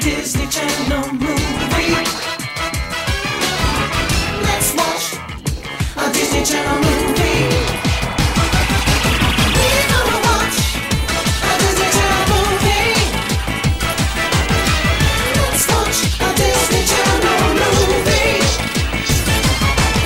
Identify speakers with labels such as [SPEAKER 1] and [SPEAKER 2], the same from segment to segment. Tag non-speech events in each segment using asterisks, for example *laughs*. [SPEAKER 1] Disney Channel movie. Let's watch a Disney Channel movie. We're gonna watch a Disney Channel movie. Let's watch a Disney Channel movie.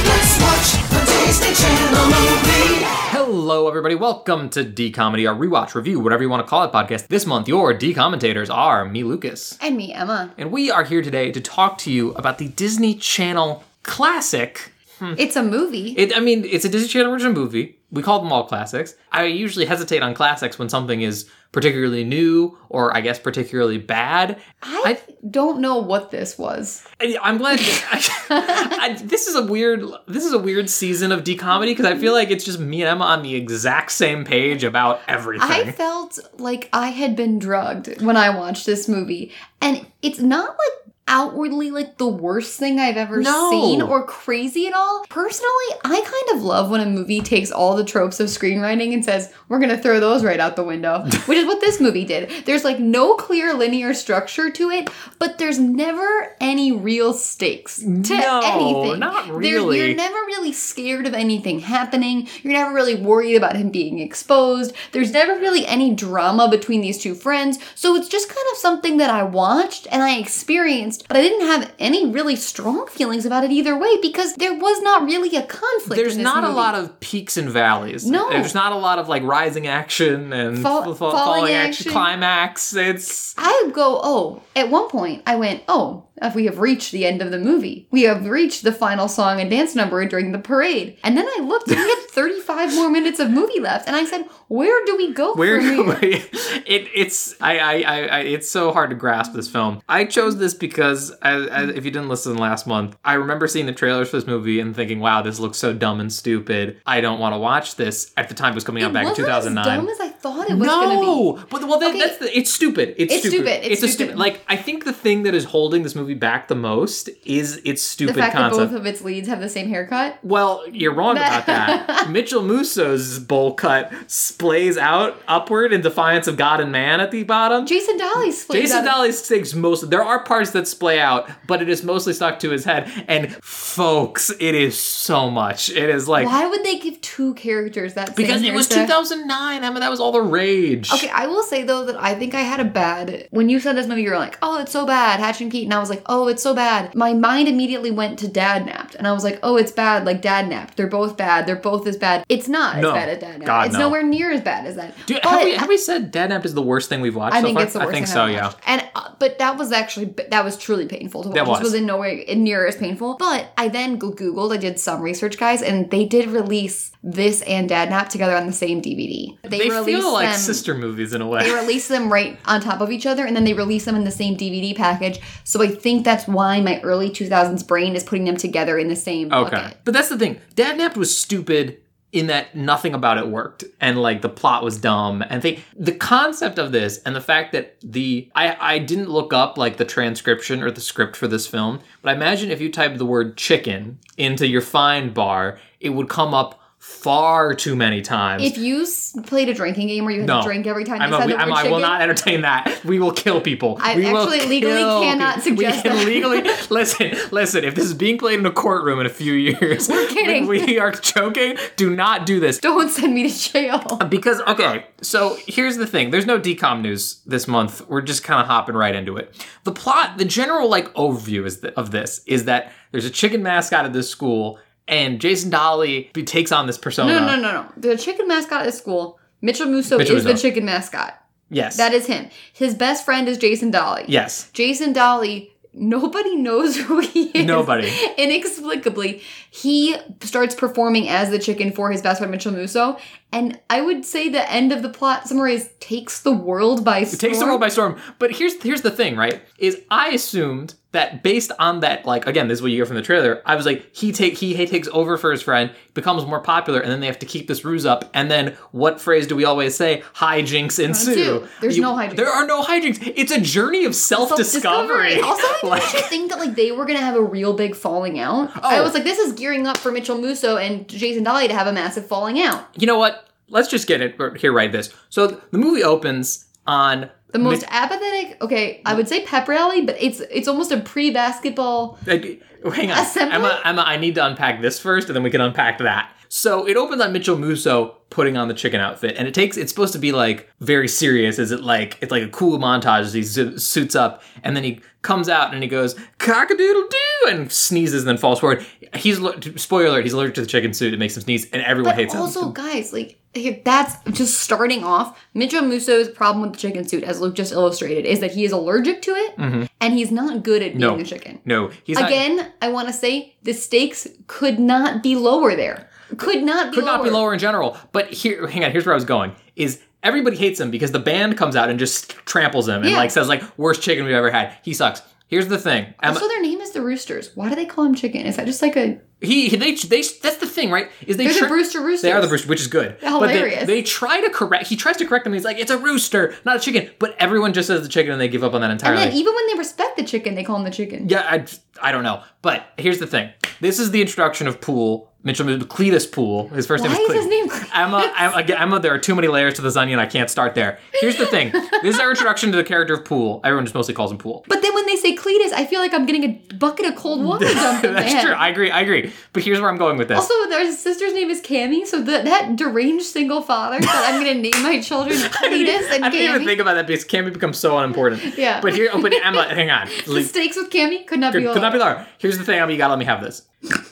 [SPEAKER 1] Let's watch a Disney Channel movie.
[SPEAKER 2] Hello, everybody. Welcome to D Comedy, our rewatch review, whatever you want to call it, podcast. This month, your D commentators are me, Lucas,
[SPEAKER 3] And me, Emma.
[SPEAKER 2] and we are here today to talk to you about the Disney Channel classic.
[SPEAKER 3] It's a movie.
[SPEAKER 2] Mm. It, I mean, it's a Disney Channel original movie. We call them all classics. I usually hesitate on classics when something is particularly new or, I guess, particularly bad.
[SPEAKER 3] I, don't know what this was.
[SPEAKER 2] I, I'm glad. *laughs* I, this is a weird. This is a weird season of D comedy because I feel like it's just me and Emma on the exact same page about everything.
[SPEAKER 3] I felt like I had been drugged when I watched this movie. And it's not like outwardly like the worst thing I've ever
[SPEAKER 2] No.
[SPEAKER 3] seen or crazy at all. Personally, I kind of love when a movie takes all the tropes of screenwriting and says, we're going to throw those right out
[SPEAKER 2] *laughs*
[SPEAKER 3] the window, which is what this movie did. There's like no clear linear structure to it, but there's never any real stakes to
[SPEAKER 2] No,
[SPEAKER 3] anything.
[SPEAKER 2] not
[SPEAKER 3] There's-
[SPEAKER 2] really.
[SPEAKER 3] You're never really scared of anything happening. You're never really worried about him being exposed. There's never really any drama between these two friends. So it's just kind of something that I watched and I experienced, but I didn't have any really strong feelings about it either way because there was not really a conflict.
[SPEAKER 2] there's
[SPEAKER 3] in this
[SPEAKER 2] not a
[SPEAKER 3] movie.
[SPEAKER 2] lot of peaks and valleys.
[SPEAKER 3] No.
[SPEAKER 2] there's not a lot of like rising action and
[SPEAKER 3] Fall-
[SPEAKER 2] fa-
[SPEAKER 3] falling action.
[SPEAKER 2] climax. It's
[SPEAKER 3] I would go, oh, at one point I went, oh, if we have reached the end of the movie. We have reached the final song and dance number during the parade. And then I looked and we
[SPEAKER 2] *laughs*
[SPEAKER 3] had 35 more minutes of movie left. And I said, where do we go
[SPEAKER 2] where
[SPEAKER 3] from here?
[SPEAKER 2] *laughs* it it's I, I I I it's so hard to grasp this film. I chose this because I, I, if you didn't listen last month, I remember seeing the trailers for this movie and thinking, wow, this looks so dumb and stupid. I don't want to watch this. At the time, it was coming out back in
[SPEAKER 3] wasn't
[SPEAKER 2] two thousand
[SPEAKER 3] As
[SPEAKER 2] nine.
[SPEAKER 3] dumb as I thought it was going to
[SPEAKER 2] No, but well, that,
[SPEAKER 3] Okay.
[SPEAKER 2] that's the, it's stupid. It's,
[SPEAKER 3] It's
[SPEAKER 2] stupid.
[SPEAKER 3] stupid. It's
[SPEAKER 2] a
[SPEAKER 3] stupid.
[SPEAKER 2] stupid. Like I think the thing that is holding this movie back the most is its
[SPEAKER 3] be.
[SPEAKER 2] stupid
[SPEAKER 3] The fact that
[SPEAKER 2] concept.
[SPEAKER 3] both of its leads have the same haircut.
[SPEAKER 2] well, you're
[SPEAKER 3] *laughs*
[SPEAKER 2] wrong about that. Mitchell Musso's bowl cut splays out upward in defiance of God and man at the bottom.
[SPEAKER 3] Jason Dolly split.
[SPEAKER 2] Jason Dolly sticks most. There are parts that splay out, but it is mostly stuck to his head. And folks, it is so much. It is like
[SPEAKER 3] Why would they give two characters that?
[SPEAKER 2] because
[SPEAKER 3] same
[SPEAKER 2] it was
[SPEAKER 3] haircut?
[SPEAKER 2] 2009. Emma, that was all the rage.
[SPEAKER 3] Okay, I will say though that I think I had a bad. When you said this movie, you were like, "Oh, it's so bad, Hatch and Keaton." I was like, "Oh, it's so bad." My mind immediately went to Dad Napped, and I was like, "Oh, it's bad, like Dad Napped. They're both bad. They're both as bad. It's not
[SPEAKER 2] No.
[SPEAKER 3] as bad as Dad Napped.
[SPEAKER 2] God,
[SPEAKER 3] it's
[SPEAKER 2] no.
[SPEAKER 3] nowhere near as bad as that."
[SPEAKER 2] Dude,
[SPEAKER 3] But-
[SPEAKER 2] have, we, have we said Deadnapped is the worst thing we've watched
[SPEAKER 3] I
[SPEAKER 2] so
[SPEAKER 3] think
[SPEAKER 2] far?
[SPEAKER 3] it's the worst.
[SPEAKER 2] I think
[SPEAKER 3] thing
[SPEAKER 2] so,
[SPEAKER 3] I've
[SPEAKER 2] yeah.
[SPEAKER 3] watched. And uh, but that was actually that was truly painful to watch.
[SPEAKER 2] That
[SPEAKER 3] It
[SPEAKER 2] was.
[SPEAKER 3] was in no way near as painful. But I then go- googled. I did some research, guys, and they did release this and Dad Nap together on the same DVD.
[SPEAKER 2] They
[SPEAKER 3] released
[SPEAKER 2] feel like
[SPEAKER 3] them-
[SPEAKER 2] sister *laughs* movies in a
[SPEAKER 3] They
[SPEAKER 2] way.
[SPEAKER 3] release them right on top of each other, and then they release them in the same DVD package. So I think that's why my early 2000s brain is putting them together in the same.
[SPEAKER 2] *laughs* Okay.
[SPEAKER 3] bucket.
[SPEAKER 2] But that's the thing. Dadnapped was stupid in that nothing about it worked and like the plot was dumb and they the concept of this and the fact that the I I didn't look up like the transcription or the script for this film, but I imagine if you typed the word chicken into your find bar, it would come up far too many times.
[SPEAKER 3] If you s- played a drinking game where you had
[SPEAKER 2] No.
[SPEAKER 3] to drink every time
[SPEAKER 2] I'm
[SPEAKER 3] you
[SPEAKER 2] a,
[SPEAKER 3] said
[SPEAKER 2] we,
[SPEAKER 3] the word
[SPEAKER 2] I'm, I will
[SPEAKER 3] chicken-
[SPEAKER 2] not entertain that. We will kill people.
[SPEAKER 3] I
[SPEAKER 2] we will
[SPEAKER 3] actually legally
[SPEAKER 2] kill
[SPEAKER 3] cannot
[SPEAKER 2] people.
[SPEAKER 3] suggest
[SPEAKER 2] We can
[SPEAKER 3] that. *laughs*
[SPEAKER 2] legally listen. Listen, if this is being played in a courtroom in a few years, we're
[SPEAKER 3] kidding.
[SPEAKER 2] We, we are joking. Do not do this.
[SPEAKER 3] Don't send me to jail.
[SPEAKER 2] Because okay, so here's the thing. There's no decom news this month. We're just kind of hopping right into it. The plot, the general like overview is th- of this is that there's a chicken mascot at this school, and Jason Dolly be- takes on this persona.
[SPEAKER 3] No, no, no, no. The chicken mascot is school. Mitchell Musso
[SPEAKER 2] Mitchell
[SPEAKER 3] is
[SPEAKER 2] Musso.
[SPEAKER 3] the chicken mascot.
[SPEAKER 2] Yes,
[SPEAKER 3] That is him. His best friend is Jason Dolly.
[SPEAKER 2] yes.
[SPEAKER 3] Jason Dolly, nobody knows *laughs* who he is.
[SPEAKER 2] Nobody.
[SPEAKER 3] *laughs* Inexplicably, he starts performing as the chicken for his best friend Mitchell Musso. And I would say the end of the plot summary is takes the world by storm.
[SPEAKER 2] It takes the world by storm. But here's here's the thing, right? Is I assumed that based on that, like again, this is what you hear from the trailer. I was like, he take he, he takes over for his friend, becomes more popular, and then they have to keep this ruse up. And then what phrase do we always say? Hijinks ensue.
[SPEAKER 3] Ensue. There's no hijinks.
[SPEAKER 2] There are no hijinks. It's a journey of self discovery. *laughs*
[SPEAKER 3] Also, I didn't actually think that like they were gonna have a real big falling out. I
[SPEAKER 2] Oh.
[SPEAKER 3] was like, this is gearing up for Mitchell Musso and Jason Dolly to have a massive falling out.
[SPEAKER 2] you know what? Let's just get it here right this. So the movie opens on
[SPEAKER 3] The most apathetic. Okay, I would say pep rally, but it's it's almost a pre-basketball.
[SPEAKER 2] Like, hang on,
[SPEAKER 3] Assembly?
[SPEAKER 2] Emma, Emma. I need to unpack this first, and then we can unpack that. So it opens on Mitchell Musso putting on the chicken outfit, and it takes. It's supposed to be like very serious. Is it like it's like a cool montage as he su- suits up, and then he comes out and he goes cock a doodle doo and sneezes, and then falls forward. He's al- spoiler alert. He's allergic to the chicken suit. It makes him sneeze, and everyone
[SPEAKER 3] But
[SPEAKER 2] hates
[SPEAKER 3] also,
[SPEAKER 2] him.
[SPEAKER 3] guys, like here- that's just starting off. Mitchell Musso's problem with the chicken suit, as Luke just illustrated, is that he is allergic to it, and he's not good at being
[SPEAKER 2] Mm-hmm. No.
[SPEAKER 3] a chicken.
[SPEAKER 2] No, he's not-
[SPEAKER 3] Again, I want to say the stakes could not be lower there. Could not be
[SPEAKER 2] could
[SPEAKER 3] lower.
[SPEAKER 2] not be lower in general. But here, hang on. Here's where I was going. Is everybody hates him because the band comes out and just tramples him and
[SPEAKER 3] Yeah.
[SPEAKER 2] like says like worst chicken we've ever had. He sucks. Here's the thing. Emma-
[SPEAKER 3] Also, their name is the Roosters. Why do they call him Chicken? Is that just like a?
[SPEAKER 2] he they they that's the thing, right? Is they
[SPEAKER 3] They're the
[SPEAKER 2] tri-
[SPEAKER 3] Brewster Roosters.
[SPEAKER 2] They are the Brewster, which is good. But they,
[SPEAKER 3] Hilarious.
[SPEAKER 2] they try to correct. He tries to correct them. And he's like, "It's a rooster, not a chicken." But everyone just says the chicken, and they give up on that
[SPEAKER 3] And
[SPEAKER 2] entirely.
[SPEAKER 3] then even when they respect the chicken, they call him the Chicken.
[SPEAKER 2] Yeah, I, I don't know. But here's the thing. This is the introduction of Poole, Mitchell Cletus Poole. His first
[SPEAKER 3] Why
[SPEAKER 2] name is
[SPEAKER 3] is
[SPEAKER 2] Cletus.
[SPEAKER 3] his name? *laughs*
[SPEAKER 2] Emma, Emma, again, Emma, there are too many layers to this onion. I can't start there. Here's the thing. This is our introduction to the character of Poole. Everyone just mostly calls him Poole. *laughs*
[SPEAKER 3] But then when they say Cletus, I feel like I'm getting a bucket of cold water dumped in my
[SPEAKER 2] That's
[SPEAKER 3] head.
[SPEAKER 2] true. I agree. I agree. But here's where I'm going with this.
[SPEAKER 3] Oh, Also, their sister's name is Cammy, so that that deranged single father that I'm gonna name my children Cletus
[SPEAKER 2] *laughs*
[SPEAKER 3] and
[SPEAKER 2] I didn't even
[SPEAKER 3] Cammy.
[SPEAKER 2] think about that because Cammy becomes so unimportant.
[SPEAKER 3] Yeah.
[SPEAKER 2] But here, oh, but
[SPEAKER 3] *laughs*
[SPEAKER 2] Emma, hang on.
[SPEAKER 3] The
[SPEAKER 2] Like,
[SPEAKER 3] stakes with Cammy could not be
[SPEAKER 2] could,
[SPEAKER 3] lower.
[SPEAKER 2] could not be lower. Here's the thing, Emma, you gotta let me have this.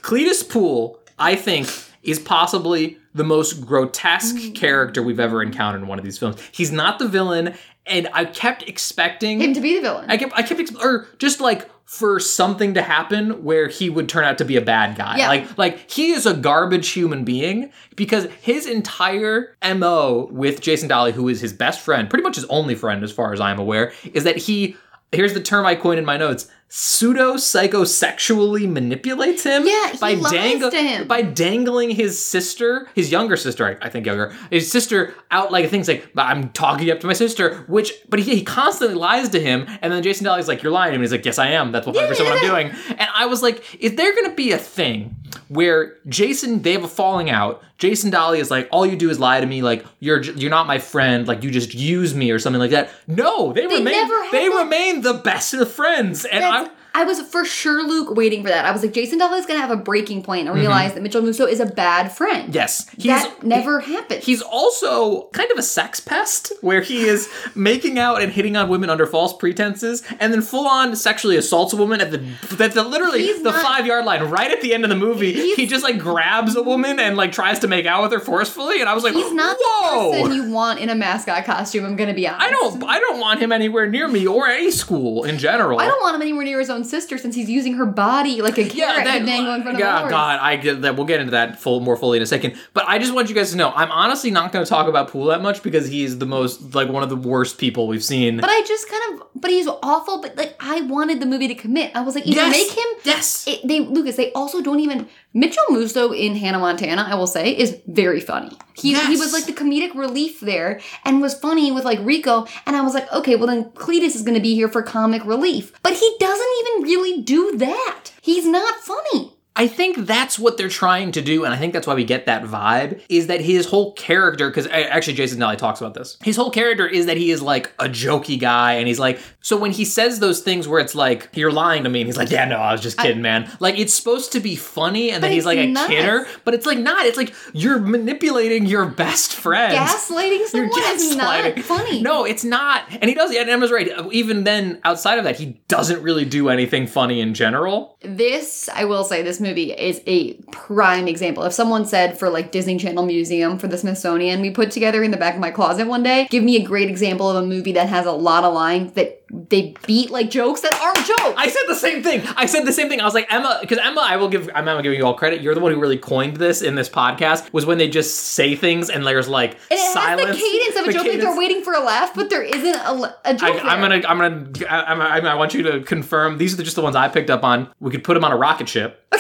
[SPEAKER 2] Cletus Poole, I think, is possibly the most
[SPEAKER 3] Mm.
[SPEAKER 2] grotesque character we've ever encountered in one of these films. He's not the villain, and I kept expecting
[SPEAKER 3] him to be the villain.
[SPEAKER 2] I kept, I kept, ex- or just like for something to happen where he would turn out to be a bad guy.
[SPEAKER 3] Yeah.
[SPEAKER 2] Like, like he is a garbage human being because his entire mo with Jason Dolly, who is his best friend, pretty much his only friend as far as I'm aware, is that he. Here's the term I coined in my notes: pseudo psychosexually manipulates him.
[SPEAKER 3] Yeah, he lies to him.
[SPEAKER 2] by dangling his sister, his younger sister, I, I think younger, his sister out like things like I'm talking up to my sister, which but he, he constantly lies to him, and then Jason Daly's like, You're lying to me. He's like, Yes, I am. That's 100 percent what I'm doing. And I was like, is there gonna be a thing where Jason they have a falling out? Jason Dolly is like, all you do is lie to me, like you're j- you're not my friend, like you just use me or something like that. No, they, remain
[SPEAKER 3] never had
[SPEAKER 2] they
[SPEAKER 3] that.
[SPEAKER 2] remain the best of friends. And
[SPEAKER 3] That's-
[SPEAKER 2] I
[SPEAKER 3] I was for sure, Luke, waiting for that. I was like, Jason Dolly's gonna have a breaking point and realize that Mitchell Musso is a bad friend.
[SPEAKER 2] Mm-hmm. yes,
[SPEAKER 3] that never happened.
[SPEAKER 2] He's also kind of a sex pest, where he is making out and hitting on women under false pretenses, and then full on sexually assaults a woman at the that the literally
[SPEAKER 3] He's
[SPEAKER 2] the
[SPEAKER 3] not-
[SPEAKER 2] five yard line, right at the end of the movie.
[SPEAKER 3] He's-
[SPEAKER 2] He just like grabs a woman and like tries to make out with her forcefully, and I was like,
[SPEAKER 3] He's not
[SPEAKER 2] whoa.
[SPEAKER 3] the person you want in a mascot costume. I'm gonna be honest.
[SPEAKER 2] I don't. I don't want him anywhere near me or any school in general.
[SPEAKER 3] I don't want him anywhere near his own sister since he's using her body like a carrot to dangle in front of
[SPEAKER 2] yeah,
[SPEAKER 3] ours.
[SPEAKER 2] God, I get that. We'll get into that full more fully in a second. But I just want you guys to know, I'm honestly not going to talk about Poole that much because he is the most like one of the worst people we've seen.
[SPEAKER 3] But I just kind of, but he's awful. But like, I wanted the movie to commit. I was like, either make him.
[SPEAKER 2] Yes.
[SPEAKER 3] It, they Lucas. They also don't even Mitchell Musso in Hannah Montana. I will say is very funny. He he
[SPEAKER 2] Yes.
[SPEAKER 3] was like the comedic relief there and was funny with like Rico. And I was like, okay, well then Cletus is going to be here for comic relief. But he doesn't even really do that. He's not funny.
[SPEAKER 2] I think that's what they're trying to do, and I think that's why we get that vibe is that his whole character, because actually Jason Nelly talks about this. His whole character is that he is like a jokey guy, and he's like, so when he says those things where it's like, you're lying to me, and he's like, yeah, no, I was just kidding, man. Like, it's supposed to be funny, and then
[SPEAKER 3] But
[SPEAKER 2] he's like
[SPEAKER 3] it's
[SPEAKER 2] a
[SPEAKER 3] not.
[SPEAKER 2] kidder, but it's like not. It's like, you're manipulating your best friends.
[SPEAKER 3] Gaslighting
[SPEAKER 2] You're
[SPEAKER 3] someone is not
[SPEAKER 2] gaslighting.
[SPEAKER 3] funny.
[SPEAKER 2] No, it's not. And he does. And Emma's right. Even then, outside of that, he doesn't really do anything funny in general.
[SPEAKER 3] This, I will say, this movie is a prime example. If someone said for like Disney Channel Museum for the Smithsonian, we put together in the back of my closet one day, give me a great example of a movie that has a lot of lines that they beat like jokes that aren't jokes.
[SPEAKER 2] I said the same thing. I said the same thing. I was like Emma, because Emma, I will give. I'm Emma giving you all credit. You're the one who really coined this in this podcast. Was when they just say things and there's like
[SPEAKER 3] and it
[SPEAKER 2] silence.
[SPEAKER 3] has the cadence of a
[SPEAKER 2] The
[SPEAKER 3] joke like
[SPEAKER 2] cadence.
[SPEAKER 3] they're waiting for a laugh, but there isn't a, l- a
[SPEAKER 2] I,
[SPEAKER 3] joke. there.
[SPEAKER 2] I'm gonna, I'm gonna, I, I'm, I'm- I want you to confirm. These are just the ones I picked up on. We could put them on a rocket ship.
[SPEAKER 3] *laughs*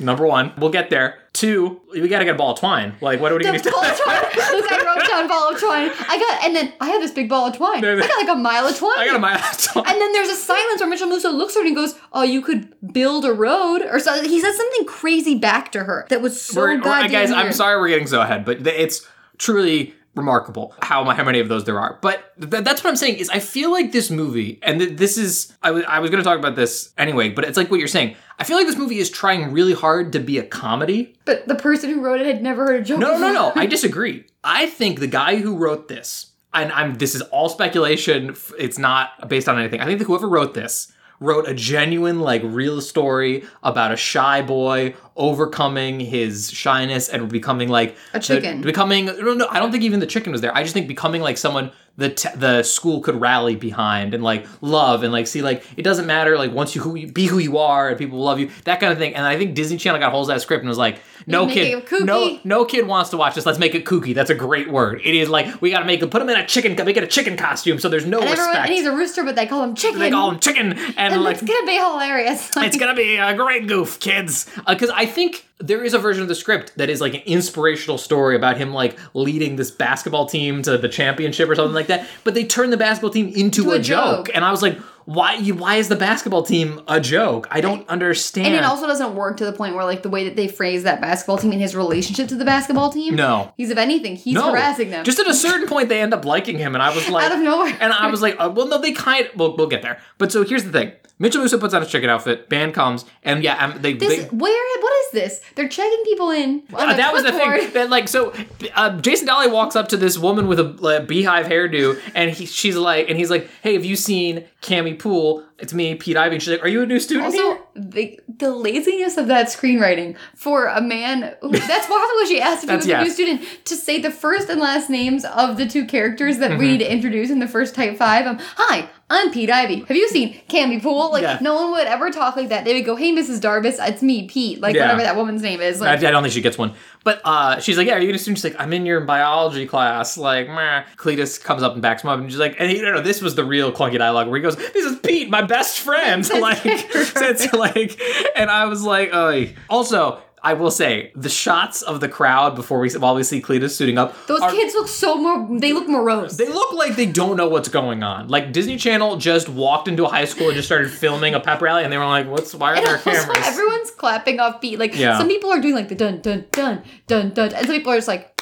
[SPEAKER 2] Number one, we'll get there. Two, we gotta get a ball of twine. Like, what are we gonna *laughs*
[SPEAKER 3] The
[SPEAKER 2] do?
[SPEAKER 3] ball of twine. Look, I wrote down ball of twine. I got, and then I had this big ball of twine. I got like a mile of twine.
[SPEAKER 2] I got a mile of twine.
[SPEAKER 3] And then there's a silence where Mitchell Musso looks at her and goes, "Oh, you could build a road," or so he says something crazy back to her that was so
[SPEAKER 2] We're- we're-
[SPEAKER 3] goddamn
[SPEAKER 2] guys, I'm
[SPEAKER 3] weird.
[SPEAKER 2] sorry we're getting so ahead, but th- it's truly remarkable how mu- how many of those there are. But th- that's what I'm saying is I feel like this movie, and th- this is I wa- I was going to talk about this anyway, but it's like what you're saying. I feel like this movie is trying really hard to be a comedy.
[SPEAKER 3] But the person who wrote it had never heard a joke.
[SPEAKER 2] No, no, no.
[SPEAKER 3] before.
[SPEAKER 2] I disagree. I think the guy who wrote this, and I'm this is all speculation. f- It's not based on anything. I think that whoever wrote this wrote a genuine, like, real story about a shy boy overcoming his shyness and becoming like
[SPEAKER 3] A chicken.
[SPEAKER 2] the- becoming no, no. I don't think even the chicken was there. I just think becoming like someone the t- the school could rally behind and like love and like see like it doesn't matter like once you who you, be who you are and people will love you that kind of thing. And I think Disney Channel got holes of that script and was like, no
[SPEAKER 3] make
[SPEAKER 2] kid,
[SPEAKER 3] it
[SPEAKER 2] no
[SPEAKER 3] kooky.
[SPEAKER 2] no kid wants to watch this. Let's make it kooky. That's a great word. It is like we gotta make put him in a chicken. Make it a chicken costume. So there's no
[SPEAKER 3] and everyone,
[SPEAKER 2] respect.
[SPEAKER 3] and he's a rooster, but they call him chicken.
[SPEAKER 2] they call him chicken, and,
[SPEAKER 3] and
[SPEAKER 2] like
[SPEAKER 3] it's gonna be hilarious. Like,
[SPEAKER 2] it's gonna be a great goof, kids. Because I think there is a version of the script that is like an inspirational story about him like leading this basketball team to the championship or something like that. But they turn the basketball team into
[SPEAKER 3] To
[SPEAKER 2] a,
[SPEAKER 3] a
[SPEAKER 2] joke.
[SPEAKER 3] joke.
[SPEAKER 2] and I was like, why? you- Why is the basketball team a joke? I don't understand.
[SPEAKER 3] and it also doesn't work to the point where like the way that they phrase that basketball team and his relationship to the basketball team.
[SPEAKER 2] No.
[SPEAKER 3] he's if anything, he's
[SPEAKER 2] no.
[SPEAKER 3] harassing them.
[SPEAKER 2] Just at a certain point, they end up liking him, and I was like,
[SPEAKER 3] *laughs* Out of nowhere.
[SPEAKER 2] And I was like, uh, well, no, they kind. We'll, we'll get there. But so here's the thing: Mitchell Musso puts on his chicken outfit. Band comes, and yeah, um, they.
[SPEAKER 3] this
[SPEAKER 2] they
[SPEAKER 3] where what is this? They're checking people in. on
[SPEAKER 2] Uh,
[SPEAKER 3] a
[SPEAKER 2] that was the thing
[SPEAKER 3] clipboard.
[SPEAKER 2] that like so uh, jason dolly walks up to this woman with a like, beehive hairdo and he, she's like and he's like hey have you seen cami pool it's me pete ivy she's like are you a new student here?"
[SPEAKER 3] Also, the, the laziness of that screenwriting for a man.
[SPEAKER 2] *laughs*
[SPEAKER 3] Who, that's probably what she asked if he
[SPEAKER 2] That's-
[SPEAKER 3] was a new
[SPEAKER 2] yes.
[SPEAKER 3] student to say the first and last names of the two characters that
[SPEAKER 2] Mm-hmm.
[SPEAKER 3] we need to introduce in the first type five. Um, hi, I'm Pete Ivy. Have you seen Cammy Pool? Like
[SPEAKER 2] Yeah.
[SPEAKER 3] no one would ever talk like that. They would go, "Hey, Mrs. Darvis, it's me, Pete." Like
[SPEAKER 2] Yeah.
[SPEAKER 3] whatever that woman's name is.
[SPEAKER 2] I, I
[SPEAKER 3] Like,
[SPEAKER 2] don't think she gets one. But uh, she's like, "Yeah, are you gonna assume?" She's like, "I'm in your biology class." Like, meh. Cletus comes up and backs him up, and she's like, "And you know, this was the real clunky dialogue where he goes, "This is Pete, my best friend." *laughs* like, it's like, and I was like, "Oh." Also, I will say the shots of the crowd before we while we see Cletus suiting up.
[SPEAKER 3] those
[SPEAKER 2] are-
[SPEAKER 3] kids look so more. They look morose.
[SPEAKER 2] They look like they don't know what's going on. Like Disney Channel just walked into a high school and just started filming a pep rally, and they were like, "What's why are
[SPEAKER 3] And *laughs*
[SPEAKER 2] there
[SPEAKER 3] also,
[SPEAKER 2] cameras?"
[SPEAKER 3] everyone's clapping off beat. Like
[SPEAKER 2] Yeah.
[SPEAKER 3] some people are doing like the dun dun dun dun dun, and some people are just like. *sighs*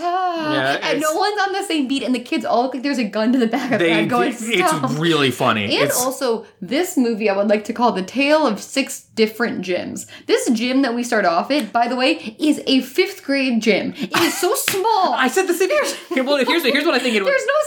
[SPEAKER 3] Ah,
[SPEAKER 2] Yeah,
[SPEAKER 3] and no
[SPEAKER 2] it's-
[SPEAKER 3] one's on the same beat, and the kids all look like there's a gun to the back of their
[SPEAKER 2] they,
[SPEAKER 3] head *laughs* going.
[SPEAKER 2] it's
[SPEAKER 3] "Stop."
[SPEAKER 2] really funny.
[SPEAKER 3] and
[SPEAKER 2] it's,
[SPEAKER 3] also, this movie I would like to call the tale of six different gyms. This gym that we start off at, by the way, is a fifth grade gym. It
[SPEAKER 2] *laughs*
[SPEAKER 3] is so small.
[SPEAKER 2] I said the same. *laughs* Here, well, here's here's what I think it was.
[SPEAKER 3] There's no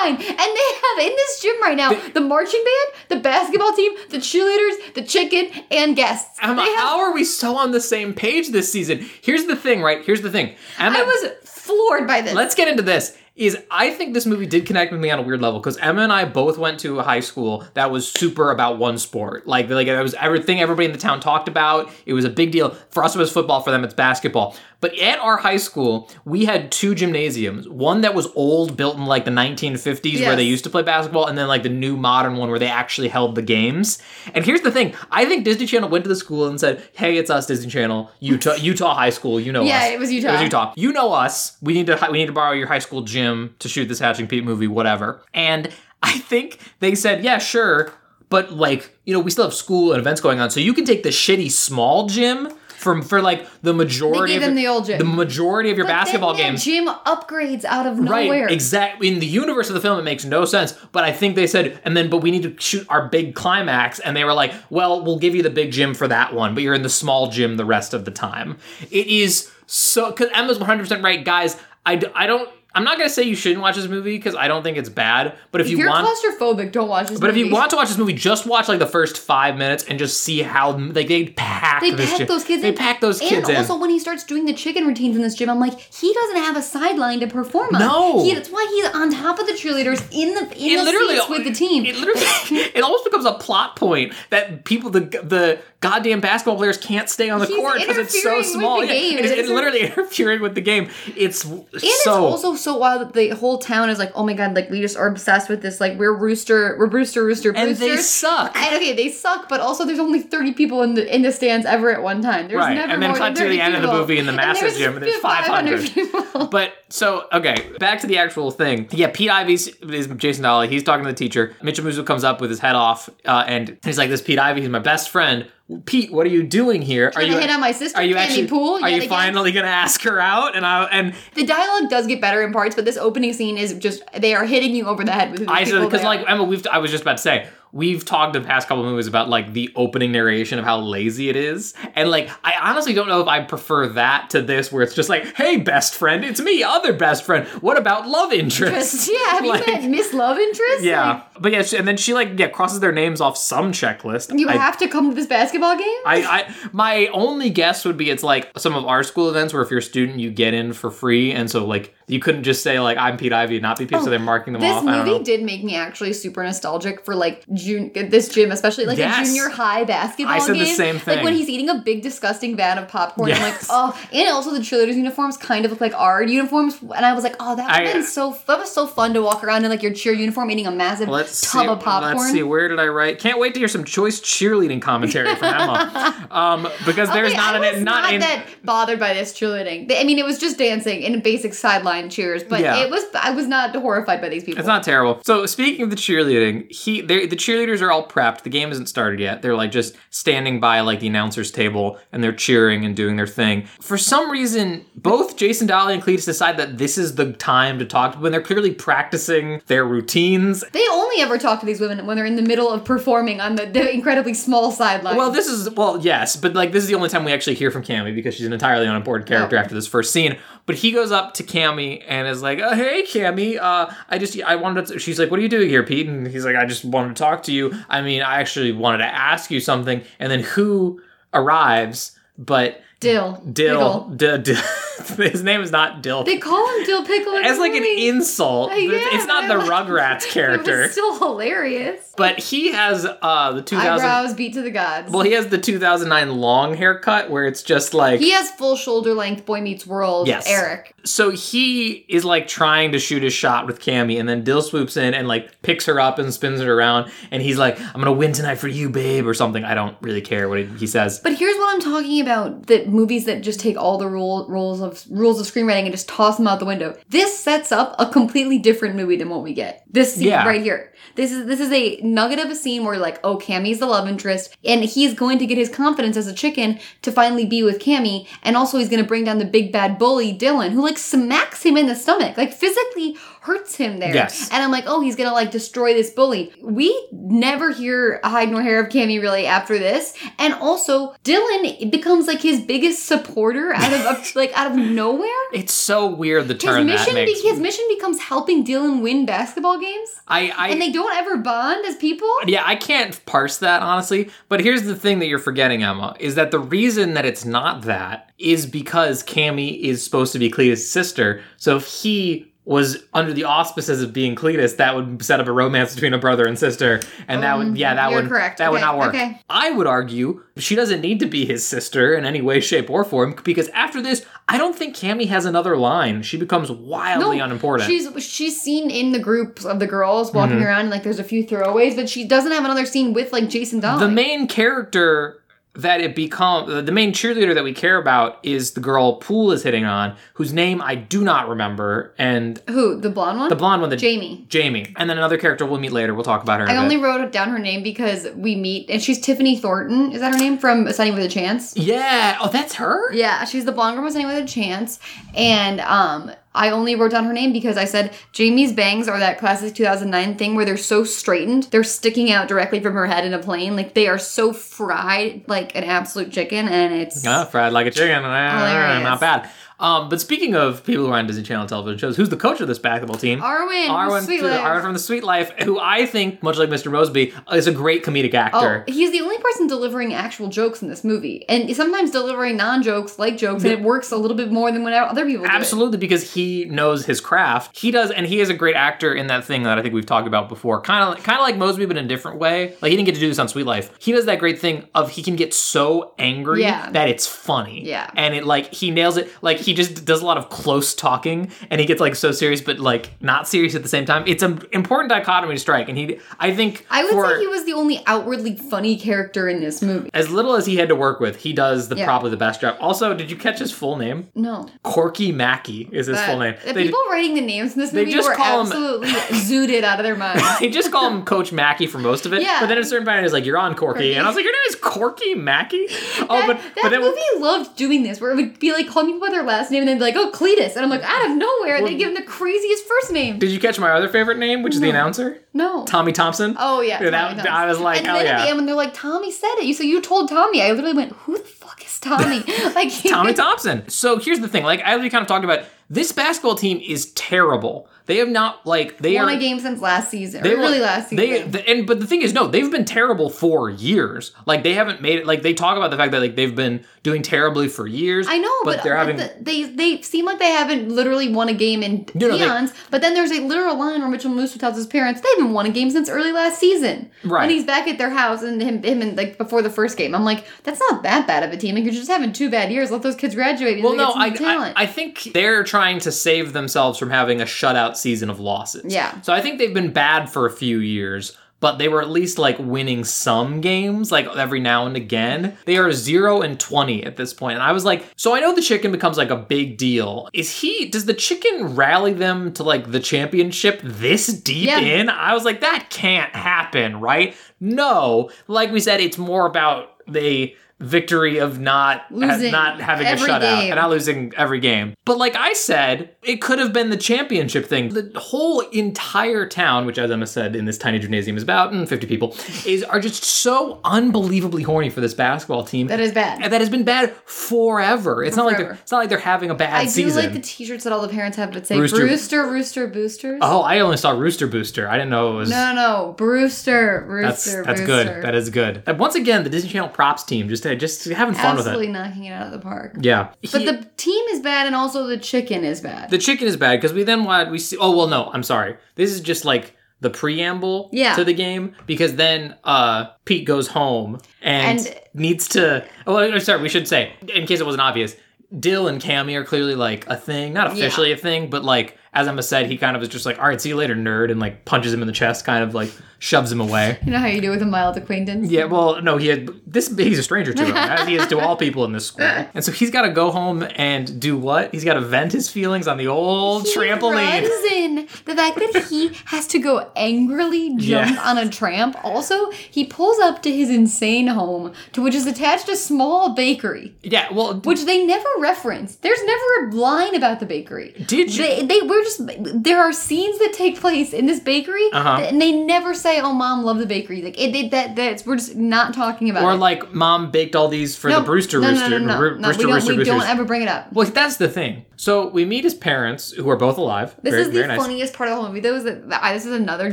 [SPEAKER 3] sideline, and they have in this gym right now the marching band, the basketball team, the cheerleaders, the chicken, and guests.
[SPEAKER 2] Emma,
[SPEAKER 3] They have-
[SPEAKER 2] how are we so on the same page this season? Here's the thing, right? Here's the thing. Emma,
[SPEAKER 3] I was floored by this.
[SPEAKER 2] let's get into this. Is I think this movie did connect with me on a weird level because Emma and I both went to a high school that was super about one sport. Like, like it was everything everybody in the town talked about. It was a big deal. For us, it was football. For them, it's basketball. But at our high school, we had two gymnasiums. One that was old, built in like the 1950s, where
[SPEAKER 3] Yes.
[SPEAKER 2] they used to play basketball, and then like the new modern one where they actually held the games. And here's the thing: I think Disney Channel went to the school and said, "Hey, it's us, Disney Channel, Utah, Utah High School. You know
[SPEAKER 3] Yeah,
[SPEAKER 2] us.
[SPEAKER 3] it was Utah.
[SPEAKER 2] It was Utah." Utah. You know us. We need to we need to borrow your high school gym to shoot this Hatching Pete movie, whatever. And I think they said, yeah, sure, but like you know, we still have school and events going on, so you can take the shitty small gym from for like the majority
[SPEAKER 3] gave
[SPEAKER 2] of
[SPEAKER 3] them
[SPEAKER 2] your-
[SPEAKER 3] the old gym.
[SPEAKER 2] the majority of your
[SPEAKER 3] But then
[SPEAKER 2] basketball
[SPEAKER 3] that
[SPEAKER 2] games.
[SPEAKER 3] Gym upgrades out of
[SPEAKER 2] Right,
[SPEAKER 3] nowhere.
[SPEAKER 2] exactly. In the universe of the film, it makes no sense. But I think they said, and then, but we need to shoot our big climax, and they were like, "Well, we'll give you the big gym for that one, but you're in the small gym the rest of the time." It is so because Emma's 100 percent right, guys. I, d- I don't. I'm not gonna say you shouldn't watch this movie because I don't think it's bad. But if,
[SPEAKER 3] If
[SPEAKER 2] you
[SPEAKER 3] you're
[SPEAKER 2] want,
[SPEAKER 3] claustrophobic, don't watch this.
[SPEAKER 2] but if you want to watch this movie, just watch like the first five minutes and just see how like they pack.
[SPEAKER 3] They
[SPEAKER 2] this
[SPEAKER 3] pack
[SPEAKER 2] gym.
[SPEAKER 3] those kids
[SPEAKER 2] They
[SPEAKER 3] in.
[SPEAKER 2] pack those
[SPEAKER 3] and
[SPEAKER 2] kids in.
[SPEAKER 3] also, when he starts doing the chicken routines in this gym, I'm like, he doesn't have a sideline to perform on.
[SPEAKER 2] No.
[SPEAKER 3] He, that's why he's on top of the cheerleaders in the in the seats with the team.
[SPEAKER 2] It literally,
[SPEAKER 3] *laughs*
[SPEAKER 2] it almost becomes a plot point that people, the the goddamn basketball players can't stay on the
[SPEAKER 3] He's
[SPEAKER 2] court because it's so
[SPEAKER 3] interfering with
[SPEAKER 2] small.
[SPEAKER 3] the
[SPEAKER 2] Yeah,
[SPEAKER 3] game.
[SPEAKER 2] it is-
[SPEAKER 3] It
[SPEAKER 2] it's
[SPEAKER 3] isn't-
[SPEAKER 2] literally *laughs* interfering with the game. It's
[SPEAKER 3] And
[SPEAKER 2] so.
[SPEAKER 3] it's also so wild that the whole town is like, oh my god, like we just are obsessed with this. Like we're rooster, we're rooster, rooster,
[SPEAKER 2] And
[SPEAKER 3] rooster.
[SPEAKER 2] they
[SPEAKER 3] *laughs*
[SPEAKER 2] suck.
[SPEAKER 3] And okay, they suck, but also there's only 30 people in the in the stands ever at one time. There's
[SPEAKER 2] Right,
[SPEAKER 3] never
[SPEAKER 2] and then
[SPEAKER 3] more
[SPEAKER 2] cut
[SPEAKER 3] than
[SPEAKER 2] to the
[SPEAKER 3] 30
[SPEAKER 2] end of the
[SPEAKER 3] people.
[SPEAKER 2] movie in the
[SPEAKER 3] And
[SPEAKER 2] massive
[SPEAKER 3] there's
[SPEAKER 2] gym, and there's
[SPEAKER 3] 500
[SPEAKER 2] 500.
[SPEAKER 3] people.
[SPEAKER 2] *laughs* but so okay, back to the actual thing. Yeah, Pete Ivy's is Jason Dolly. He's talking to the teacher. Mitch Muzu comes up with his head off, uh, and he's like, "This Pete Ivy, he's my best friend. Pete, what are you doing here?
[SPEAKER 3] Trying
[SPEAKER 2] are you
[SPEAKER 3] to hit on my sister,
[SPEAKER 2] Are you
[SPEAKER 3] Candy
[SPEAKER 2] actually
[SPEAKER 3] Pool,
[SPEAKER 2] Are
[SPEAKER 3] yet
[SPEAKER 2] you
[SPEAKER 3] again?
[SPEAKER 2] finally gonna ask her out? And I and
[SPEAKER 3] The dialogue does get better in parts, but this opening scene is just they are hitting you over the head with who these
[SPEAKER 2] I said
[SPEAKER 3] people
[SPEAKER 2] because
[SPEAKER 3] they are.
[SPEAKER 2] like Emma, we've I was just about to say we've talked the past couple of movies about like the opening narration of how lazy it is, and like I honestly don't know if I prefer that to this where it's just like, hey, best friend, it's me, other best friend. What about love interest?
[SPEAKER 3] Just-
[SPEAKER 2] *laughs*
[SPEAKER 3] *laughs* yeah, have
[SPEAKER 2] Like-
[SPEAKER 3] you met Miss Love Interest?
[SPEAKER 2] Yeah,
[SPEAKER 3] Like,
[SPEAKER 2] but yeah, she- and then she like yeah crosses their names off some checklist.
[SPEAKER 3] you
[SPEAKER 2] I,
[SPEAKER 3] have to come to this basketball game?
[SPEAKER 2] I, I my only guess would be it's like some of our school events where if you're a student you get in for free, and so like you couldn't just say like I'm Pete Ivy and not be Pete, so they're marking them
[SPEAKER 3] Oh, this
[SPEAKER 2] off. I don't know.
[SPEAKER 3] movie did make me actually super nostalgic for like June this gym, especially like a
[SPEAKER 2] Yes.
[SPEAKER 3] junior high basketball
[SPEAKER 2] I said the
[SPEAKER 3] game.
[SPEAKER 2] same
[SPEAKER 3] Like when
[SPEAKER 2] thing.
[SPEAKER 3] he's eating a big disgusting vat of popcorn, I'm like,
[SPEAKER 2] Yes.
[SPEAKER 3] oh. And also the cheerleaders' uniforms kind of look like our uniforms, and I was like, oh, that
[SPEAKER 2] I-
[SPEAKER 3] would have been so that was so fun to walk around in like your cheer uniform eating a massive
[SPEAKER 2] Let's
[SPEAKER 3] tub
[SPEAKER 2] see,
[SPEAKER 3] of popcorn.
[SPEAKER 2] Let's see. Where did I write? Can't wait to hear some choice cheerleading commentary from
[SPEAKER 3] *laughs*
[SPEAKER 2] Emma. um, because there's
[SPEAKER 3] Okay,
[SPEAKER 2] not
[SPEAKER 3] I
[SPEAKER 2] an
[SPEAKER 3] was
[SPEAKER 2] not,
[SPEAKER 3] not
[SPEAKER 2] an-
[SPEAKER 3] that bothered by this cheerleading. I mean, it was just dancing and basic sideline cheers, but
[SPEAKER 2] Yeah.
[SPEAKER 3] it was I was not horrified by these people.
[SPEAKER 2] It's not terrible. So speaking of the cheerleading, he they- the cheerleaders are all prepped. The game isn't started yet. They're like just standing by like the announcer's table and they're cheering and doing their thing. For some reason, both Jason Dolly and Cletus decide that this is the time to talk to when they're clearly practicing their routines.
[SPEAKER 3] They only ever talk to these women when they're in the middle of performing on the, the incredibly small sideline.
[SPEAKER 2] Well, this is well, yes, but like this is the only time we actually hear from Cammy because she's an entirely unimportant character
[SPEAKER 3] Oh.
[SPEAKER 2] after this first scene. But he goes up to Cammy and is like, oh, "Hey, Cammy, uh, I just I wanted." to... She's like, "What are you doing here, Pete?" And he's like, "I just wanted to talk to you. I mean, I actually wanted to ask you something." And then who arrives? But
[SPEAKER 3] Dill.
[SPEAKER 2] Dill,
[SPEAKER 3] Pickle.
[SPEAKER 2] D- D- *laughs* his name is not Dill.
[SPEAKER 3] They call him Dill Pickle. in
[SPEAKER 2] It's
[SPEAKER 3] the
[SPEAKER 2] like an
[SPEAKER 3] movie.
[SPEAKER 2] insult.
[SPEAKER 3] Uh, *laughs* yeah,
[SPEAKER 2] it's not the
[SPEAKER 3] but *laughs* I-
[SPEAKER 2] Rugrats
[SPEAKER 3] It
[SPEAKER 2] character.
[SPEAKER 3] was still hilarious.
[SPEAKER 2] But he has uh the 2000
[SPEAKER 3] Eyebrows beat to the gods.
[SPEAKER 2] well, he has the 2009 long haircut where it's just like
[SPEAKER 3] he has full shoulder length Boy Meets World
[SPEAKER 2] Yes.
[SPEAKER 3] Eric.
[SPEAKER 2] so he is like trying to shoot his shot with Cammy, and then Dill swoops in and like picks her up and spins her around, and he's like, "I'm gonna win tonight for you, babe," or something. I don't really care what he, he says.
[SPEAKER 3] But here's what I'm talking about: the movies that just take all the rule, rules of rules of screenwriting and just toss them out the window. This sets up a completely different movie than what we get. This scene
[SPEAKER 2] Yeah.
[SPEAKER 3] right here. This is this is a nugget of a scene where like, oh, Cammy's the love interest, and he's going to get his confidence as a chicken to finally be with Cammy, and also he's going to bring down the big bad bully Dylan, who like smacks him in the stomach, like physically hurts him there.
[SPEAKER 2] Yes.
[SPEAKER 3] And I'm like, oh, he's gonna like destroy this bully. We never hear a hide nor hair of Cammy really after this. And also, Dylan becomes like his biggest supporter out of
[SPEAKER 2] *laughs*
[SPEAKER 3] of- like out of nowhere.
[SPEAKER 2] It's so weird the
[SPEAKER 3] His
[SPEAKER 2] turn that
[SPEAKER 3] mission, be-
[SPEAKER 2] makes.
[SPEAKER 3] his mission becomes helping Dylan win basketball games,
[SPEAKER 2] I, I
[SPEAKER 3] and they don't ever bond as people.
[SPEAKER 2] yeah, I can't parse that honestly. But here's the thing that you're forgetting, Emma, is that the reason that it's not that is because Cammy is supposed to be Cletus' sister. So if he was under the auspices of being Cletus, that would set up a romance between a brother and sister, and that would yeah, that
[SPEAKER 3] you're
[SPEAKER 2] would
[SPEAKER 3] correct.
[SPEAKER 2] that would
[SPEAKER 3] Okay,
[SPEAKER 2] not work.
[SPEAKER 3] okay.
[SPEAKER 2] I would argue she doesn't need to be his sister in any way, shape, or form because after this, I don't think Cammy has another line. She becomes wildly unimportant.
[SPEAKER 3] She's she's seen in the groups of the girls walking
[SPEAKER 2] Mm-hmm.
[SPEAKER 3] around, and like there's a few throwaways, but she doesn't have another scene with like Jason Dolly.
[SPEAKER 2] the main character that it become uh, the main cheerleader that we care about is the girl Poole is hitting on, whose name I do not remember, and
[SPEAKER 3] Who the blonde one?
[SPEAKER 2] the blonde one, the
[SPEAKER 3] Jamie.
[SPEAKER 2] Jamie, and then another character we'll meet later. We'll talk about her. in a
[SPEAKER 3] I
[SPEAKER 2] bit.
[SPEAKER 3] only wrote down her name because we meet, and she's Tiffany Thornton. Is that her name from Sunny with a Chance?
[SPEAKER 2] yeah. Oh, that's her.
[SPEAKER 3] Yeah, she's the blonde girl from Sunny with a Chance. And um, I only wrote down her name because I said Jamie's bangs are that classic 2009 thing where they're so straightened, they're sticking out directly from her head in a plane. Like they are so fried, like an absolute chicken, and it's
[SPEAKER 2] Ah, fried like a chicken. Ah,
[SPEAKER 3] Hilarious.
[SPEAKER 2] Not bad. Um, but speaking of people who are on Disney Channel television shows, who's the coach of this basketball team?
[SPEAKER 3] Arwen.
[SPEAKER 2] Arwen,
[SPEAKER 3] sweet
[SPEAKER 2] Arwen
[SPEAKER 3] life.
[SPEAKER 2] from the Sweet Life, who I think, much like Mr. Mosby, is a great comedic
[SPEAKER 3] Oh,
[SPEAKER 2] actor.
[SPEAKER 3] he's the only person delivering actual jokes in this movie, and sometimes delivering non-jokes like jokes, and it works a little bit more than what other people do. it.
[SPEAKER 2] Absolutely, because he knows his craft. He does, and he is a great actor in that thing that I think we've talked about before. Kind of, kind of like Mosby, but in a different way. Like he didn't get to do this on Sweet Life. He does that great thing of he can get so angry
[SPEAKER 3] Yeah.
[SPEAKER 2] that it's funny.
[SPEAKER 3] Yeah.
[SPEAKER 2] and it like he nails it. Like he just does a lot of close talking and he gets like so serious but like not serious at the same time. It's an important dichotomy to strike and he I think
[SPEAKER 3] I would
[SPEAKER 2] for,
[SPEAKER 3] say he was the only outwardly funny character in this movie.
[SPEAKER 2] as little as he had to work with, he does the
[SPEAKER 3] Yeah.
[SPEAKER 2] probably the best job. Also, did you catch his full name?
[SPEAKER 3] No.
[SPEAKER 2] Corky Mackey is his
[SPEAKER 3] But
[SPEAKER 2] full name.
[SPEAKER 3] The
[SPEAKER 2] They-
[SPEAKER 3] people writing the names in this
[SPEAKER 2] they
[SPEAKER 3] movie
[SPEAKER 2] just
[SPEAKER 3] were
[SPEAKER 2] call him-
[SPEAKER 3] absolutely zooted out of their minds.
[SPEAKER 2] They just
[SPEAKER 3] *laughs*
[SPEAKER 2] call him Coach Mackey for most of it.
[SPEAKER 3] Yeah.
[SPEAKER 2] But then at a certain point, he's like, "You're on, Corky,"
[SPEAKER 3] Corky.
[SPEAKER 2] and I was like, "Your name is Corky Mackey." *laughs* Oh,
[SPEAKER 3] that,
[SPEAKER 2] but
[SPEAKER 3] that
[SPEAKER 2] but then
[SPEAKER 3] movie loved doing this, where it would be like calling people by their last name, and they'd be like, "Oh, Cletus," and I'm like, out of nowhere, they give him the craziest first name.
[SPEAKER 2] did you catch my other favorite name, which is the announcer,
[SPEAKER 3] No.
[SPEAKER 2] Tommy Thompson?
[SPEAKER 3] Oh yeah.
[SPEAKER 2] Dude,
[SPEAKER 3] Tommy
[SPEAKER 2] that-
[SPEAKER 3] Thomas.
[SPEAKER 2] I was like,
[SPEAKER 3] and
[SPEAKER 2] "Hell
[SPEAKER 3] then at
[SPEAKER 2] yeah."
[SPEAKER 3] the end when they're like, Tommy said it. You so you told Tommy. I literally went, who the fuck
[SPEAKER 2] *laughs*
[SPEAKER 3] is Tommy? like *laughs*
[SPEAKER 2] Tommy Thompson. So here's the thing. Like as we kind of talked about, this basketball team is terrible. They have not like they
[SPEAKER 3] won
[SPEAKER 2] are
[SPEAKER 3] a game since last season.
[SPEAKER 2] They
[SPEAKER 3] They
[SPEAKER 2] were-
[SPEAKER 3] really last season.
[SPEAKER 2] They the, and but the thing is, no, they've been terrible for years. Like they haven't made it. Like they talk about the fact that like they've been doing terribly for years.
[SPEAKER 3] I know, but,
[SPEAKER 2] they're
[SPEAKER 3] but
[SPEAKER 2] having.
[SPEAKER 3] the- they they seem like they haven't literally won a game in
[SPEAKER 2] No, no, they-
[SPEAKER 3] eons. but then there's a literal line where Mitchell Moose tells his parents they haven't won a game since early last season.
[SPEAKER 2] Right.
[SPEAKER 3] When he's back at their house and him him and like before the first game, I'm like, that's not that bad of a team. Like you're just having two bad years. Let those kids graduate.
[SPEAKER 2] well, no, I,
[SPEAKER 3] I,
[SPEAKER 2] I
[SPEAKER 3] talent.
[SPEAKER 2] I think they're trying to save themselves from having a shutout season of losses.
[SPEAKER 3] Yeah.
[SPEAKER 2] So I think they've been bad for a few years, but they were at least like winning some games, like every now and again. They are zero and twenty at this point, and I was like, so I know the chicken becomes like a big deal. Is he? Does the chicken rally them to like the championship this deep
[SPEAKER 3] Yeah.
[SPEAKER 2] in? I was like, that can't happen, right? No, like we said, it's more about the victory of not
[SPEAKER 3] Losing
[SPEAKER 2] not having
[SPEAKER 3] every
[SPEAKER 2] a shutout
[SPEAKER 3] game.
[SPEAKER 2] and not losing every game. But like I said, it could have been the championship thing. The whole entire town, which as Emma said in this tiny gymnasium is about mm, 50 people, is are just so unbelievably horny for this basketball team.
[SPEAKER 3] that is bad.
[SPEAKER 2] and that has been bad forever. It's not like they're,
[SPEAKER 3] Forever.
[SPEAKER 2] it's not like they're having a bad
[SPEAKER 3] I do
[SPEAKER 2] season.
[SPEAKER 3] like the T-shirts that all the parents have that say
[SPEAKER 2] Rooster-
[SPEAKER 3] Brewster, Brewster, Boosters.
[SPEAKER 2] oh, I only saw Rooster Booster. I didn't know it was
[SPEAKER 3] No, no, Brewster,
[SPEAKER 2] That's
[SPEAKER 3] Brewster,
[SPEAKER 2] that's
[SPEAKER 3] Brewster.
[SPEAKER 2] good. That is good. And once again, the Disney Channel props team just just having fun
[SPEAKER 3] absolutely
[SPEAKER 2] with it.
[SPEAKER 3] knocking it out of the park.
[SPEAKER 2] Yeah,
[SPEAKER 3] But
[SPEAKER 2] He-
[SPEAKER 3] the team is bad, and also the chicken is bad.
[SPEAKER 2] the chicken is bad because we then want we see oh well no i'm sorry this is just like the preamble
[SPEAKER 3] Yeah.
[SPEAKER 2] to the game because then uh pete goes home and,
[SPEAKER 3] And-
[SPEAKER 2] needs to oh well, sorry we should say in case it wasn't obvious dill and cammy are clearly like a thing not officially a thing but like as emma said he kind of is just like all right see you later nerd and like punches him in the chest kind of like shoves him away
[SPEAKER 3] you know how you do with a mild acquaintance.
[SPEAKER 2] yeah, well, no, he had this. He's a stranger to him,
[SPEAKER 3] *laughs*
[SPEAKER 2] as he is to all people in this school. And so he's got to go home and do what? He's got to vent his feelings on the old
[SPEAKER 3] He
[SPEAKER 2] trampoline.
[SPEAKER 3] runs in. The fact that he has to go angrily jump
[SPEAKER 2] Yeah.
[SPEAKER 3] on a tramp. Also, he pulls up to his insane home, to which is attached a small bakery,
[SPEAKER 2] Yeah, well,
[SPEAKER 3] which they never reference. There's never a line about the bakery.
[SPEAKER 2] did you?
[SPEAKER 3] They, they we're just there are scenes that take place in this bakery
[SPEAKER 2] Uh-huh.
[SPEAKER 3] that- and they never say oh mom love the bakery like it, it that that's we're just not talking about
[SPEAKER 2] or
[SPEAKER 3] it.
[SPEAKER 2] like, mom baked all these for
[SPEAKER 3] uh, No,
[SPEAKER 2] the Brewster
[SPEAKER 3] no,
[SPEAKER 2] Rooster,
[SPEAKER 3] no, no, no,
[SPEAKER 2] Roo-
[SPEAKER 3] no,
[SPEAKER 2] Brewster
[SPEAKER 3] we don't,
[SPEAKER 2] Rooster
[SPEAKER 3] we don't
[SPEAKER 2] Boosters.
[SPEAKER 3] ever bring it up
[SPEAKER 2] well, that's the thing. So we meet his parents, who are both alive.
[SPEAKER 3] this
[SPEAKER 2] very,
[SPEAKER 3] is the
[SPEAKER 2] very nice.
[SPEAKER 3] funniest part of the whole movie. Though, is that I, this is another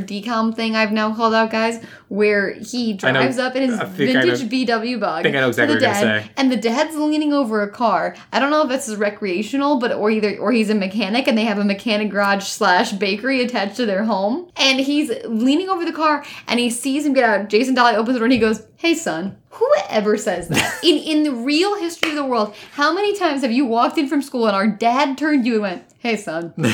[SPEAKER 3] decom thing I've now called out, guys, where he
[SPEAKER 2] I know-
[SPEAKER 3] drives up in his
[SPEAKER 2] I think I
[SPEAKER 3] vintage
[SPEAKER 2] know-
[SPEAKER 3] VW bug.
[SPEAKER 2] think I know exactly
[SPEAKER 3] to the
[SPEAKER 2] what you're gonna
[SPEAKER 3] dad,
[SPEAKER 2] say.
[SPEAKER 3] And the dad's leaning over a car. I don't know if this is recreational, but or either or he's a mechanic and they have a mechanic garage slash bakery attached to their home. And he's leaning over the car and he sees him get out. Jason Dolly opens the door and he goes, "Hey, son." Whoever says that
[SPEAKER 2] *laughs*
[SPEAKER 3] in in the real history of the world, how many times have you walked in from school and our dad turned to you and went,
[SPEAKER 2] *laughs*
[SPEAKER 3] "Hey, son," And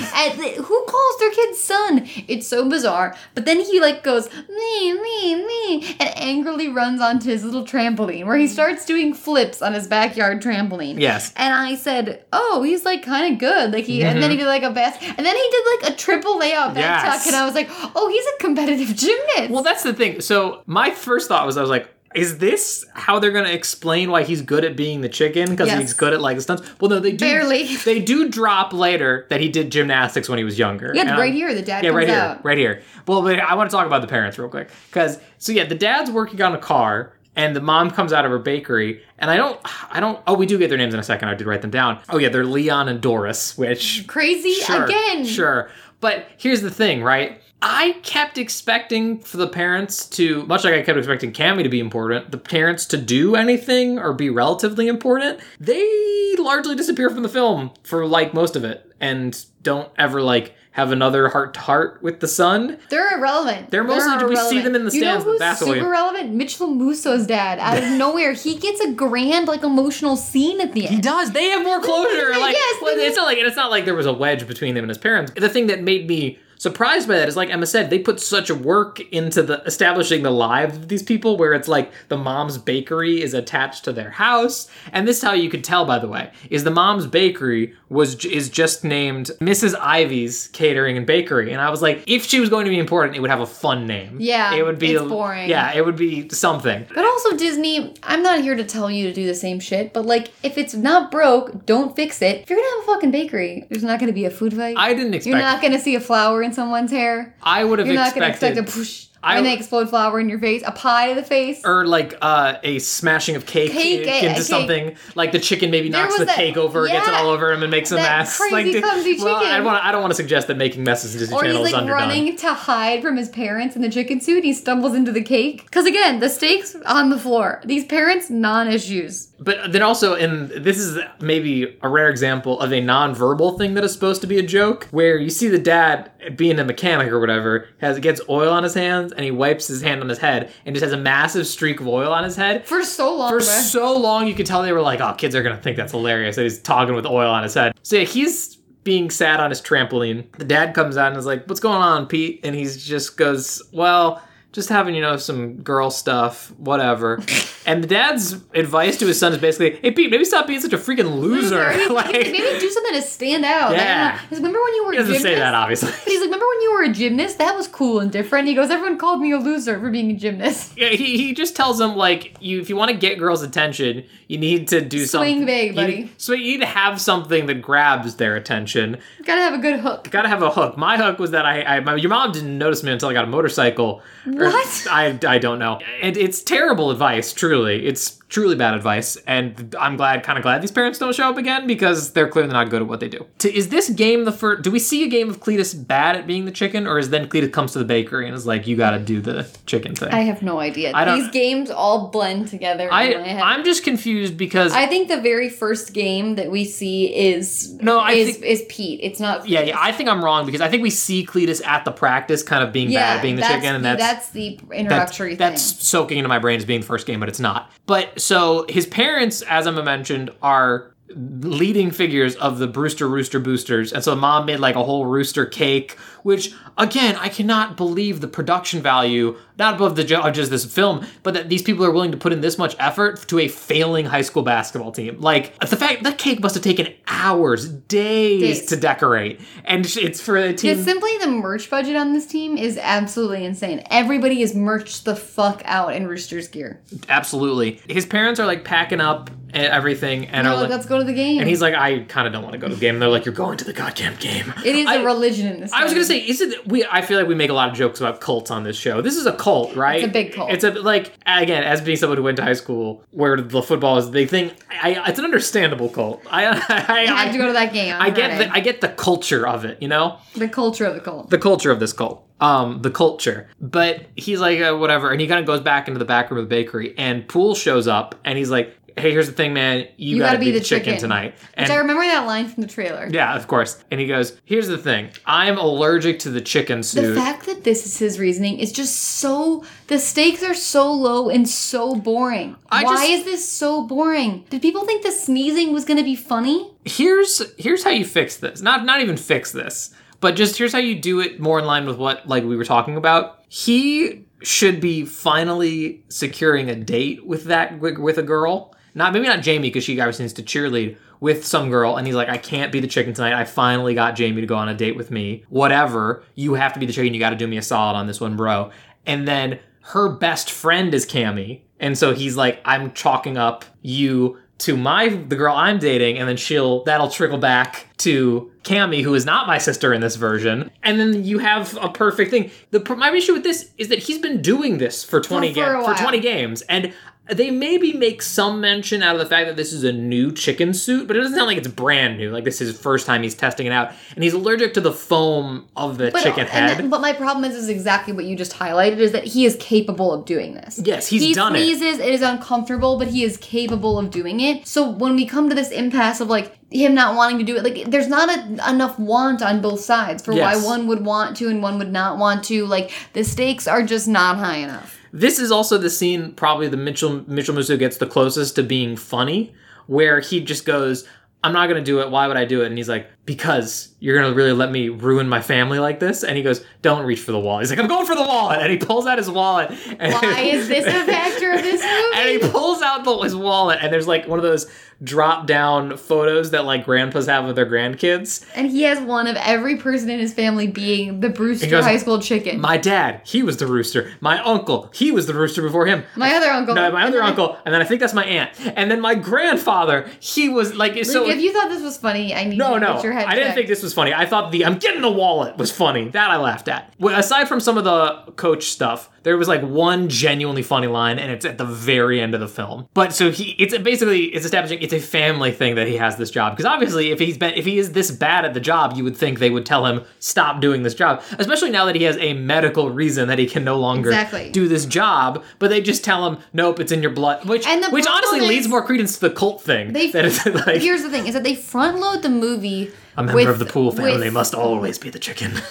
[SPEAKER 3] th- who calls their kid son? It's so bizarre. But then he like goes me, me, me, and angrily runs onto his little trampoline where he starts doing flips on his backyard trampoline.
[SPEAKER 2] Mm. Yes.
[SPEAKER 3] And I said, "Oh, he's like kind of good." Like he, and then he did like a bas, and then he did like a triple layup
[SPEAKER 2] Mm-hmm.
[SPEAKER 3] back
[SPEAKER 2] Yes.
[SPEAKER 3] tuck, and I was like, "Oh, he's a competitive *laughs* gymnast."
[SPEAKER 2] Well, that's the thing. So my first thought was, I was like, is this how they're going to explain why he's good at being the chicken? Because
[SPEAKER 3] Yes.
[SPEAKER 2] he's good at like the stunts. Well, no, they do.
[SPEAKER 3] Barely.
[SPEAKER 2] *laughs* They do drop later that he did gymnastics when he was younger.
[SPEAKER 3] yeah,
[SPEAKER 2] And
[SPEAKER 3] right
[SPEAKER 2] I'm-
[SPEAKER 3] here, the dad
[SPEAKER 2] Yeah,
[SPEAKER 3] comes
[SPEAKER 2] right here,
[SPEAKER 3] out.
[SPEAKER 2] right here. Well, but I want to talk about the parents real quick because so yeah, the dad's working on a car, and the mom comes out of her bakery, and I don't, I don't. Oh, we do get their names in a second. I did write them down. Oh yeah, they're Leon and Doris, which
[SPEAKER 3] Crazy
[SPEAKER 2] sure,
[SPEAKER 3] again.
[SPEAKER 2] Sure. But here's the thing, right? I kept expecting for the parents to, much like I kept expecting Cammy to be important, the parents to do anything or be relatively important. They largely disappear from the film for like most of it and don't ever like have another heart to heart with the son.
[SPEAKER 3] They're irrelevant.
[SPEAKER 2] They're mostly- we see them in the
[SPEAKER 3] you
[SPEAKER 2] stands, but
[SPEAKER 3] know who's
[SPEAKER 2] that's
[SPEAKER 3] super
[SPEAKER 2] all we-
[SPEAKER 3] relevant? Mitchell Musso's dad. Out
[SPEAKER 2] *laughs*
[SPEAKER 3] of nowhere, he gets a grand, like, emotional scene at the end.
[SPEAKER 2] does. They have more closure. Like
[SPEAKER 3] Yes,
[SPEAKER 2] well,
[SPEAKER 3] they
[SPEAKER 2] it's not like and it's not like there was a wedge between them and his parents. The thing that made me surprised by that is like Emma said, they put such work into the establishing the lives of these people where it's like the mom's bakery is attached to their house. And this is how you could tell, by the way, is the mom's bakery was j- is just named Mrs. Ivy's Catering and Bakery. And I was like, if she was going to be important, it would have a fun name.
[SPEAKER 3] Yeah,
[SPEAKER 2] It would be
[SPEAKER 3] it's boring.
[SPEAKER 2] Yeah, it would be something.
[SPEAKER 3] But also, Disney, I'm not here to tell you to do the same shit, but like, if it's not broke, don't fix it. If you're gonna have a fucking bakery, there's not gonna be a food fight.
[SPEAKER 2] I didn't
[SPEAKER 3] You're
[SPEAKER 2] expect
[SPEAKER 3] not gonna see a flower in someone's hair.
[SPEAKER 2] I would have
[SPEAKER 3] You're not
[SPEAKER 2] expected
[SPEAKER 3] gonna expect a push.
[SPEAKER 2] I-
[SPEAKER 3] and they explode flour in your face, a pie to the face.
[SPEAKER 2] or like uh, a smashing of cake,
[SPEAKER 3] Cake,
[SPEAKER 2] into
[SPEAKER 3] eh, cake.
[SPEAKER 2] something. Like the chicken maybe
[SPEAKER 3] There
[SPEAKER 2] knocks
[SPEAKER 3] was
[SPEAKER 2] the
[SPEAKER 3] that-
[SPEAKER 2] cake over, gets it
[SPEAKER 3] yeah.
[SPEAKER 2] all over him, and makes a
[SPEAKER 3] That
[SPEAKER 2] mess.
[SPEAKER 3] crazy
[SPEAKER 2] like, dude,
[SPEAKER 3] clumsy
[SPEAKER 2] well, I
[SPEAKER 3] chicken.
[SPEAKER 2] want I don't want to suggest that making messes in Disney
[SPEAKER 3] Or he's
[SPEAKER 2] Channel
[SPEAKER 3] like
[SPEAKER 2] is underdone.
[SPEAKER 3] running to hide from his parents in the chicken suit. He stumbles into the cake. Because again, the stakes on the floor. These parents, non issues.
[SPEAKER 2] But then also, and this is maybe a rare example of a non-verbal thing that is supposed to be a joke, where you see the dad being a mechanic or whatever has gets oil on his hands and he wipes his hand on his head and just has a massive streak of oil on his head.
[SPEAKER 3] For so long.
[SPEAKER 2] For
[SPEAKER 3] bruh.
[SPEAKER 2] so long, you could tell they were like, "Oh, kids are gonna think that's hilarious that he's toggling with oil on his head." So yeah, he's being sad on his trampoline. The dad comes out and is like, "What's going on, Pete?" And he just goes, "Well, just having you know some girl stuff,
[SPEAKER 3] *laughs*
[SPEAKER 2] whatever." and the dad's advice to his son is basically, "Hey, Pete, maybe stop being such a freaking *laughs* loser."
[SPEAKER 3] *laughs* Maybe,
[SPEAKER 2] like,
[SPEAKER 3] maybe do something to stand out. I don't
[SPEAKER 2] Yeah.
[SPEAKER 3] know. He's like, remember when you were
[SPEAKER 2] he doesn't say that
[SPEAKER 3] gymnast?"
[SPEAKER 2] obviously. *laughs*
[SPEAKER 3] He's like, remember when you were a gymnast? That was cool and different. He goes, everyone called me a loser for being a gymnast. *laughs*
[SPEAKER 2] Yeah, he, he just tells him like you if you want to get girls' attention, you need to do something.
[SPEAKER 3] big,
[SPEAKER 2] you-
[SPEAKER 3] buddy.
[SPEAKER 2] so you need to have something that grabs their attention.
[SPEAKER 3] Gotta have a good hook.
[SPEAKER 2] Gotta have a hook. My hook was that I, I my, your mom didn't notice me until I got a motorcycle. Or-
[SPEAKER 3] What?
[SPEAKER 2] I, I don't know. And it's terrible advice, truly. It's truly bad advice. And I'm glad, kind of glad these parents don't show up again because they're clearly not good at what they do. To, is this game the first? Do we see a game of Cletus bad at being the chicken, or is then Cletus comes to the bakery and is like, "You gotta do the chicken thing"?
[SPEAKER 3] I have no idea.
[SPEAKER 2] I don't-
[SPEAKER 3] These games all blend together
[SPEAKER 2] I,
[SPEAKER 3] in my head.
[SPEAKER 2] I'm just confused because
[SPEAKER 3] I think the very first game that we see is
[SPEAKER 2] No, I
[SPEAKER 3] is,
[SPEAKER 2] think-
[SPEAKER 3] is Pete. It's not
[SPEAKER 2] yeah, yeah, I think I'm wrong because I think we see Cletus at the practice kind of being bad at being the
[SPEAKER 3] that's
[SPEAKER 2] chicken, and
[SPEAKER 3] the-
[SPEAKER 2] that's
[SPEAKER 3] the
[SPEAKER 2] That-
[SPEAKER 3] introductory
[SPEAKER 2] that's
[SPEAKER 3] thing.
[SPEAKER 2] soaking into my brain as being the first game, but it's not. But so his parents, as Emma mentioned, are leading figures of the Brewster Rooster Boosters. And so mom made like a whole rooster cake, which again, I cannot believe the production value, not above the jo- of just this film, but that these people are willing to put in this much effort to a failing high school basketball team. Like the fact that cake must have taken hours, days,
[SPEAKER 3] Days.
[SPEAKER 2] to decorate. And it's for a team
[SPEAKER 3] Just simply the merch budget on this team is absolutely insane. Everybody is merched the fuck out in Rooster's gear.
[SPEAKER 2] absolutely. His parents are like packing up and everything and
[SPEAKER 3] No,
[SPEAKER 2] are like
[SPEAKER 3] let's go to the game.
[SPEAKER 2] And he's like, I kind of don't want to go to the game. And they're like, you're going to the goddamn game.
[SPEAKER 3] it is
[SPEAKER 2] I-
[SPEAKER 3] a religion in this.
[SPEAKER 2] I was
[SPEAKER 3] town.
[SPEAKER 2] gonna say, is it we? I feel like we make a lot of jokes about cults on this show. This is a cult, right?
[SPEAKER 3] It's a big cult.
[SPEAKER 2] It's a like again, as being someone who went to high school where the football is the big thing. I, I it's an understandable cult. *laughs* I I,
[SPEAKER 3] I
[SPEAKER 2] I
[SPEAKER 3] had to go to that game. on
[SPEAKER 2] I get
[SPEAKER 3] Friday.
[SPEAKER 2] the, I get the culture of it, you know
[SPEAKER 3] the culture of the cult.
[SPEAKER 2] the culture of this cult um the culture but he's like uh, whatever and he kind of goes back into the back room of the bakery and pool shows up and he's like hey here's the thing man you, gotta, be, the chicken, tonight and
[SPEAKER 3] Which I remember that line from the trailer.
[SPEAKER 2] yeah of course and he goes here's the thing i'm allergic to the chicken
[SPEAKER 3] The
[SPEAKER 2] soup
[SPEAKER 3] fact that this is his reasoning is just so. The stakes are so low and so boring.
[SPEAKER 2] I
[SPEAKER 3] Why
[SPEAKER 2] just-
[SPEAKER 3] is this so boring? Did people think the sneezing was going to be funny?
[SPEAKER 2] here's here's how you fix this not not even fix this but just here's how you do it more in line with what like we were talking about he should be finally securing a date with that with with a girl not maybe not jamie because she obviously needs to cheerlead with some girl and he's like i can't be the chicken tonight i finally got jamie to go on a date with me whatever you have to be the chicken you got to do me a solid on this one bro and then her best friend is Cammy, and so he's like, "I'm chalking up you to my the girl I'm dating, and then she'll that'll trickle back to Cammy, who is not my sister in this version, and then you have a perfect thing. The pr- my issue with this is that he's been doing this for twenty
[SPEAKER 3] For- for a
[SPEAKER 2] games for
[SPEAKER 3] while.
[SPEAKER 2] twenty games, and they maybe make some mention out of the fact that this is a new chicken suit, but it doesn't sound like it's brand new. Like this is his first time he's testing it out, and he's allergic to the foam of the
[SPEAKER 3] But,
[SPEAKER 2] chicken
[SPEAKER 3] and
[SPEAKER 2] head.
[SPEAKER 3] that- but my problem is, is exactly what you just highlighted: is that he is capable of doing this.
[SPEAKER 2] Yes, he's
[SPEAKER 3] he
[SPEAKER 2] done it.
[SPEAKER 3] sneezes, it is uncomfortable, but he is capable of doing it. So when we come to this impasse of like him not wanting to do it, like there's not a, enough want on both sides for
[SPEAKER 2] Yes.
[SPEAKER 3] why one would want to and one would not want to. Like the stakes are just not high
[SPEAKER 2] *laughs*
[SPEAKER 3] enough.
[SPEAKER 2] This is also the scene, probably the Mitchell Mitchell Musso gets the closest to being funny, where he just goes, "I'm not gonna do it. Why would I do it?" And he's like, "Because you're gonna really let me ruin my family like this." And he goes, "Don't reach for the wall." He's like, "I'm going for the wallet," and he pulls out his wallet. And *laughs*
[SPEAKER 3] Why is this a factor of this movie?
[SPEAKER 2] And he pulls out the, his wallet, and there's like one of those drop down photos that like grandpas have of their grandkids.
[SPEAKER 3] And he has one of every person in his family being the Brewster
[SPEAKER 2] goes,
[SPEAKER 3] High School chicken.
[SPEAKER 2] My dad, he was the rooster. My uncle, he was the rooster before him.
[SPEAKER 3] My other uncle.
[SPEAKER 2] No, my
[SPEAKER 3] And *laughs*
[SPEAKER 2] other
[SPEAKER 3] then I-
[SPEAKER 2] uncle, and then I think that's my aunt, and then my grandfather. He was like, so.
[SPEAKER 3] Luke, if you thought this was funny, I need
[SPEAKER 2] no,
[SPEAKER 3] you to
[SPEAKER 2] no,
[SPEAKER 3] get your head
[SPEAKER 2] I didn't
[SPEAKER 3] checked.
[SPEAKER 2] think this was funny. I thought the "I'm getting the wallet" was funny. That I laughed at. Well, aside from some of the coach stuff, there was like one genuinely funny line, and it's at the very end of the film. But so he, it's basically it's establishing it's a family thing that he has this job because obviously if he's been if he is this bad at the job, you would think they would tell him stop doing this job, especially now that he has a medical reason that he can no longer
[SPEAKER 3] Exactly.
[SPEAKER 2] do do this job, but they just tell him, nope, it's in your blood. Which,
[SPEAKER 3] And the
[SPEAKER 2] which
[SPEAKER 3] problem
[SPEAKER 2] honestly
[SPEAKER 3] is-
[SPEAKER 2] leads more credence to the cult thing.
[SPEAKER 3] They-
[SPEAKER 2] that is *laughs* like
[SPEAKER 3] *laughs* Here's the thing: is that they front load the movie.
[SPEAKER 2] a member
[SPEAKER 3] with-
[SPEAKER 2] of the pool family
[SPEAKER 3] with-
[SPEAKER 2] must always be the chicken.
[SPEAKER 3] *laughs*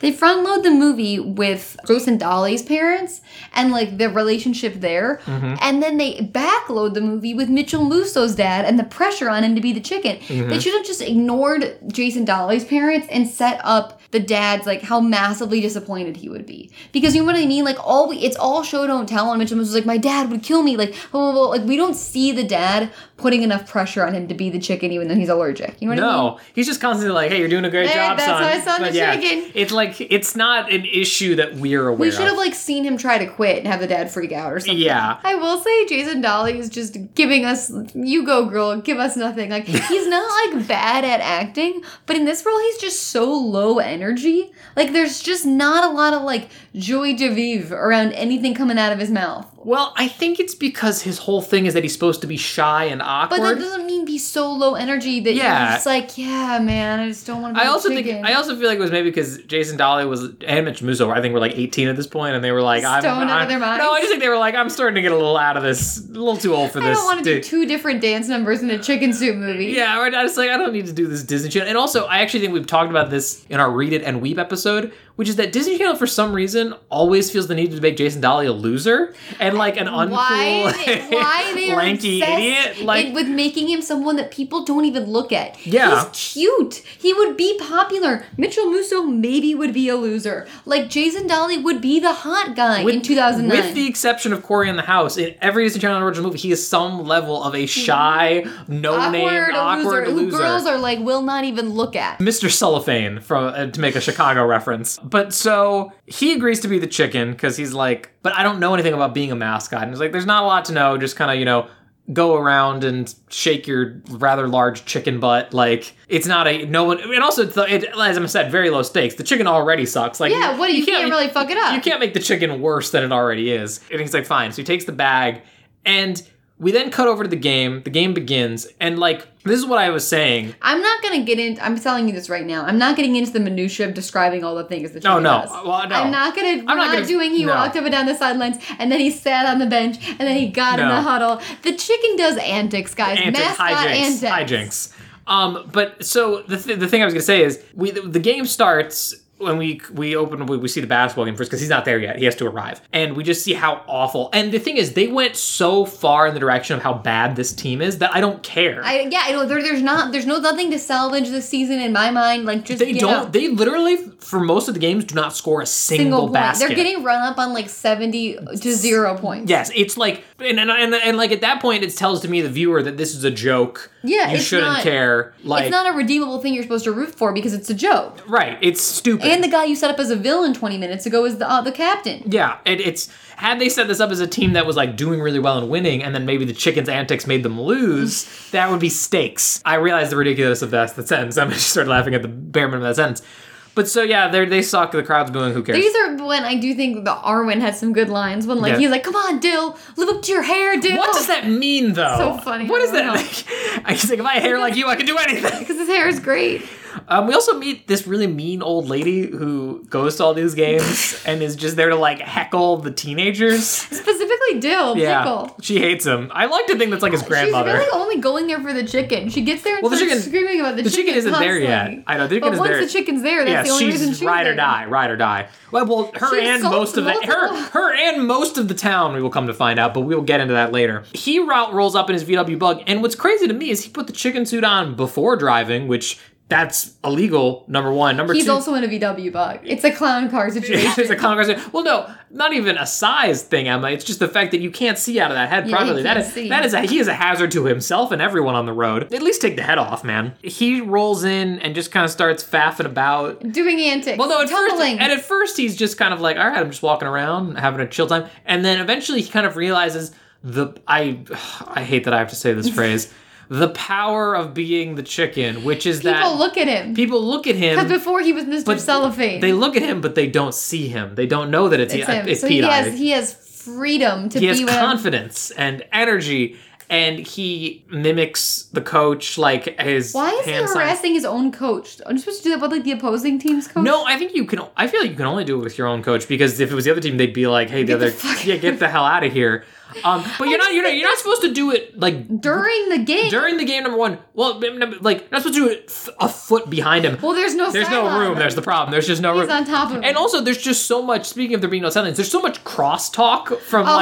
[SPEAKER 3] They front load the movie with Bruce and Dolly's parents and like the relationship there, and then they backload the movie with Mitchell Musso's dad and the pressure on him to be the chicken. They should have just ignored Jason Dolly's parents and set up the dad's like how massively disappointed he would be because you know what I mean. Like all we, it's all show don't tell. And Mitchell Musso was like, my dad would kill me. Like blah, blah, blah. like we don't see the dad putting enough pressure on him to be the chicken, even though he's allergic. You know what I mean?
[SPEAKER 2] no, he's just constantly like, hey, you're doing a great
[SPEAKER 3] Hey,
[SPEAKER 2] job,
[SPEAKER 3] that's
[SPEAKER 2] son.
[SPEAKER 3] how I saw the
[SPEAKER 2] But yeah,
[SPEAKER 3] chicken.
[SPEAKER 2] It's like it's not an issue that we're aware
[SPEAKER 3] We should have
[SPEAKER 2] of.
[SPEAKER 3] like seen him try to quit and have the dad freak out or something.
[SPEAKER 2] Yeah.
[SPEAKER 3] I will say Jason Dolly is just giving us you go girl, give us nothing. Like he's
[SPEAKER 2] *laughs*
[SPEAKER 3] not like bad at acting, but in this role he's just so low energy. Like there's just not a lot of like joy de vivre around anything coming out of his mouth.
[SPEAKER 2] Well, I think it's because his whole thing is that he's supposed to be shy and awkward.
[SPEAKER 3] But that doesn't mean be so low energy that
[SPEAKER 2] Yeah.
[SPEAKER 3] you're just like, yeah, man, I just don't want to be
[SPEAKER 2] I
[SPEAKER 3] a
[SPEAKER 2] also
[SPEAKER 3] chicken."
[SPEAKER 2] think I also feel like it was maybe because Jason Dolly was and Mitch Musso I think were like 18 at this point, and they were like,
[SPEAKER 3] Stoned
[SPEAKER 2] I'm,
[SPEAKER 3] out of
[SPEAKER 2] I'm-
[SPEAKER 3] their minds.
[SPEAKER 2] No, I just think they were like, I'm starting to get a little out of this, a little too old for
[SPEAKER 3] I
[SPEAKER 2] this.
[SPEAKER 3] don't want to do
[SPEAKER 2] dude."
[SPEAKER 3] two different dance numbers in a chicken suit movie.
[SPEAKER 2] Yeah, or I just like I don't need to do this Disney Channel. And also, I actually think we've talked about this in our Read It and Weep episode, which is that Disney Channel for some reason always feels the need to make Jason Dolly a loser and like an uncool,
[SPEAKER 3] why
[SPEAKER 2] *laughs*
[SPEAKER 3] they, why they are
[SPEAKER 2] lanky
[SPEAKER 3] obsessed
[SPEAKER 2] idiot. Like
[SPEAKER 3] in- with making him someone that people don't even look at.
[SPEAKER 2] Yeah.
[SPEAKER 3] he's cute. He would be popular. Mitchell Musso maybe would be a loser. Like Jason Dolly would be the hot guy in 2009.
[SPEAKER 2] With the exception of Corey in the House, in every Disney Channel original movie, he is some level of a shy, no name,
[SPEAKER 3] awkward,
[SPEAKER 2] awkward
[SPEAKER 3] loser,
[SPEAKER 2] loser.
[SPEAKER 3] who girls are like will not even look at.
[SPEAKER 2] Mr. Cellophane from uh, to make a Chicago reference. But so he agrees to be the chicken because he's like, but I don't know anything about being a mascot. And he's like, there's not a lot to know. Just kind of you know go around and shake your rather large chicken butt. Like it's not a no one. And also, it's the, it, as I said, very low stakes. The chicken already sucks. Like
[SPEAKER 3] Yeah, what do you, can't, really fuck it up?
[SPEAKER 2] you can't make the chicken worse than it already is. And he's like, fine. So he takes the bag, and we then cut over to the game. The game begins, and like this is what I was saying.
[SPEAKER 3] I'm not gonna get into. I'm telling you this right now. I'm not getting into the minutia of describing all the things that.
[SPEAKER 2] No,
[SPEAKER 3] Jimmy
[SPEAKER 2] no.
[SPEAKER 3] does.
[SPEAKER 2] Well, no.
[SPEAKER 3] I'm not gonna. I'm
[SPEAKER 2] not
[SPEAKER 3] not,
[SPEAKER 2] gonna-
[SPEAKER 3] doing. He
[SPEAKER 2] no.
[SPEAKER 3] walked up and down the sidelines, and then he sat on the bench, and then he got in
[SPEAKER 2] No.
[SPEAKER 3] the huddle. The chicken does antics, guys.
[SPEAKER 2] antics,
[SPEAKER 3] Mascot
[SPEAKER 2] hijinks,
[SPEAKER 3] antics.
[SPEAKER 2] hijinks. Um, but so the, th- the thing I was gonna say is we the, the game starts when we we open we, we see the basketball game first because he's not there yet he has to arrive and we just see how awful and the thing is they went so far in the direction of how bad this team is that I don't care
[SPEAKER 3] I, yeah, I know. There, there's not. There's no nothing to salvage this season in my mind. Like just
[SPEAKER 2] they
[SPEAKER 3] get
[SPEAKER 2] don't
[SPEAKER 3] out.
[SPEAKER 2] they literally for most of the games do not score a single,
[SPEAKER 3] single point.
[SPEAKER 2] basket
[SPEAKER 3] They're getting run up on like seventy to zero points.
[SPEAKER 2] Yes, it's like and, and and and like at that point it tells to me the viewer that this is a joke.
[SPEAKER 3] Yeah,
[SPEAKER 2] you
[SPEAKER 3] it's
[SPEAKER 2] shouldn't
[SPEAKER 3] not-
[SPEAKER 2] care. Like
[SPEAKER 3] it's not a redeemable thing you're supposed to root for because it's a joke.
[SPEAKER 2] right, it's stupid. everything.
[SPEAKER 3] And the guy you set up as a villain 20 minutes ago is the uh, the captain.
[SPEAKER 2] yeah, it, it's had they set this up as a team that was like doing really well and winning, and then maybe the chickens' antics made them lose,
[SPEAKER 3] *laughs*
[SPEAKER 2] that would be stakes. I realize the ridiculousness of that the sentence. *laughs* I'm just started laughing at the bare minimum of that sentence. But so yeah, they they suck. The crowd's booing. Who cares?
[SPEAKER 3] These are when I do think the Arwen had some good lines when like
[SPEAKER 2] Yeah.
[SPEAKER 3] he's like, "Come on, Dill, live up to your hair, Dill."
[SPEAKER 2] what
[SPEAKER 3] *laughs*
[SPEAKER 2] does that mean, though?
[SPEAKER 3] So funny,
[SPEAKER 2] What
[SPEAKER 3] I
[SPEAKER 2] is that?
[SPEAKER 3] don't know.
[SPEAKER 2] Like, *laughs* I just think if I had hair like you, I could do
[SPEAKER 3] *laughs*
[SPEAKER 2] anything.
[SPEAKER 3] Because his hair is great.
[SPEAKER 2] Um, we also meet this really mean old lady who goes to all these
[SPEAKER 3] *laughs*
[SPEAKER 2] games and is just there to like heckle the teenagers.
[SPEAKER 3] Specifically, Dill
[SPEAKER 2] Yeah,
[SPEAKER 3] Pickle.
[SPEAKER 2] she hates him. I like to think that's like his grandmother.
[SPEAKER 3] She's really only going there for the chicken. She gets there and
[SPEAKER 2] Well, the
[SPEAKER 3] starts
[SPEAKER 2] chicken-
[SPEAKER 3] screaming about the,
[SPEAKER 2] the chicken isn't there
[SPEAKER 3] constantly.
[SPEAKER 2] yet. I know, the chicken
[SPEAKER 3] but
[SPEAKER 2] is
[SPEAKER 3] once
[SPEAKER 2] there-
[SPEAKER 3] the chicken's there, that's the only
[SPEAKER 2] she's
[SPEAKER 3] reason she's
[SPEAKER 2] ride or
[SPEAKER 3] there.
[SPEAKER 2] die, ride or die. Well, well, her
[SPEAKER 3] She
[SPEAKER 2] and
[SPEAKER 3] assaults
[SPEAKER 2] most of that, her,
[SPEAKER 3] multiple- *laughs*
[SPEAKER 2] her and most of the town. We will come to find out, but we will get into that later. He route rolls up in his VW Bug, and what's crazy to me is he put the chicken suit on before driving, which that's illegal. Number one, number
[SPEAKER 3] He's
[SPEAKER 2] two.
[SPEAKER 3] also in a VW bug. It's a clown
[SPEAKER 2] *laughs*
[SPEAKER 3] car situation.
[SPEAKER 2] it's a conversation. Well, no, not even a size thing, Emma. It's just the fact that you can't see out of that head
[SPEAKER 3] Yeah, you
[SPEAKER 2] properly. That
[SPEAKER 3] can't
[SPEAKER 2] is
[SPEAKER 3] see.
[SPEAKER 2] that is a he is a hazard to himself and everyone on the road. At least take the head off, man. He rolls in and just kind of starts faffing about.
[SPEAKER 3] doing antics.
[SPEAKER 2] Well, no, at first,
[SPEAKER 3] tumbling.
[SPEAKER 2] and at first he's just kind of like, all right, I'm just walking around, having a chill time, and then eventually he kind of realizes the I, I hate that I have to say this phrase, the power of being the chicken, which is
[SPEAKER 3] people
[SPEAKER 2] that
[SPEAKER 3] look at him.
[SPEAKER 2] people look at him,
[SPEAKER 3] Because before he was Mr. Cellophane.
[SPEAKER 2] they look at him, but they don't see him. They don't know that it's,
[SPEAKER 3] it's
[SPEAKER 2] uh,
[SPEAKER 3] him.
[SPEAKER 2] it's
[SPEAKER 3] so he
[SPEAKER 2] Pete
[SPEAKER 3] has
[SPEAKER 2] Eye.
[SPEAKER 3] he has freedom to
[SPEAKER 2] He
[SPEAKER 3] be
[SPEAKER 2] has
[SPEAKER 3] with
[SPEAKER 2] confidence and energy, and he mimics the coach like his.
[SPEAKER 3] Why is he
[SPEAKER 2] hand sign-
[SPEAKER 3] harassing his own coach? Aren't you supposed to do that with like the opposing team's coach?
[SPEAKER 2] No, I think you can. I feel like you can only do it with your own coach because if it was the other team, they'd be like, "Hey, the other,
[SPEAKER 3] fuck
[SPEAKER 2] yeah, get the hell out of here." Um, but you're not. You're not. You're not supposed to do it like
[SPEAKER 3] During the game.
[SPEAKER 2] during the game. Number one. Well, m- number- like you're not supposed to do it f- a foot behind him.
[SPEAKER 3] well, there's no
[SPEAKER 2] There's no
[SPEAKER 3] sideline.
[SPEAKER 2] room. There's the problem. There's just no
[SPEAKER 3] He's
[SPEAKER 2] room.
[SPEAKER 3] on top of him.
[SPEAKER 2] And also, there's just so much. Speaking of there being no sidelines, there's so much crosstalk from
[SPEAKER 3] Oh.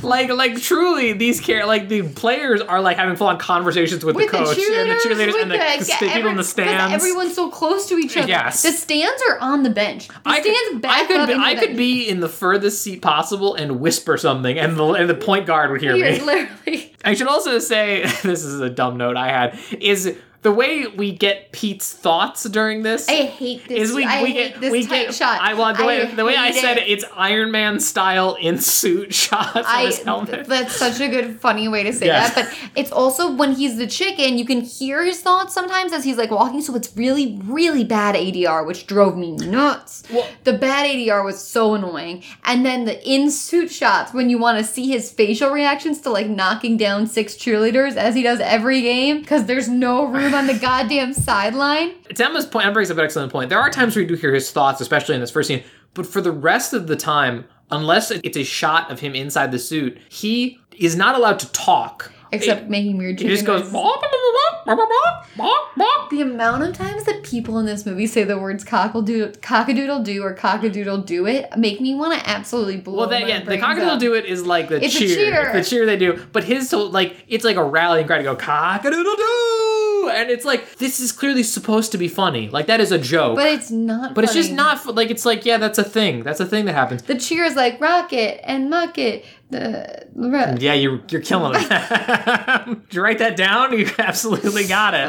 [SPEAKER 2] like, like, like truly these care like the players are like having full on conversations with,
[SPEAKER 3] with
[SPEAKER 2] the coach and the cheerleaders
[SPEAKER 3] with
[SPEAKER 2] and the, the people
[SPEAKER 3] every-
[SPEAKER 2] in the
[SPEAKER 3] because
[SPEAKER 2] stands.
[SPEAKER 3] Everyone's so close to each other.
[SPEAKER 2] Yes.
[SPEAKER 3] The stands are on the bench. The stands back
[SPEAKER 2] I could,
[SPEAKER 3] up
[SPEAKER 2] be,
[SPEAKER 3] into
[SPEAKER 2] I
[SPEAKER 3] the
[SPEAKER 2] could
[SPEAKER 3] bench.
[SPEAKER 2] be in the furthest seat possible and whisper something, and the, and the point guard would hear
[SPEAKER 3] *laughs* You're
[SPEAKER 2] me.
[SPEAKER 3] literally.
[SPEAKER 2] I should also say *laughs* this is a dumb note I had is the way we get Pete's thoughts during this.
[SPEAKER 3] I hate this.
[SPEAKER 2] is we,
[SPEAKER 3] I
[SPEAKER 2] we
[SPEAKER 3] hate
[SPEAKER 2] get
[SPEAKER 3] this
[SPEAKER 2] we
[SPEAKER 3] tight
[SPEAKER 2] get
[SPEAKER 3] shot.
[SPEAKER 2] I well the way the way I
[SPEAKER 3] hate
[SPEAKER 2] said
[SPEAKER 3] it.
[SPEAKER 2] it, it's Iron Man style in suit *laughs* shots on
[SPEAKER 3] I
[SPEAKER 2] his helmet.
[SPEAKER 3] that's such a good funny way to say
[SPEAKER 2] Yeah.
[SPEAKER 3] that. But it's also when he's the chicken, you can hear his thoughts sometimes as he's like walking. So it's really, really bad ADR, which drove me nuts.
[SPEAKER 2] Well-
[SPEAKER 3] the bad ADR was so annoying. And then the in suit shots when you want to see his facial reactions to like knocking down six cheerleaders as he does every game because there's no room
[SPEAKER 2] *laughs*
[SPEAKER 3] on the goddamn sideline.
[SPEAKER 2] to Emma's point, Emma brings up an excellent point. There are times where you do hear his thoughts, especially in this first scene, but for the rest of the time, unless it's a shot of him inside the suit, he is not allowed to talk.
[SPEAKER 3] Except making weird.
[SPEAKER 2] He just
[SPEAKER 3] chicken
[SPEAKER 2] goes.
[SPEAKER 3] noises.
[SPEAKER 2] "Bop, bop, bop, bop, bop, bop, bop, bop."
[SPEAKER 3] The amount of times that people in this movie say the words cockledoodle, cockadoodle do or cockadoodle do it make me want to absolutely blow.
[SPEAKER 2] Well, that,
[SPEAKER 3] my
[SPEAKER 2] yeah, the
[SPEAKER 3] brains
[SPEAKER 2] cockadoodle
[SPEAKER 3] out.
[SPEAKER 2] do it is like the
[SPEAKER 3] It's a
[SPEAKER 2] cheer.
[SPEAKER 3] cheer.
[SPEAKER 2] It's the cheer they do. But his so like it's like a rallying cry to go cockadoodle doo, and it's like this is clearly supposed to be funny. Like that is a joke,
[SPEAKER 3] but it's not.
[SPEAKER 2] But it's just
[SPEAKER 3] funny.
[SPEAKER 2] not fu- like it's like yeah, that's a thing. That's a thing that happens.
[SPEAKER 3] The cheer is like rocket and muck it. The, the re-
[SPEAKER 2] Yeah, you're you're
[SPEAKER 3] *laughs*
[SPEAKER 2] killing him. *laughs* Did you write that down? *laughs* You absolutely got it.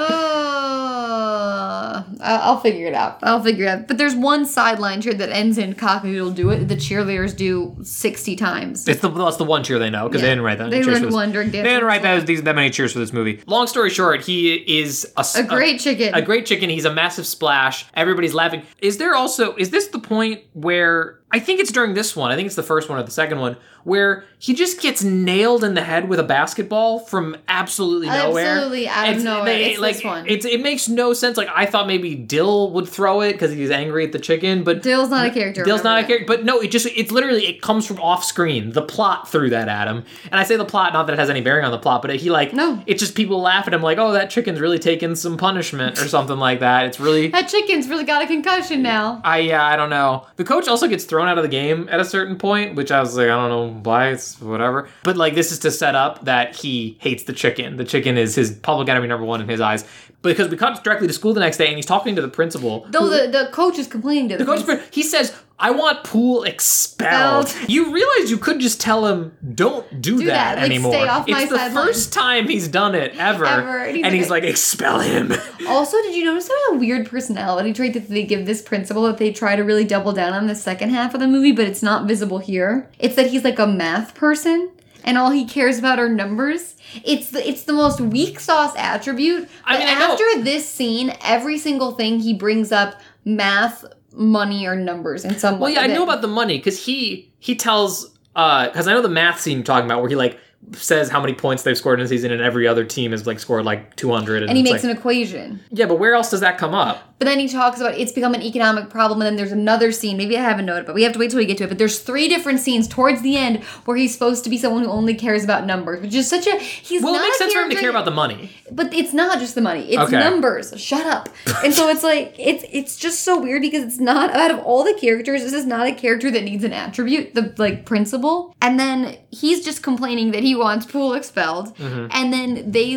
[SPEAKER 3] Uh, I- I'll figure it out. I'll figure it out. But there's one sideline cheer that ends in cockadoodle do it. The cheerleaders do sixty times.
[SPEAKER 2] It's the that's the one cheer they know because they
[SPEAKER 3] Yeah.
[SPEAKER 2] didn't write that.
[SPEAKER 3] They
[SPEAKER 2] many cheers
[SPEAKER 3] learned
[SPEAKER 2] for this-
[SPEAKER 3] one during
[SPEAKER 2] They
[SPEAKER 3] dance
[SPEAKER 2] didn't write
[SPEAKER 3] lessons.
[SPEAKER 2] that these that many cheers for this movie. Long story short, he is a, s-
[SPEAKER 3] A great chicken.
[SPEAKER 2] a great chicken. He's a massive splash. Everybody's laughing. Is there also is this the point where I think it's during this one. I think it's the first one or the second one where he just gets nailed in the head with a basketball from absolutely nowhere.
[SPEAKER 3] Absolutely out of nowhere. It's
[SPEAKER 2] like,
[SPEAKER 3] this one.
[SPEAKER 2] It's it makes no sense. Like I thought maybe Dill would throw it because he's angry at the chicken, but
[SPEAKER 3] Dill's not a character.
[SPEAKER 2] Dill's not a
[SPEAKER 3] remember
[SPEAKER 2] character, but no, it just it's literally it comes from off screen. The plot threw that at him, and I say the plot, not that it has any bearing on the plot, but he like
[SPEAKER 3] No.
[SPEAKER 2] it's just people laugh at him like, oh, that chicken's really taking some punishment or something like that. It's
[SPEAKER 3] *laughs*
[SPEAKER 2] really.
[SPEAKER 3] that. That chicken's really got a concussion now.
[SPEAKER 2] I yeah, I don't know. The coach also gets thrown out of the game at a certain point, which I was like, I don't know why, it's whatever. But like this is to set up that he hates the chicken. The chicken is his public enemy number one in his eyes. Because we come directly to school the next day and he's talking to the principal.
[SPEAKER 3] Though the, the coach is complaining to the,
[SPEAKER 2] The coach,
[SPEAKER 3] principal.
[SPEAKER 2] he says, I want Poole expelled.
[SPEAKER 3] Expelled.
[SPEAKER 2] You realize you could just tell him, don't do,
[SPEAKER 3] Do
[SPEAKER 2] that,
[SPEAKER 3] that, like,
[SPEAKER 2] anymore.
[SPEAKER 3] stay off
[SPEAKER 2] it's
[SPEAKER 3] my
[SPEAKER 2] the
[SPEAKER 3] sideline.
[SPEAKER 2] first time he's done it ever.
[SPEAKER 3] Ever, and he's
[SPEAKER 2] and
[SPEAKER 3] like-
[SPEAKER 2] he's like, expel
[SPEAKER 3] *laughs*
[SPEAKER 2] him.
[SPEAKER 3] Also, did you notice there was a weird personality trait that they give this principal that they try to really double down on the second half of the movie, but it's not visible here? It's that he's like a math person and all he cares about are numbers. It's the it's the most weak sauce attribute.
[SPEAKER 2] I
[SPEAKER 3] but
[SPEAKER 2] mean, I know-
[SPEAKER 3] after this scene, every single thing he brings up math, money, or numbers in some
[SPEAKER 2] Well,
[SPEAKER 3] way.
[SPEAKER 2] yeah, I
[SPEAKER 3] that-
[SPEAKER 2] know about the money because he he tells because I know the math scene you're talking about where he like says how many points they've scored in a season and every other team has like scored like 200 and,
[SPEAKER 3] and he
[SPEAKER 2] it's
[SPEAKER 3] makes
[SPEAKER 2] like,
[SPEAKER 3] an equation.
[SPEAKER 2] yeah but where else does that come up
[SPEAKER 3] But then he talks about it's become an economic problem, and then there's another scene. Maybe I haven't noted, but we have to wait till we get to it. But there's three different scenes towards the end where he's supposed to be someone who only cares about numbers, which is such a he's
[SPEAKER 2] well
[SPEAKER 3] not
[SPEAKER 2] it makes
[SPEAKER 3] a
[SPEAKER 2] sense for him to
[SPEAKER 3] character-
[SPEAKER 2] care about the money
[SPEAKER 3] but it's not just the money; it's
[SPEAKER 2] Okay.
[SPEAKER 3] numbers. Shut up! and so it's like it's it's just so weird because it's not out of all the characters, this is not a character that needs an attribute, the like principle. And then he's just complaining that he wants Pool expelled,
[SPEAKER 2] Mm-hmm.
[SPEAKER 3] and then they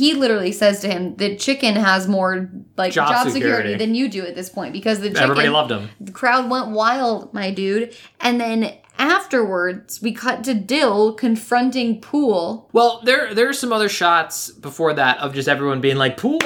[SPEAKER 3] he literally says to him, "The chicken has more like
[SPEAKER 2] Job
[SPEAKER 3] job,
[SPEAKER 2] security.
[SPEAKER 3] security than." than you do at this point because the chicken,
[SPEAKER 2] everybody loved him
[SPEAKER 3] the crowd went wild, my dude. And then afterwards, we cut to Dill confronting Pool.
[SPEAKER 2] well there there are some other shots before that of just everyone being like pool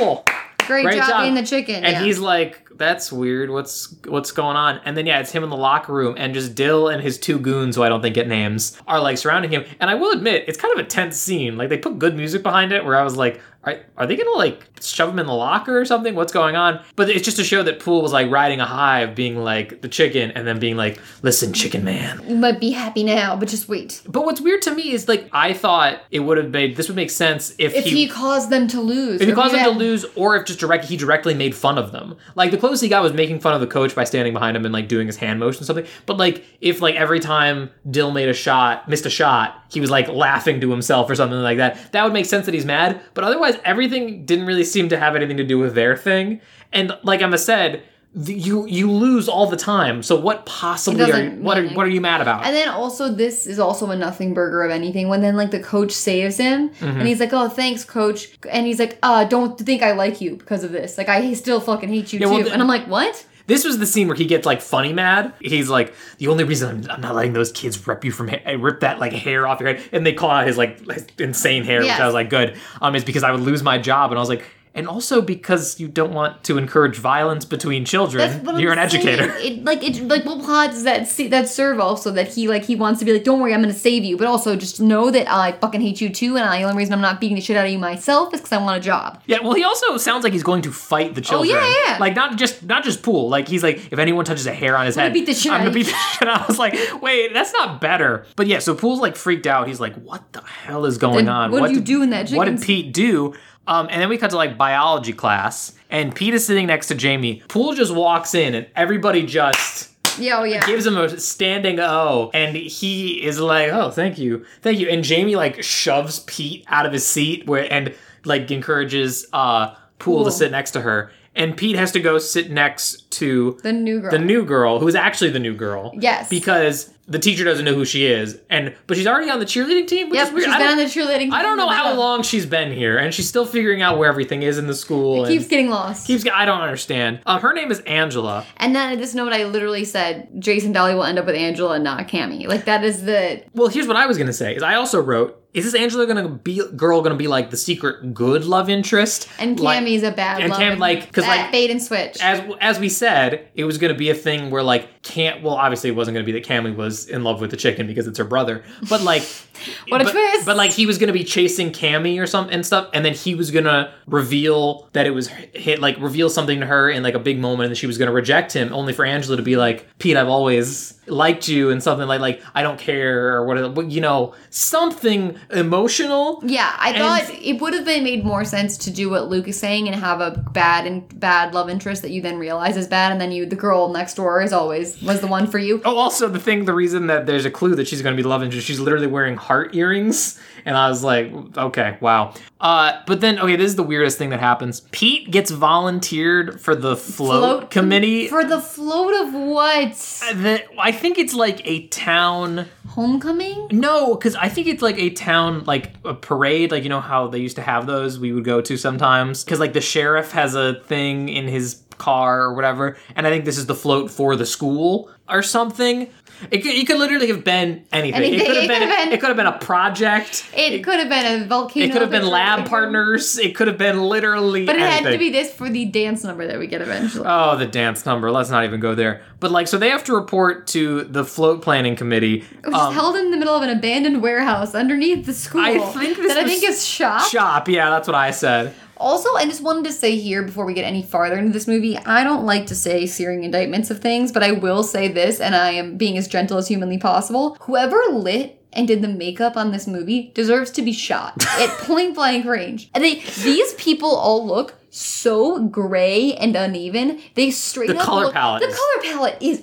[SPEAKER 3] Great,
[SPEAKER 2] Great
[SPEAKER 3] job,
[SPEAKER 2] job.
[SPEAKER 3] being the chicken.
[SPEAKER 2] and
[SPEAKER 3] yeah.
[SPEAKER 2] he's like that's weird what's what's going on and then yeah it's him in the locker room and just dill and his two goons who i don't think get names are like surrounding him and i will admit it's kind of a tense scene like they put good music behind it where i was like are, are they gonna like shove him in the locker or something what's going on but it's just to show that poole was like riding a high of being like the chicken and then being like listen chicken man
[SPEAKER 3] you might be happy now, but just wait.
[SPEAKER 2] but what's weird to me is like i thought it would have made this would make sense if,
[SPEAKER 3] If he, caused them to lose,
[SPEAKER 2] if
[SPEAKER 3] or
[SPEAKER 2] it caused him to
[SPEAKER 3] yeah.
[SPEAKER 2] lose, or if just direct he directly made fun of them. Like the closest he got was making fun of the coach by standing behind him and like doing his hand motion or something. But like if like every time Dill made a shot, missed a shot, he was like laughing to himself or something like that. That would make sense that he's mad. But otherwise, everything didn't really seem to have anything to do with their thing. And like Emma said, th- you you lose all the time. So what possibly are
[SPEAKER 3] doesn't
[SPEAKER 2] what are
[SPEAKER 3] mean-
[SPEAKER 2] what are you mad about?
[SPEAKER 3] And then also, this is also a nothing burger of anything. When then, like, the coach saves him,
[SPEAKER 2] Mm-hmm.
[SPEAKER 3] and he's like, "Oh, thanks, coach," and he's like, "Uh, don't think I like you because of this. Like, I still fucking hate you
[SPEAKER 2] Yeah,
[SPEAKER 3] too."
[SPEAKER 2] well, th-
[SPEAKER 3] and I'm like, "What?"
[SPEAKER 2] This was the scene where he gets like funny mad. He's like, the only reason I'm, I'm not letting those kids rip you from ha- eh, rip that like hair off your head, and they call out his like his insane hair,
[SPEAKER 3] Yes.
[SPEAKER 2] which I was like, good, um, is because I would lose my job, and I was like, and also because you don't want to encourage violence between children.
[SPEAKER 3] That's what
[SPEAKER 2] Mm-hmm. You're
[SPEAKER 3] I'm
[SPEAKER 2] an educator.
[SPEAKER 3] saying. It, like it like what plot does that se- that serve also that he like he wants to be like, don't worry, I'm gonna save you, but also just know that I fucking hate you too, and I, the only reason I'm not beating the shit out of you myself is because I want a job.
[SPEAKER 2] Yeah, well, he also sounds like he's going to fight the children.
[SPEAKER 3] Oh, yeah, yeah.
[SPEAKER 2] Like not just not just pool. Like he's like, if anyone touches a hair on his head,
[SPEAKER 3] beat the shit
[SPEAKER 2] I'm
[SPEAKER 3] out
[SPEAKER 2] gonna
[SPEAKER 3] of
[SPEAKER 2] beat
[SPEAKER 3] you.
[SPEAKER 2] the *laughs* shit. out. I was like, wait, that's not better. But yeah, so pool's like freaked out. He's like, what the hell is going
[SPEAKER 3] Then
[SPEAKER 2] on?
[SPEAKER 3] what do you do in that
[SPEAKER 2] What did
[SPEAKER 3] chicken's-
[SPEAKER 2] Pete do? Um, and then we cut to like biology class, and Pete is sitting next to Jamie. Pool just walks in, and everybody just
[SPEAKER 3] Yeah, oh yeah.
[SPEAKER 2] gives him a standing O, and he is like, "Oh, thank you, thank you." And Jamie like shoves Pete out of his seat, where and like encourages uh Poole to
[SPEAKER 3] Poole.
[SPEAKER 2] sit next to her, and Pete has to go sit next to
[SPEAKER 3] the new girl.
[SPEAKER 2] the new girl, who is actually the new girl.
[SPEAKER 3] Yes.
[SPEAKER 2] because the teacher doesn't know who she is, and but she's already on the cheerleading team, which
[SPEAKER 3] Yep,
[SPEAKER 2] is weird.
[SPEAKER 3] she's
[SPEAKER 2] I
[SPEAKER 3] been
[SPEAKER 2] don't-
[SPEAKER 3] on the cheerleading.
[SPEAKER 2] I don't
[SPEAKER 3] team
[SPEAKER 2] know how
[SPEAKER 3] and-
[SPEAKER 2] long she's been here, and she's still figuring out where everything is in the school. and
[SPEAKER 3] Keeps getting lost.
[SPEAKER 2] keeps. I don't understand. Um, her name is Angela.
[SPEAKER 3] and then at this note, I literally said Jason Dolly will end up with Angela and not Cammy. Like that is the
[SPEAKER 2] Well, here's what I was gonna say. Is I also wrote, is this Angela gonna be girl gonna be like the secret good love interest?
[SPEAKER 3] and
[SPEAKER 2] Like-
[SPEAKER 3] Cammy's a bad
[SPEAKER 2] and
[SPEAKER 3] love.
[SPEAKER 2] Cam- like- 'cause,
[SPEAKER 3] That
[SPEAKER 2] like-
[SPEAKER 3] bait and switch.
[SPEAKER 2] as as we said, it was gonna be a thing where like can't. Well, obviously it wasn't gonna be that Cammy was in love with the chicken because it's her brother. But like,
[SPEAKER 3] *laughs* What a
[SPEAKER 2] but-
[SPEAKER 3] twist.
[SPEAKER 2] But like he was gonna be chasing Cammy or something and stuff, and then he was gonna reveal that it was hit like reveal something to her in like a big moment, and she was gonna reject him, only for Angela to be like, Pete, I've always liked you, and something like like I don't care or what you know something emotional.
[SPEAKER 3] Yeah, I
[SPEAKER 2] And-
[SPEAKER 3] thought it would have been made more sense to do what Luke is saying and have a bad and bad love interest that you then realize is bad, and then you, the girl next door, is always was the one for you.
[SPEAKER 2] Oh, also the thing, the reason that there's a clue that she's going to be the love interest, she's literally wearing heart earrings, and I was like, okay, wow. Uh, but then, okay, this is the weirdest thing that happens. Pete gets volunteered for the float,
[SPEAKER 3] Float com-
[SPEAKER 2] committee.
[SPEAKER 3] For the float of what?
[SPEAKER 2] The- I think it's like a town.
[SPEAKER 3] Homecoming?
[SPEAKER 2] No, because I think it's like a town, like a parade. Like you know how they used to have those. We would go to sometimes because like the sheriff has a thing in his car or whatever, and I think this is the float for the school. or something. It could, it could literally have been anything. It
[SPEAKER 3] Anything.
[SPEAKER 2] could have
[SPEAKER 3] It
[SPEAKER 2] been,
[SPEAKER 3] could have been-
[SPEAKER 2] it could have been a project.
[SPEAKER 3] It could have been a volcano.
[SPEAKER 2] It could have
[SPEAKER 3] that
[SPEAKER 2] been lab
[SPEAKER 3] erupted.
[SPEAKER 2] partners. It could have been literally.
[SPEAKER 3] But it had to
[SPEAKER 2] anything.
[SPEAKER 3] be this for the dance number that we get eventually.
[SPEAKER 2] Oh, the dance number. Let's not even go there. But like, so they have to report to the float planning committee.
[SPEAKER 3] Which is
[SPEAKER 2] um,
[SPEAKER 3] held in the middle of an abandoned warehouse underneath the school.
[SPEAKER 2] I think this
[SPEAKER 3] that I
[SPEAKER 2] was
[SPEAKER 3] think is shop.
[SPEAKER 2] shop. Yeah, that's what I said.
[SPEAKER 3] Also, I just wanted to say here before we get any farther into this movie, I don't like to say searing indictments of things, but I will say this, and I am being as gentle as humanly possible. Whoever lit and did the makeup on this movie deserves to
[SPEAKER 2] *laughs*
[SPEAKER 3] be shot at point blank range. And they these people all look so gray and uneven. They straight
[SPEAKER 2] The
[SPEAKER 3] up
[SPEAKER 2] color
[SPEAKER 3] look-
[SPEAKER 2] palette
[SPEAKER 3] The
[SPEAKER 2] is-
[SPEAKER 3] color palette is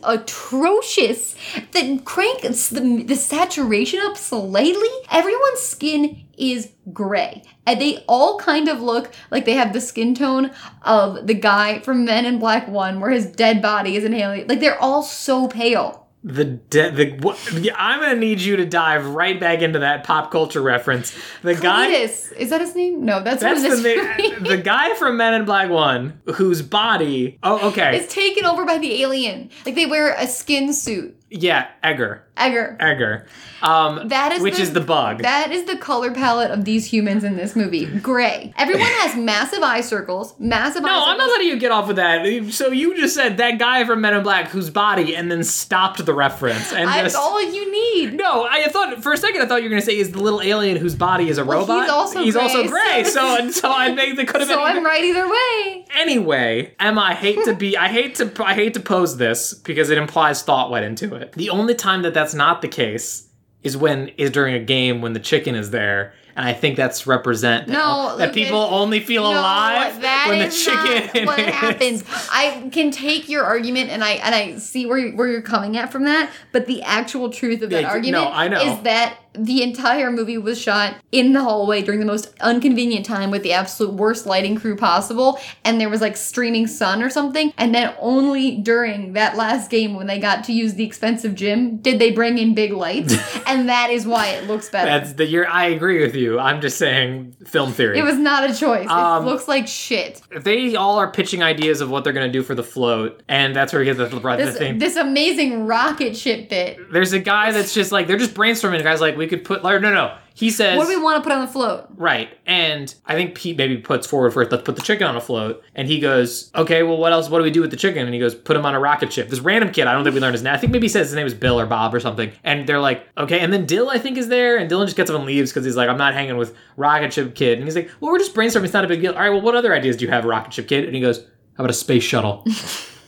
[SPEAKER 3] atrocious. The crank the, the saturation up slightly. Everyone's skin is gray. And they all kind of look like they have the skin tone of the guy from Men in Black 1 where his dead body is inhaling. Like they're all so pale.
[SPEAKER 2] The de- the what, yeah, I'm gonna need you to dive right back into that pop culture reference. The guy.
[SPEAKER 3] Cletus. Is that his name? No, that's,
[SPEAKER 2] That's
[SPEAKER 3] from
[SPEAKER 2] the
[SPEAKER 3] this
[SPEAKER 2] name, *laughs*
[SPEAKER 3] *laughs* movie.
[SPEAKER 2] the guy from Men in Black One, whose body. Oh, okay,
[SPEAKER 3] It's taken over by the alien. Like they wear a skin suit.
[SPEAKER 2] yeah, Egger,
[SPEAKER 3] Egger.
[SPEAKER 2] Egger, um,
[SPEAKER 3] That is
[SPEAKER 2] which
[SPEAKER 3] the-
[SPEAKER 2] is the bug.
[SPEAKER 3] That is the color palette of these humans in this movie. Gray.
[SPEAKER 2] *laughs*
[SPEAKER 3] Everyone has massive eye circles. Massive eye
[SPEAKER 2] no,
[SPEAKER 3] circles.
[SPEAKER 2] I'm not letting you get off with that. So you just said that guy from Men in Black, whose body, and then stopped the reference. And
[SPEAKER 3] That's
[SPEAKER 2] just-
[SPEAKER 3] all you need.
[SPEAKER 2] No, I thought for a second I thought you were gonna say is the little alien whose body is a
[SPEAKER 3] Well, he's
[SPEAKER 2] robot.
[SPEAKER 3] also
[SPEAKER 2] he's
[SPEAKER 3] gray,
[SPEAKER 2] also gray.
[SPEAKER 3] so-
[SPEAKER 2] So
[SPEAKER 3] *laughs*
[SPEAKER 2] and so I think they could have
[SPEAKER 3] So
[SPEAKER 2] been. either-
[SPEAKER 3] I'm right either way.
[SPEAKER 2] Anyway, Emma, I hate to be, I hate to, I hate to pose this because it implies thought went into it. The only time that that's not the case is when is during a game when the chicken is there, and I think that's represent that-
[SPEAKER 3] No,
[SPEAKER 2] that,
[SPEAKER 3] Lucas,
[SPEAKER 2] people only feel alive
[SPEAKER 3] that
[SPEAKER 2] when the
[SPEAKER 3] is
[SPEAKER 2] chicken.
[SPEAKER 3] not
[SPEAKER 2] *laughs*
[SPEAKER 3] what
[SPEAKER 2] is-
[SPEAKER 3] happens. I can take your argument and I and I see where you- where you're coming at from that, but the actual truth of that
[SPEAKER 2] Yeah, you-
[SPEAKER 3] argument
[SPEAKER 2] no, I know.
[SPEAKER 3] is that the entire movie was shot in the hallway during the most inconvenient time with the absolute worst lighting crew possible, and there was like streaming sun or something, and then only during that last game when they got to use the expensive gym did they bring in big lights,
[SPEAKER 2] *laughs*
[SPEAKER 3] and that is why it looks better.
[SPEAKER 2] That's the year. I agree with you. I'm just saying film theory.
[SPEAKER 3] it was not a choice.
[SPEAKER 2] Um,
[SPEAKER 3] it looks like shit.
[SPEAKER 2] they all are pitching ideas of what they're going to do for the float, and that's where we get the, the
[SPEAKER 3] this
[SPEAKER 2] thing.
[SPEAKER 3] this amazing rocket ship bit.
[SPEAKER 2] There's a guy that's just like they're just brainstorming. The guy's like, we could put. Like, no, no. He says,
[SPEAKER 3] What do we want to put on the float?
[SPEAKER 2] Right. And I think Pete maybe puts forward first, let's put the chicken on a float. And he goes, okay, well, what else? What do we do with the chicken? And he goes, put him on a rocket ship. This random kid, I don't think we learned his name. I think maybe he says his name is Bill or Bob or something. And they're like, okay. And then Dill, I think, is there. And Dylan just gets up and leaves because he's like, I'm not hanging with Rocket Ship Kid. And he's like, well, we're just brainstorming. It's not a big deal. All right, well, what other ideas do you have, Rocket Ship Kid? And he goes, how about a space shuttle?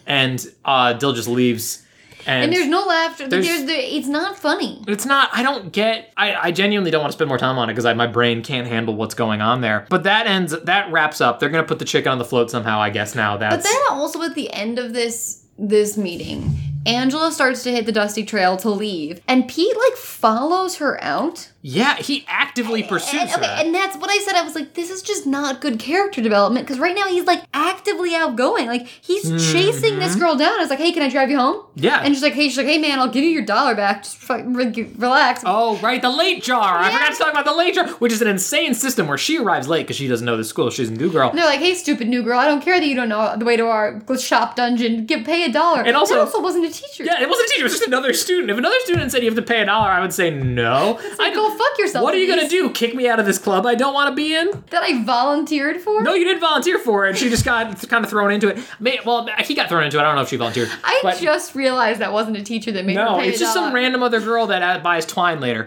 [SPEAKER 2] and uh, Dill just leaves. And,
[SPEAKER 3] And there's no laughter. There's,
[SPEAKER 2] There's-
[SPEAKER 3] the, it's not funny.
[SPEAKER 2] it's not. I don't get. I, I genuinely don't want to spend more time on it because my brain can't handle what's going on there. But that ends. That wraps up. They're gonna put the chicken on the float somehow. I guess now. That's
[SPEAKER 3] But then also at the end of this this meeting, Angela starts to hit the dusty trail to leave, and Pete like follows her out.
[SPEAKER 2] yeah. He actively pursues
[SPEAKER 3] And, okay,
[SPEAKER 2] her.
[SPEAKER 3] and that's what I said. I was like, this is just not good character development because right now he's like actively outgoing. Like he's chasing this girl down. I was like, hey, can I drive you home?
[SPEAKER 2] yeah.
[SPEAKER 3] And she's like, hey, she's like, hey, man, I'll give you your dollar back. Just fucking re- relax.
[SPEAKER 2] Oh right, the late jar. I
[SPEAKER 3] Yeah.
[SPEAKER 2] forgot to talk about the late jar, which is an insane system where she arrives late because she doesn't know the school. She's a new girl.
[SPEAKER 3] And they're like, "Hey, stupid new girl, I don't care that you don't know the way to our shop dungeon. Give pay a dollar."
[SPEAKER 2] And also-
[SPEAKER 3] That also wasn't a teacher.
[SPEAKER 2] Yeah, it wasn't a teacher. It was just another student. If another student said you have to pay a dollar, I would say no.
[SPEAKER 3] Like,
[SPEAKER 2] I
[SPEAKER 3] go fuck yourself.
[SPEAKER 2] What are you gonna
[SPEAKER 3] Elise,
[SPEAKER 2] do? Kick me out of this club I don't want to be in?
[SPEAKER 3] That I volunteered for.
[SPEAKER 2] No, you didn't volunteer for it. She just got kind of thrown into it. May, well, he got thrown into it. I don't know if she volunteered.
[SPEAKER 3] I
[SPEAKER 2] but
[SPEAKER 3] just realized that wasn't a teacher that made
[SPEAKER 2] no,
[SPEAKER 3] her pay
[SPEAKER 2] it's
[SPEAKER 3] a
[SPEAKER 2] just
[SPEAKER 3] dollar.
[SPEAKER 2] some random other girl that uh, buys twine later.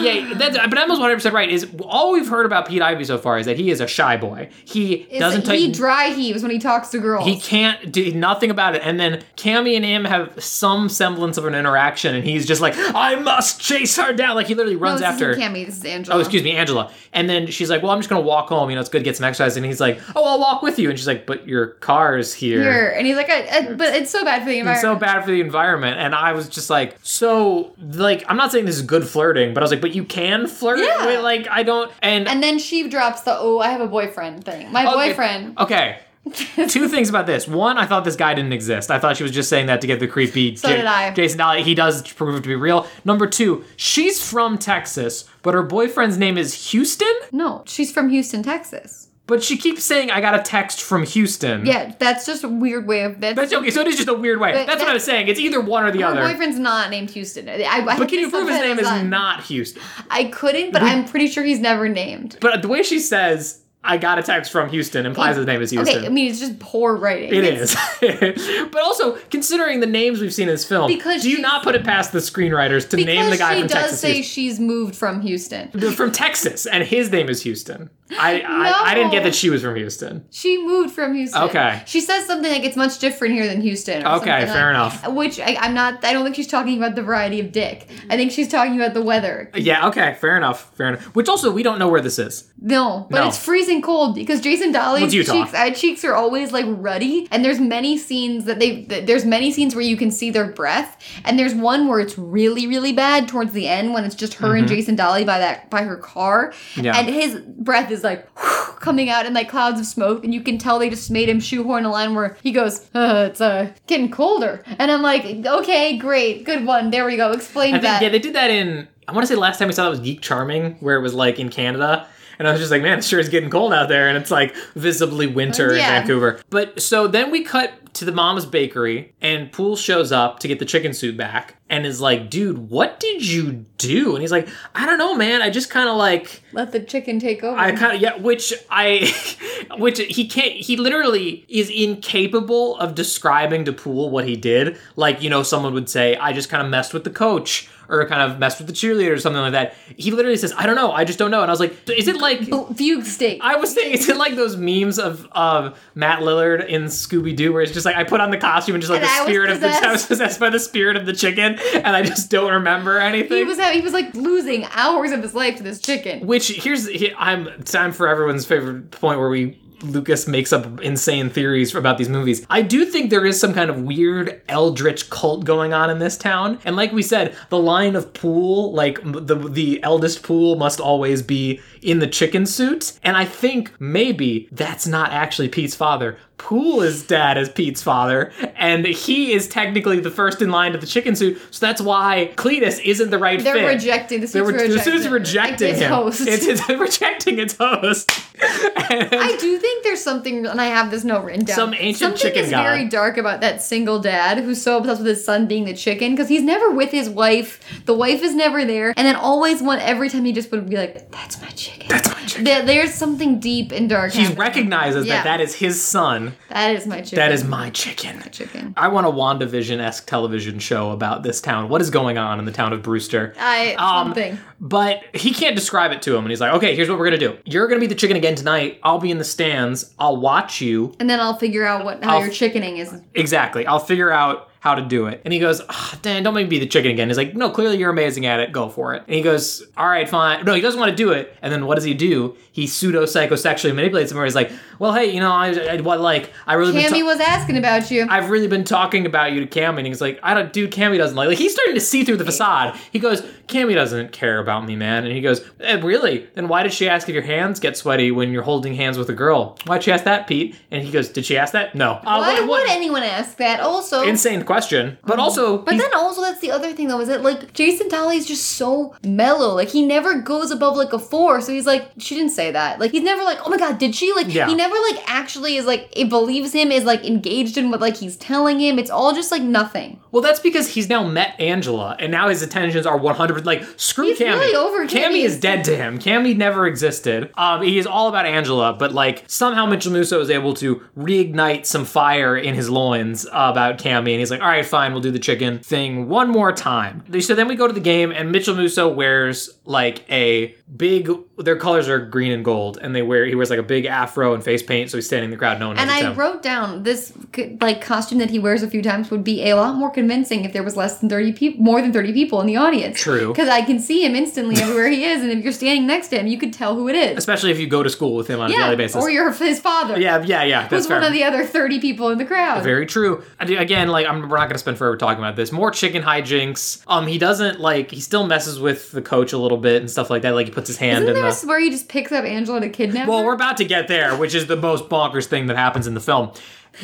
[SPEAKER 2] yeah, that's, uh, but Emma's one hundred percent right. Is all we've heard about Pete Ivy so far is that he is a shy boy. He
[SPEAKER 3] It's
[SPEAKER 2] doesn't
[SPEAKER 3] like
[SPEAKER 2] take.
[SPEAKER 3] he dry heaves when he talks to girls.
[SPEAKER 2] he can't do nothing about it. And then Cammy and him have some semblance of an interaction, and he's just like, "I must chase her down." Like he literally
[SPEAKER 3] no,
[SPEAKER 2] runs
[SPEAKER 3] Oh, this
[SPEAKER 2] after.
[SPEAKER 3] Isn't Cammy, this is Angela.
[SPEAKER 2] Oh, excuse me, Angela. And then she's like, "Well, I'm just gonna walk home. You know, it's good to get some exercise." And he's like, "Oh, I'll walk with you." And she's like, "But your car's here."
[SPEAKER 3] Here. And he's like, I, I, "But it's so bad for the
[SPEAKER 2] It's so
[SPEAKER 3] environment."
[SPEAKER 2] bad for the environment. And I was just like, so like, I'm not saying this is good flirting, but I was like, but you can flirt
[SPEAKER 3] Yeah.
[SPEAKER 2] with like I don't. And,
[SPEAKER 3] And then she drops the "Oh, I have a boyfriend" thing. My
[SPEAKER 2] Okay.
[SPEAKER 3] boyfriend. *laughs*
[SPEAKER 2] Okay. Two things about this. One, I thought this guy didn't exist. I thought she was just saying that to get the creepy
[SPEAKER 3] So did I.
[SPEAKER 2] Jason Dolly. He does prove to be real. Number two, she's from Texas, but her boyfriend's name is Houston.
[SPEAKER 3] No, she's from Houston, Texas.
[SPEAKER 2] But she keeps saying, I got a text from Houston.
[SPEAKER 3] Yeah, that's just a weird way of that's,
[SPEAKER 2] That's okay, so it is just a weird way.
[SPEAKER 3] But
[SPEAKER 2] That's what
[SPEAKER 3] that-
[SPEAKER 2] I was saying. It's either one or the
[SPEAKER 3] her
[SPEAKER 2] other.
[SPEAKER 3] boyfriend's not named Houston. I, I,
[SPEAKER 2] but can you prove his name is not Houston?
[SPEAKER 3] I couldn't, but I'm pretty sure he's never named.
[SPEAKER 2] But the way she says, I got a text from Houston implies his name is Houston.
[SPEAKER 3] Okay, I mean it's just poor writing.
[SPEAKER 2] It
[SPEAKER 3] It's-
[SPEAKER 2] is. *laughs* but also, considering the names we've seen in this film,
[SPEAKER 3] Because
[SPEAKER 2] do you
[SPEAKER 3] she-
[SPEAKER 2] not put it past the screenwriters to
[SPEAKER 3] Because
[SPEAKER 2] name the guy
[SPEAKER 3] she
[SPEAKER 2] from
[SPEAKER 3] does
[SPEAKER 2] Texas?
[SPEAKER 3] say she's moved from Houston.
[SPEAKER 2] Houston? from Texas, and his name is Houston. I, I I didn't get
[SPEAKER 3] No.
[SPEAKER 2] that she was from Houston.
[SPEAKER 3] She moved from Houston.
[SPEAKER 2] Okay.
[SPEAKER 3] She says something like it's much different here than Houston.
[SPEAKER 2] Okay,
[SPEAKER 3] or something like-
[SPEAKER 2] fair enough.
[SPEAKER 3] Which I, I'm not. I don't think she's talking about the variety of dick. I think she's talking about the weather.
[SPEAKER 2] Yeah. Okay. Fair enough. Fair enough. Which also, we don't know where this is.
[SPEAKER 3] No, but
[SPEAKER 2] No.
[SPEAKER 3] it's freezing cold because Jason Dolly's
[SPEAKER 2] It's Utah.
[SPEAKER 3] cheeks, eye cheeks are always like ruddy, and there's many scenes that they that there's many scenes where you can see their breath, and there's one where it's really really bad towards the end when it's just her and Jason Dolly by that by her car,
[SPEAKER 2] Mm-hmm. Yeah.
[SPEAKER 3] and his breath is like *laughs* coming out in like clouds of smoke, and you can tell they just made him shoehorn a line where he goes, uh, "It's uh getting colder," and I'm like, "Okay, great, good one, there we go, explain
[SPEAKER 2] I think
[SPEAKER 3] that."
[SPEAKER 2] yeah, they did that in. I want to say last time we saw that was Geek Charming, where it was like in Canada. And I was just like, man, it sure is getting cold out there, and it's like visibly winter in
[SPEAKER 3] Yeah.
[SPEAKER 2] Vancouver. But so then we cut to the mama's bakery, and Poole shows up to get the chicken suit back, and is like, dude, what did you do? And he's like, I don't know, man. I just kind of like,
[SPEAKER 3] Let the chicken take over.
[SPEAKER 2] I kind of yeah, which I, *laughs* which he can't. He literally is incapable of describing to Poole what he did. Like you know, someone would say, "I just kind of messed with the coach," or kind of messed with the cheerleader, or something like that. He literally says, "I don't know. I just don't know." And I was like, "Is it like?"
[SPEAKER 3] Oh, Fugue steak.
[SPEAKER 2] I was thinking, is it like those memes of of Matt Lillard in Scooby Doo, where it's just like I put on the costume and just like
[SPEAKER 3] And I
[SPEAKER 2] the
[SPEAKER 3] was
[SPEAKER 2] spirit of the *laughs* I was
[SPEAKER 3] possessed.
[SPEAKER 2] possessed by the spirit of the chicken, and I just don't remember anything.
[SPEAKER 3] He was having, he was like losing hours of his life to this chicken.
[SPEAKER 2] Which here's he- I'm time for everyone's favorite point where we Lucas makes up insane theories about these movies. I do think there is some kind of weird eldritch cult going on in this town, and like we said, the line of Pool, like m- the the eldest Pool, must always be in the chicken suit, and I think maybe that's not actually Pete's father. Pool is dad is Pete's father, and he is technically the first in line to the chicken suit, so that's why Cletus isn't the right
[SPEAKER 3] They're
[SPEAKER 2] fit.
[SPEAKER 3] rejecting the
[SPEAKER 2] They
[SPEAKER 3] suits.
[SPEAKER 2] were,
[SPEAKER 3] were
[SPEAKER 2] the suits
[SPEAKER 3] rejecting-
[SPEAKER 2] rejecting
[SPEAKER 3] like, its
[SPEAKER 2] him.
[SPEAKER 3] host.
[SPEAKER 2] It's, it's *laughs* rejecting its host. And-
[SPEAKER 3] *laughs* I do think there's something, and I have this note written down.
[SPEAKER 2] Some ancient
[SPEAKER 3] something
[SPEAKER 2] chicken
[SPEAKER 3] is
[SPEAKER 2] god.
[SPEAKER 3] very dark about that single dad who's so obsessed with his son being the chicken because he's never with his wife. The wife is never there, and then always one every time he just would be like, "That's my chicken." That's
[SPEAKER 2] my chicken.
[SPEAKER 3] there's something deep and dark.
[SPEAKER 2] he
[SPEAKER 3] happening.
[SPEAKER 2] recognizes
[SPEAKER 3] Yeah.
[SPEAKER 2] that that is his son.
[SPEAKER 3] That is my chicken.
[SPEAKER 2] That is my chicken.
[SPEAKER 3] chicken.
[SPEAKER 2] I want a WandaVision esque television show about this town. What is going on in the town of Brewster?
[SPEAKER 3] I
[SPEAKER 2] Um,
[SPEAKER 3] something.
[SPEAKER 2] But he can't describe it to him. And he's like, okay, here's what we're going to do. You're going to be the chicken again tonight. I'll be in the stands. I'll watch you.
[SPEAKER 3] And then I'll figure out what how
[SPEAKER 2] I'll-
[SPEAKER 3] your chickening is.
[SPEAKER 2] Exactly. I'll figure out how to do it. And he goes, oh, Dan, don't make me be the chicken again. He's like, no, clearly you're amazing at it. Go for it. And he goes, all right, fine. No, he doesn't want to do it. And then what does he do? He pseudo psychosexually manipulates him where he's like, well, hey, you know, I, I what, like, I really been
[SPEAKER 3] Cammy
[SPEAKER 2] ta-
[SPEAKER 3] was asking about you.
[SPEAKER 2] I've really been talking about you to Cammy, and he's like, "I don't, dude. Cammy doesn't like." Like he's starting to see through the facade. He goes, "Cammy doesn't care about me, man." And he goes, eh, "Really? Then why did she ask if your hands get sweaty when you're holding hands with a girl? Why'd she ask that, Pete?" And he goes, "Did she ask that? No. Uh,
[SPEAKER 3] Why
[SPEAKER 2] what-
[SPEAKER 3] would
[SPEAKER 2] what-
[SPEAKER 3] anyone ask that? Also,
[SPEAKER 2] insane question. But also,
[SPEAKER 3] but
[SPEAKER 2] he's-
[SPEAKER 3] then also that's the other thing though is that like Jason Dolly is just so mellow. Like he never goes above like a four. So he's like, she didn't say that. Like he's never like, oh my god, did she? Like
[SPEAKER 2] Yeah.
[SPEAKER 3] he never like actually is like it believes him is like engaged in what like he's telling him. It's all just like nothing.
[SPEAKER 2] well, that's because he's now met Angela, and now his attentions are 100. Like screw
[SPEAKER 3] He's
[SPEAKER 2] Cammy.
[SPEAKER 3] really over
[SPEAKER 2] Cammy
[SPEAKER 3] Cammy.
[SPEAKER 2] is dead to him. Cammy never existed. Um, he is all about Angela, but like somehow Mitchell Musso is able to reignite some fire in his loins about Cammy, and he's like, all right, fine, we'll do the chicken thing one more time. So then we go to the game, and Mitchell Musso wears like a big. Their colors are green and gold, and they wear he wears like a big afro and face paint, so he's standing in the crowd. No one knows
[SPEAKER 3] And
[SPEAKER 2] it's
[SPEAKER 3] I
[SPEAKER 2] him.
[SPEAKER 3] wrote down this c- like costume that he wears a few times would be a lot more convincing if there was less than thirty people, more than thirty people in the audience.
[SPEAKER 2] True.
[SPEAKER 3] because I can see him instantly everywhere he is, and if you're standing next to him, you could tell who it is.
[SPEAKER 2] Especially if you go to school with him on a
[SPEAKER 3] Yeah,
[SPEAKER 2] daily basis.
[SPEAKER 3] or you're his father.
[SPEAKER 2] Yeah, yeah, yeah. That's
[SPEAKER 3] who's
[SPEAKER 2] fair.
[SPEAKER 3] one of the other 30 people in the crowd.
[SPEAKER 2] Very true. I do- Again, like I'm, we're not going to spend forever talking about this. More chicken hijinks. Um, he doesn't like. He still messes with the coach a little bit and stuff like that. Like he puts his hand
[SPEAKER 3] Isn't
[SPEAKER 2] in
[SPEAKER 3] there
[SPEAKER 2] the.
[SPEAKER 3] a s- where he just picks up Angela to kidnap
[SPEAKER 2] well,
[SPEAKER 3] her?
[SPEAKER 2] we're about to get there, which is the most bonkers thing that happens in the film.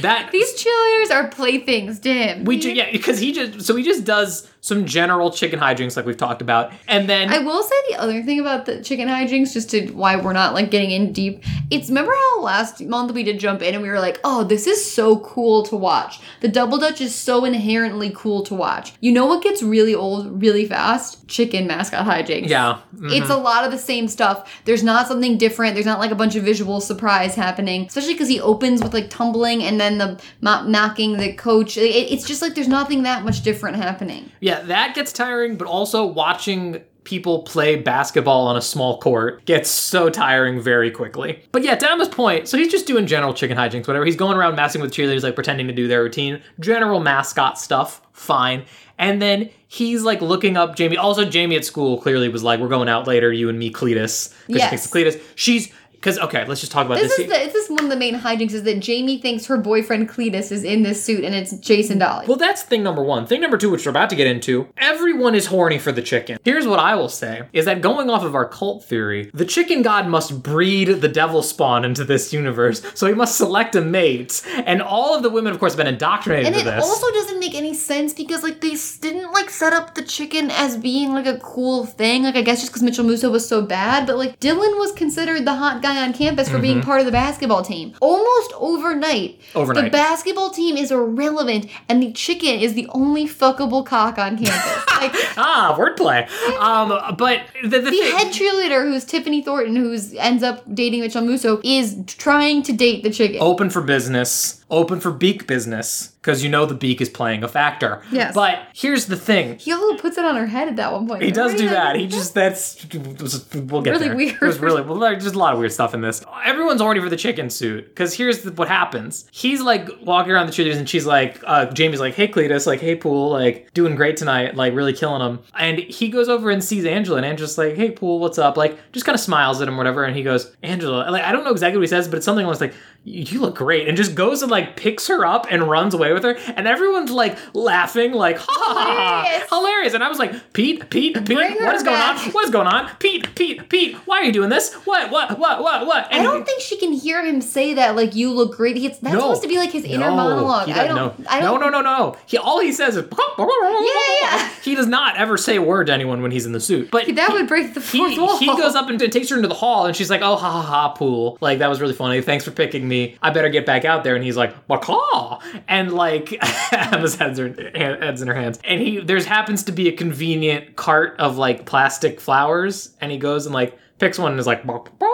[SPEAKER 2] That
[SPEAKER 3] These cheerleaders are playthings to him.
[SPEAKER 2] we
[SPEAKER 3] He-
[SPEAKER 2] ju- yeah, because he just so he just does some general chicken hijinks like we've talked about, and then
[SPEAKER 3] I will say the other thing about the chicken hijinks, just to why we're not like getting in deep, It's remember how last month we did jump in and we were like, oh, this is so cool to watch. The double dutch is so inherently cool to watch. You know what gets really old really fast? Chicken mascot hijinks.
[SPEAKER 2] Yeah.
[SPEAKER 3] It's a lot of the same stuff. There's not something different. There's not like a bunch of visual surprise happening, especially because he opens with like tumbling and then the mo- knocking the coach. It- it's just like there's nothing that much different happening.
[SPEAKER 2] Yeah, that gets tiring, but also watching people play basketball on a small court gets so tiring very quickly. But yeah, to Emma's point, so he's just doing general chicken hijinks, whatever. He's going around messing with cheerleaders, like pretending to do their routine, general mascot stuff, fine. And then he's like looking up Jamie. Also, Jamie at school clearly was like, "We're going out later, you and me, Cletus." 'cause she
[SPEAKER 3] Yes.
[SPEAKER 2] thinks Cletus. She's because okay, let's just talk about this.
[SPEAKER 3] This is the, this is one of the main hijinks is that Jamie thinks her boyfriend Cletus is in this suit and it's Jason Dolly.
[SPEAKER 2] Well, that's thing number one. Thing number two, which we're about to get into, everyone is horny for the chicken. Here's what I will say is that going off of our cult theory, the chicken god must breed the devil spawn into this universe, so he must select a mate. And all of the women, of course, have been indoctrinated
[SPEAKER 3] and
[SPEAKER 2] to
[SPEAKER 3] it
[SPEAKER 2] this.
[SPEAKER 3] also doesn't make any sense because like they s- didn't like set up the chicken as being like a cool thing. Like I guess just because Mitchell Musso was so bad, but like Dylan was considered the hot guy on campus for
[SPEAKER 2] Mm-hmm.
[SPEAKER 3] being part of the basketball team. Almost overnight,
[SPEAKER 2] Overnight.
[SPEAKER 3] the basketball team is irrelevant, and the chicken is the only fuckable cock on campus.
[SPEAKER 2] *laughs*
[SPEAKER 3] like
[SPEAKER 2] ah, wordplay. Um, but the, the
[SPEAKER 3] the
[SPEAKER 2] thing,
[SPEAKER 3] head cheerleader, who's Tiffany Thornton, who's ends up dating Mitchell Musso, is trying to date the chicken.
[SPEAKER 2] open for business, open for beak business, because you know the beak is playing a factor.
[SPEAKER 3] Yes.
[SPEAKER 2] But here's the thing.
[SPEAKER 3] He also puts it on her head at that one point.
[SPEAKER 2] He does do
[SPEAKER 3] Remember?
[SPEAKER 2] that. He just that's we'll get
[SPEAKER 3] Really
[SPEAKER 2] there.
[SPEAKER 3] weird.
[SPEAKER 2] It was really well. There's just a lot of weird stuff in this. Everyone's horny for the chicken suit because here's the, what happens. He's like walking around the cheerleaders and she's like, uh, Jamie's like, "Hey Cletus, like, hey Pool, like, doing great tonight, like, really killing him." And he goes over and sees Angela and Angela's like, "Hey Pool, what's up?" Like, just kind of smiles at him, or whatever. And he goes, "Angela," like, I don't know exactly what he says, but it's something almost like, "You look great," and just goes and like picks her up and runs away with her. And everyone's like laughing, like, "Ha ha ha ha."
[SPEAKER 3] Hilarious.
[SPEAKER 2] hilarious. And I was like, Pete, Pete, Pete,
[SPEAKER 3] Bring her
[SPEAKER 2] what is going on?
[SPEAKER 3] back.
[SPEAKER 2] What is going on? Pete, Pete, Pete, why are you doing this? What, what, what, what, what?
[SPEAKER 3] I don't think she can hear him say that. Like you look great. He's, that's
[SPEAKER 2] No.
[SPEAKER 3] supposed to be like his inner
[SPEAKER 2] No,
[SPEAKER 3] monologue.
[SPEAKER 2] he
[SPEAKER 3] I
[SPEAKER 2] doesn't-
[SPEAKER 3] don't.
[SPEAKER 2] No.
[SPEAKER 3] I don't.
[SPEAKER 2] no, no, no, no. He all he says is. *laughs*
[SPEAKER 3] yeah.
[SPEAKER 2] He does not ever say a word to anyone when he's in the suit. But
[SPEAKER 3] That would break the fourth
[SPEAKER 2] he,
[SPEAKER 3] wall.
[SPEAKER 2] he goes up and t- takes her into the hall, and she's like, "Oh, ha ha ha, pool! Like that was really funny. Thanks for picking me. I better get back out there." And he's like, "Macaw!" And like *laughs* Emma's heads are hand- heads in her hands. And he there's happens to be a convenient cart of like plastic flowers, and he goes and like picks one and is like, "Macaw!"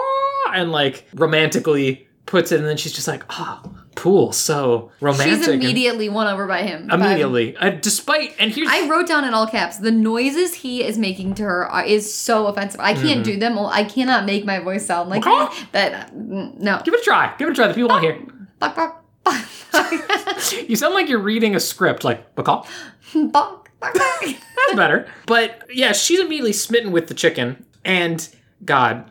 [SPEAKER 2] and like romantically puts it, and then she's just like, "Ah, pool, so romantic."
[SPEAKER 3] *laughs* She's
[SPEAKER 2] and-
[SPEAKER 3] immediately won over by him. by-
[SPEAKER 2] immediately, uh, despite and here's
[SPEAKER 3] I wrote down in all caps the noises he is making to her are, is so offensive. I
[SPEAKER 2] Mm-hmm.
[SPEAKER 3] can't do them. I cannot make my voice sound like
[SPEAKER 2] Macaw?
[SPEAKER 3] that. That mm, no.
[SPEAKER 2] give it a try. Give it a try. The
[SPEAKER 3] Oh.
[SPEAKER 2] people on here.
[SPEAKER 3] Bawk, bawk, bawk, *laughs* bawk,
[SPEAKER 2] You sound like you're reading a script, like macaw.
[SPEAKER 3] bawk, bawk, bawk.
[SPEAKER 2] That's better. But yeah, she's immediately smitten with the chicken. And God,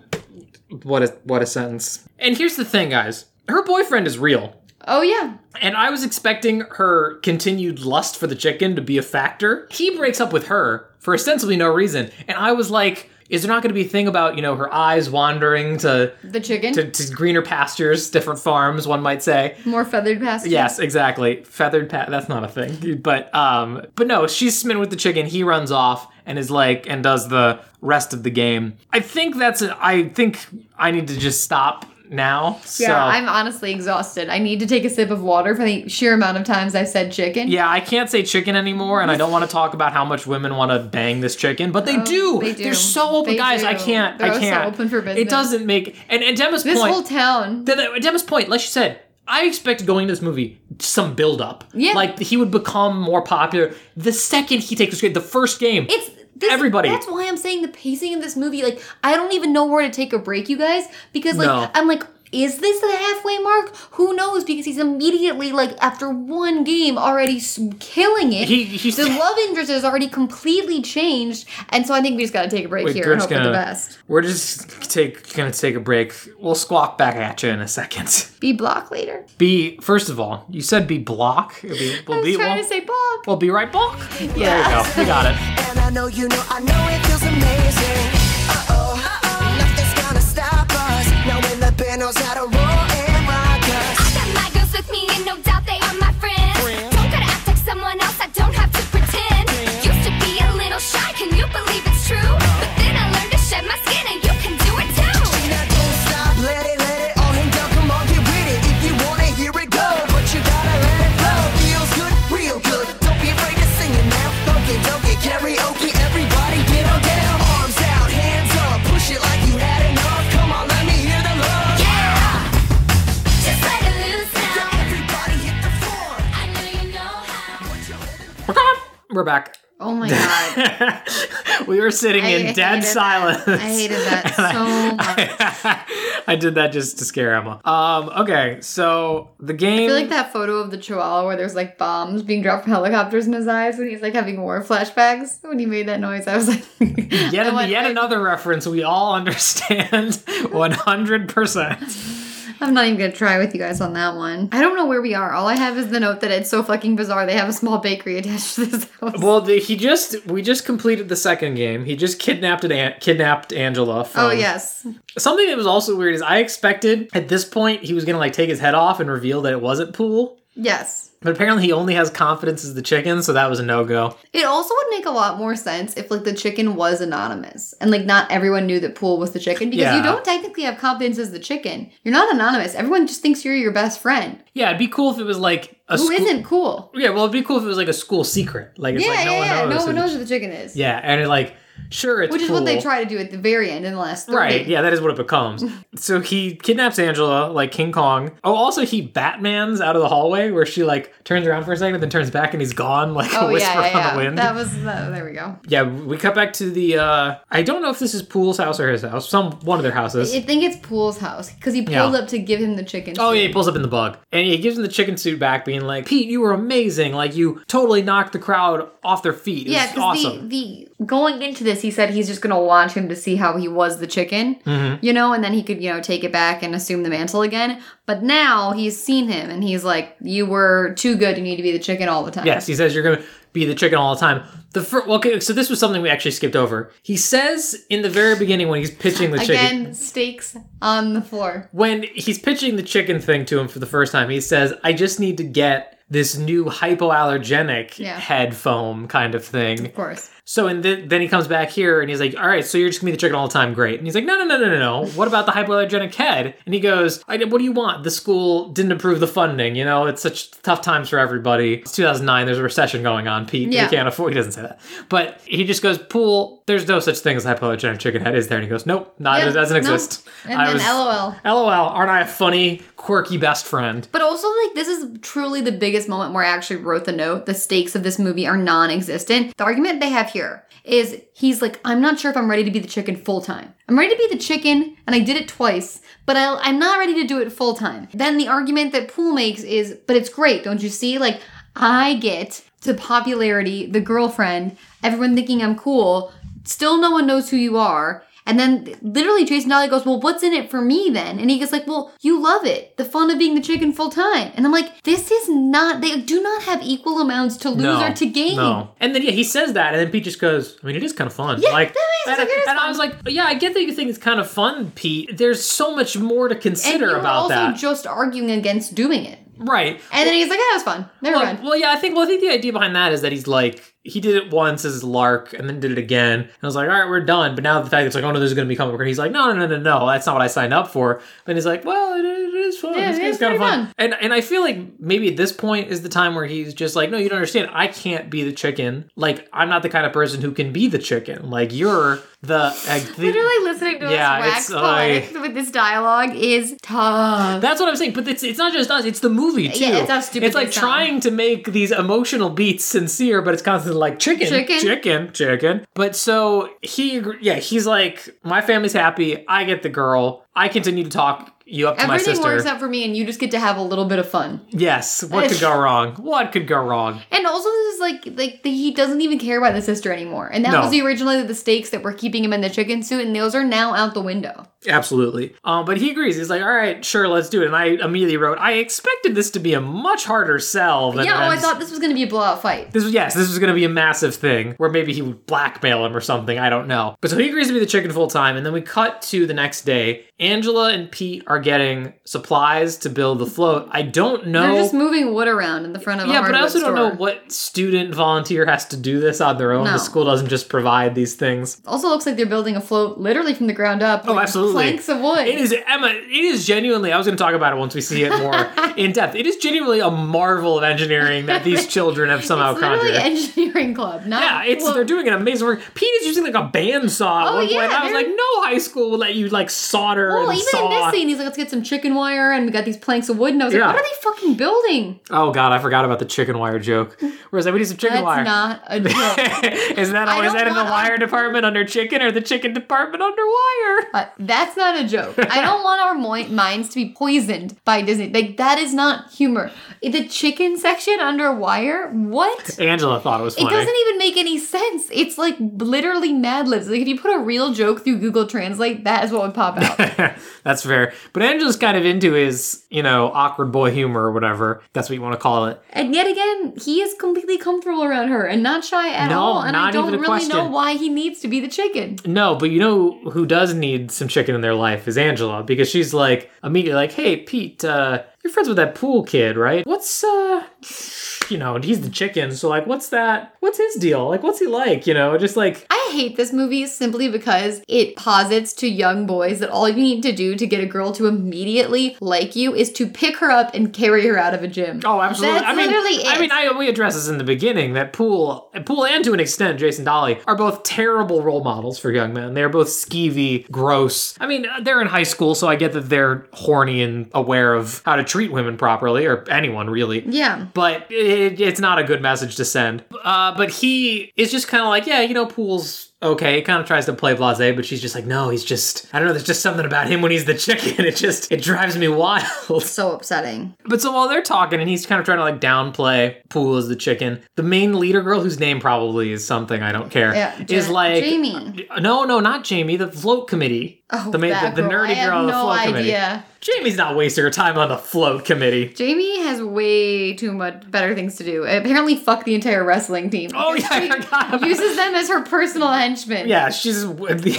[SPEAKER 2] what a what a sentence. And here's the thing, guys. Her boyfriend is real.
[SPEAKER 3] Oh yeah.
[SPEAKER 2] And I was expecting her continued lust for the chicken to be a factor. He breaks up with her for ostensibly no reason. And I was like, is there not going to be a thing about, you know, her eyes wandering to,
[SPEAKER 3] The chicken.
[SPEAKER 2] to, to greener pastures, different farms, one might say?
[SPEAKER 3] More feathered pastures.
[SPEAKER 2] Yes, exactly. Feathered pat that's not a thing. *laughs* But um but no, she's smitten with the chicken, he runs off and is like and does the rest of the game. I think that's it. I think I need to just stop now. So
[SPEAKER 3] Yeah, I'm honestly exhausted. I need to take a sip of water for the sheer amount of times I've said chicken.
[SPEAKER 2] yeah, I can't say chicken anymore, and I don't want to talk about how much women want to bang this chicken, but they do.
[SPEAKER 3] Oh, they do.
[SPEAKER 2] They're so open,
[SPEAKER 3] They
[SPEAKER 2] guys. I
[SPEAKER 3] do.
[SPEAKER 2] can't. I
[SPEAKER 3] They're so
[SPEAKER 2] can't.
[SPEAKER 3] open for
[SPEAKER 2] It
[SPEAKER 3] business.
[SPEAKER 2] doesn't make. And and Emma's
[SPEAKER 3] This
[SPEAKER 2] point.
[SPEAKER 3] whole town.
[SPEAKER 2] The, the, Dema's uh, point, like she said, I expect going to this movie some build up.
[SPEAKER 3] Yeah.
[SPEAKER 2] Like he would become more popular the second he takes the screen, the first game.
[SPEAKER 3] It's this,
[SPEAKER 2] Everybody.
[SPEAKER 3] That's why I'm saying the pacing of this movie. Like, I don't even know where to take a break, you guys, because like
[SPEAKER 2] No.
[SPEAKER 3] I'm like, is this the halfway mark? Who knows? Because he's immediately like after one game already s- killing it.
[SPEAKER 2] He- he's- *laughs*
[SPEAKER 3] the love interest is already completely changed, and so I think we just got to take a break
[SPEAKER 2] Wait,
[SPEAKER 3] here
[SPEAKER 2] Gert's
[SPEAKER 3] and hope for the
[SPEAKER 2] gonna-
[SPEAKER 3] best.
[SPEAKER 2] We're just take gonna take a break. We'll squawk back at you in a second.
[SPEAKER 3] Be block later.
[SPEAKER 2] Be first of all, you said be block. It'll Be,
[SPEAKER 3] I
[SPEAKER 2] we'll,
[SPEAKER 3] was
[SPEAKER 2] be,
[SPEAKER 3] trying
[SPEAKER 2] we'll,
[SPEAKER 3] to say block.
[SPEAKER 2] we'll be right block.
[SPEAKER 3] Yeah.
[SPEAKER 2] There you go. We got it.
[SPEAKER 1] And I know you know, I know it feels amazing. Uh oh, nothing's gonna stop us. Now when the band knows how to roll and rock us.
[SPEAKER 4] Got my girls with me and no doubt they are my friends. Don't gotta act like someone else, I don't have to pretend. Used to be a little shy, can you believe it's true? But then I learned to shed my skin and you can do it too.
[SPEAKER 1] Now don't stop, let it, let it all hang
[SPEAKER 2] We're back.
[SPEAKER 3] Oh
[SPEAKER 2] *laughs*
[SPEAKER 3] my god.
[SPEAKER 2] we were sitting
[SPEAKER 3] I
[SPEAKER 2] in dead
[SPEAKER 3] hated that.
[SPEAKER 2] silence.
[SPEAKER 3] I hated that
[SPEAKER 2] And I-
[SPEAKER 3] so much.
[SPEAKER 2] *laughs* I did that just to scare Emma. Um, okay, so the game.
[SPEAKER 3] I feel like that photo of the chihuahua where there's like bombs being dropped from helicopters in his eyes when he's like having war flashbacks. When he made that noise, I was like, *laughs*
[SPEAKER 2] Yet,
[SPEAKER 3] I went,
[SPEAKER 2] yet
[SPEAKER 3] I-
[SPEAKER 2] another reference we all understand
[SPEAKER 3] *laughs*
[SPEAKER 2] 100%.
[SPEAKER 3] I'm not even gonna try with you guys on that one. I don't know where we are. All I have is the note that it's so fucking bizarre they have a small bakery *laughs* attached to this house.
[SPEAKER 2] Well, the, he just we just completed the second game. He just kidnapped an, an- kidnapped Angela. From,
[SPEAKER 3] oh yes.
[SPEAKER 2] Something that was also weird is I expected at this point he was gonna like take his head off and reveal that it wasn't Pool,
[SPEAKER 3] Yes.
[SPEAKER 2] but apparently he only has confidence as the chicken, so that was a no go.
[SPEAKER 3] It also would make a lot more sense if like the chicken was anonymous and like not everyone knew that Pool was the chicken because
[SPEAKER 2] Yeah.
[SPEAKER 3] you don't technically have confidence as the chicken. You're not anonymous. Everyone just thinks you're your best friend.
[SPEAKER 2] Yeah, it'd be cool if it was like a
[SPEAKER 3] Who
[SPEAKER 2] school.
[SPEAKER 3] isn't cool?
[SPEAKER 2] Yeah, well, it'd be cool if it was like a school secret. Like it's
[SPEAKER 3] yeah,
[SPEAKER 2] like no
[SPEAKER 3] yeah, yeah.
[SPEAKER 2] one knows.
[SPEAKER 3] No one
[SPEAKER 2] and-
[SPEAKER 3] knows who the chicken is.
[SPEAKER 2] Yeah, and it like sure it's
[SPEAKER 3] Which is what they
[SPEAKER 2] Pool.
[SPEAKER 3] try to do at the very end in the last 30. *laughs*
[SPEAKER 2] Right, yeah, that is what it becomes. so he kidnaps Angela, like King Kong. Oh, also he Batmans out of the hallway where she like turns around for a second, then turns back and he's gone, *laughs* like
[SPEAKER 3] Oh
[SPEAKER 2] a whisper
[SPEAKER 3] yeah, yeah, yeah.
[SPEAKER 2] on the wind.
[SPEAKER 3] That was that, there we go.
[SPEAKER 2] yeah, we cut back to the uh I don't know if this is Pool's house or his house, some one of their houses.
[SPEAKER 3] I think it's Pool's house because he pulled
[SPEAKER 2] Yeah.
[SPEAKER 3] up to give him the chicken.
[SPEAKER 2] Oh yeah,
[SPEAKER 3] soup.
[SPEAKER 2] he pulls up in the bug, and he gives him the chicken suit back, being like, "Pete, you were amazing! Like you totally knocked the crowd off their feet. It
[SPEAKER 3] Yeah,
[SPEAKER 2] was
[SPEAKER 3] because
[SPEAKER 2] awesome."
[SPEAKER 3] the, the going into this, he said he's just gonna watch him to see how he was the chicken,
[SPEAKER 2] Mm-hmm.
[SPEAKER 3] you know, and then he could you know take it back and assume the mantle again. But now he's seen him, and he's like, "You were too good. You need to be the chicken all the time."
[SPEAKER 2] Yes, he says you're going to be the chicken all the time. The fir- well, okay, so this was something we actually skipped over. He says in the very beginning when he's pitching the chicken,
[SPEAKER 3] Again, stakes on the floor.
[SPEAKER 2] when he's pitching the chicken thing to him for the first time, he says, "I just need to get this new hypoallergenic
[SPEAKER 3] Yeah.
[SPEAKER 2] head foam kind of thing."
[SPEAKER 3] Of course.
[SPEAKER 2] So and th- then he comes back here and he's like, "All right, so you're just gonna be the chicken all the time, great." And he's like, "No, no, no, no, no, no. What about the hypoallergenic head?" And he goes, I, "What do you want? The school didn't approve the funding. You know, it's such tough times for everybody. It's 2009. There's a recession going on, Pete.
[SPEAKER 3] Yeah.
[SPEAKER 2] We can't afford." He doesn't say that, but he just goes, "Pool, there's no such thing as hypoallergenic chicken head, is there?" And he goes, "Nope, not
[SPEAKER 3] Yeah,
[SPEAKER 2] it doesn't
[SPEAKER 3] no.
[SPEAKER 2] exist."
[SPEAKER 3] And
[SPEAKER 2] I
[SPEAKER 3] then
[SPEAKER 2] was-
[SPEAKER 3] LOL.
[SPEAKER 2] LOL. Aren't I a funny, quirky best friend?
[SPEAKER 3] But also, like, this is truly the biggest moment where I actually wrote the note. The stakes of this movie are non existent. The argument they have here is he's like, I'm not sure if I'm ready to be the chicken full time. I'm ready to be the chicken, and I did it twice, but I'll, I'm not ready to do it full time. Then the argument that Poole makes is, but it's great, don't you see? Like, I get to popularity, the girlfriend, everyone thinking I'm cool, still no one knows who you are. And then literally Jason Dolly goes, Well, what's in it for me then? And he goes like, Well, you love it. The fun of being the chicken full time. And I'm like, this is not they do not have equal amounts to lose or to gain.
[SPEAKER 2] No. And then yeah, he says that, and then Pete just goes, "I mean, it is kind of fun."
[SPEAKER 3] Yeah,
[SPEAKER 2] like,
[SPEAKER 3] that is-
[SPEAKER 2] and, I-
[SPEAKER 3] it is
[SPEAKER 2] and I
[SPEAKER 3] fun.
[SPEAKER 2] was like, "Yeah, I get that you think it's kind of fun, Pete. There's so much more to
[SPEAKER 3] And
[SPEAKER 2] consider
[SPEAKER 3] you were
[SPEAKER 2] about
[SPEAKER 3] also
[SPEAKER 2] that,
[SPEAKER 3] just arguing against doing it.
[SPEAKER 2] right?"
[SPEAKER 3] And then he's like, Yeah, that was fun. Never
[SPEAKER 2] Well,
[SPEAKER 3] mind.
[SPEAKER 2] well, yeah, I think. Well, I think the idea behind that is that he's like he did it once as Lark, and then did it again. And I was like, "All right, we're done." But now the fact it's like, "Oh no, there's going to be comic book," he's like, "No, no, no, no, no. That's not what I signed up for." Then he's like, "Well, it, it is fun.
[SPEAKER 3] Yeah,
[SPEAKER 2] This
[SPEAKER 3] it
[SPEAKER 2] game's
[SPEAKER 3] is
[SPEAKER 2] kinda
[SPEAKER 3] pretty fun.
[SPEAKER 2] And and I feel like maybe at this point is the time where he's just like, no, you don't understand. I can't be the chicken. Like I'm not the kind of person who can be the chicken. Like you're the. Like, the-
[SPEAKER 3] Literally listening to
[SPEAKER 2] Yeah,
[SPEAKER 3] us wax
[SPEAKER 2] it's, like-
[SPEAKER 3] poetic with this dialogue is tough.
[SPEAKER 2] That's what I'm saying, but it's it's not just us; it's the movie too.
[SPEAKER 3] Yeah, it's how stupid
[SPEAKER 2] It's like
[SPEAKER 3] they sound.
[SPEAKER 2] trying to make these emotional beats sincere, but it's constantly like chicken,
[SPEAKER 3] Chicken.
[SPEAKER 2] chicken, chicken. But so he, agr- yeah, he's like, my family's happy. I get the girl. I continue to talk you up to my
[SPEAKER 3] Everything
[SPEAKER 2] sister.
[SPEAKER 3] works out for me and you just get to have a little bit of fun.
[SPEAKER 2] Yes, what could
[SPEAKER 3] *laughs*
[SPEAKER 2] go wrong? What could go wrong?
[SPEAKER 3] And also, this is like like the, he doesn't even care about the sister anymore, and that
[SPEAKER 2] No.
[SPEAKER 3] was the originally the stakes that were keeping him in the chicken suit, and those are now out the window.
[SPEAKER 2] Absolutely. Um, but he agrees. He's like, all right, sure, let's do it. And I immediately wrote, I expected this to be a much harder sell than
[SPEAKER 3] yeah, oh, I
[SPEAKER 2] ends-
[SPEAKER 3] thought this was gonna be a blowout fight.
[SPEAKER 2] This was yes, this was going to be a massive thing where maybe he would blackmail him or something. I don't know. But so he agrees to be the chicken full time, and then we cut to the next day. Angela and Pete are getting supplies to build the float. I don't know.
[SPEAKER 3] They're just moving wood around in the front of a
[SPEAKER 2] yeah, but I
[SPEAKER 3] hardwood
[SPEAKER 2] also don't know
[SPEAKER 3] store.
[SPEAKER 2] what student volunteer has to do this on their own.
[SPEAKER 3] No.
[SPEAKER 2] The school doesn't just provide these things.
[SPEAKER 3] Also, looks like they're building a float literally from the ground up.
[SPEAKER 2] Oh,
[SPEAKER 3] like,
[SPEAKER 2] absolutely
[SPEAKER 3] planks of wood.
[SPEAKER 2] It is Emma. It is genuinely. I was going to talk about it once we see it
[SPEAKER 3] *laughs*
[SPEAKER 2] more in depth. It is genuinely a marvel of engineering that
[SPEAKER 3] *laughs*
[SPEAKER 2] these children have somehow
[SPEAKER 3] It's literally
[SPEAKER 2] conjured.
[SPEAKER 3] *laughs* engineering club. Not
[SPEAKER 2] yeah, it's
[SPEAKER 3] well,
[SPEAKER 2] they're doing an amazing work. Pete is using like a bandsaw. at
[SPEAKER 3] Oh,
[SPEAKER 2] one point.
[SPEAKER 3] yeah,
[SPEAKER 2] I was
[SPEAKER 3] they're-
[SPEAKER 2] like, no high school would let you like solder
[SPEAKER 3] Well,
[SPEAKER 2] and
[SPEAKER 3] even
[SPEAKER 2] saw.
[SPEAKER 3] in this scene, he's like, "Let's get some chicken wire," and we got these planks of wood. And I was
[SPEAKER 2] Yeah.
[SPEAKER 3] like, "What are they fucking building?"
[SPEAKER 2] Oh god, I forgot about the chicken wire joke. *laughs* Whereas like, we need some chicken
[SPEAKER 3] That's
[SPEAKER 2] wire.
[SPEAKER 3] not a joke.
[SPEAKER 2] *laughs* is that
[SPEAKER 3] I
[SPEAKER 2] is
[SPEAKER 3] don't
[SPEAKER 2] that in the
[SPEAKER 3] want-
[SPEAKER 2] wire department under chicken or the chicken department under wire?
[SPEAKER 3] Uh, that's not a joke.
[SPEAKER 2] *laughs*
[SPEAKER 3] I don't want our moi- minds to be poisoned by Disney. Like that is not humor. The chicken section under wire. What?
[SPEAKER 2] Angela thought it was
[SPEAKER 3] It
[SPEAKER 2] funny.
[SPEAKER 3] doesn't even make any sense. It's like literally Mad Libs. Like if you put a real joke through Google Translate, that is what would pop out.
[SPEAKER 2] *laughs* That's fair. But Angela's kind of into his, you know, awkward boy humor or whatever. That's what you want to call it.
[SPEAKER 3] and yet again, he is completely comfortable around her and not shy at
[SPEAKER 2] No,
[SPEAKER 3] all. And I
[SPEAKER 2] not
[SPEAKER 3] don't
[SPEAKER 2] even a
[SPEAKER 3] really know
[SPEAKER 2] question.
[SPEAKER 3] why he needs to be the chicken.
[SPEAKER 2] No, but you know who does need some chicken in their life is Angela because she's like immediately like, "Hey, Pete, uh, you're friends with that pool kid, right? What's uh, you know, and he's the chicken, so like, what's that? What's his deal? Like, what's he like? You know, just like
[SPEAKER 3] I hate this movie simply because it posits to young boys that all you need to do to get a girl to immediately like you is to pick her up and carry her out of a gym.
[SPEAKER 2] Oh, absolutely.
[SPEAKER 3] That's
[SPEAKER 2] I mean,
[SPEAKER 3] literally
[SPEAKER 2] I
[SPEAKER 3] it.
[SPEAKER 2] mean, I, we address this in the beginning that Poole, Poole, and to an extent, Jason Dolly are both terrible role models for young men. They are both skeevy, gross. I mean, uh, they're in high school, so I get that they're horny and aware of how to treat women properly, or anyone really.
[SPEAKER 3] yeah.
[SPEAKER 2] But it, it's not a good message to send. Uh, but he is just kind of like, yeah, you know, Poole's okay. He kind of tries to play blase, but she's just like, no, he's just, I don't know, there's just something about him when he's the chicken. *laughs* It just, it drives me wild. *laughs*
[SPEAKER 3] So upsetting.
[SPEAKER 2] But so while they're talking and he's kind of trying to like downplay Pool as the chicken, the main leader girl, whose name probably is something I don't care,
[SPEAKER 3] Yeah,
[SPEAKER 2] is
[SPEAKER 3] Ja-
[SPEAKER 2] like
[SPEAKER 3] Jamie.
[SPEAKER 2] No, no, not Jamie. The float committee.
[SPEAKER 3] Oh,
[SPEAKER 2] the, main-
[SPEAKER 3] that
[SPEAKER 2] the, the
[SPEAKER 3] girl.
[SPEAKER 2] nerdy
[SPEAKER 3] I have
[SPEAKER 2] girl on the
[SPEAKER 3] no
[SPEAKER 2] float committee.
[SPEAKER 3] idea.
[SPEAKER 2] Jamie's not wasting her time on the float committee.
[SPEAKER 3] Jamie has way too much better things to do. Apparently, fuck the entire wrestling team.
[SPEAKER 2] Oh yeah, I
[SPEAKER 3] She
[SPEAKER 2] forgot. about-
[SPEAKER 3] uses them as her personal henchmen.
[SPEAKER 2] yeah, she's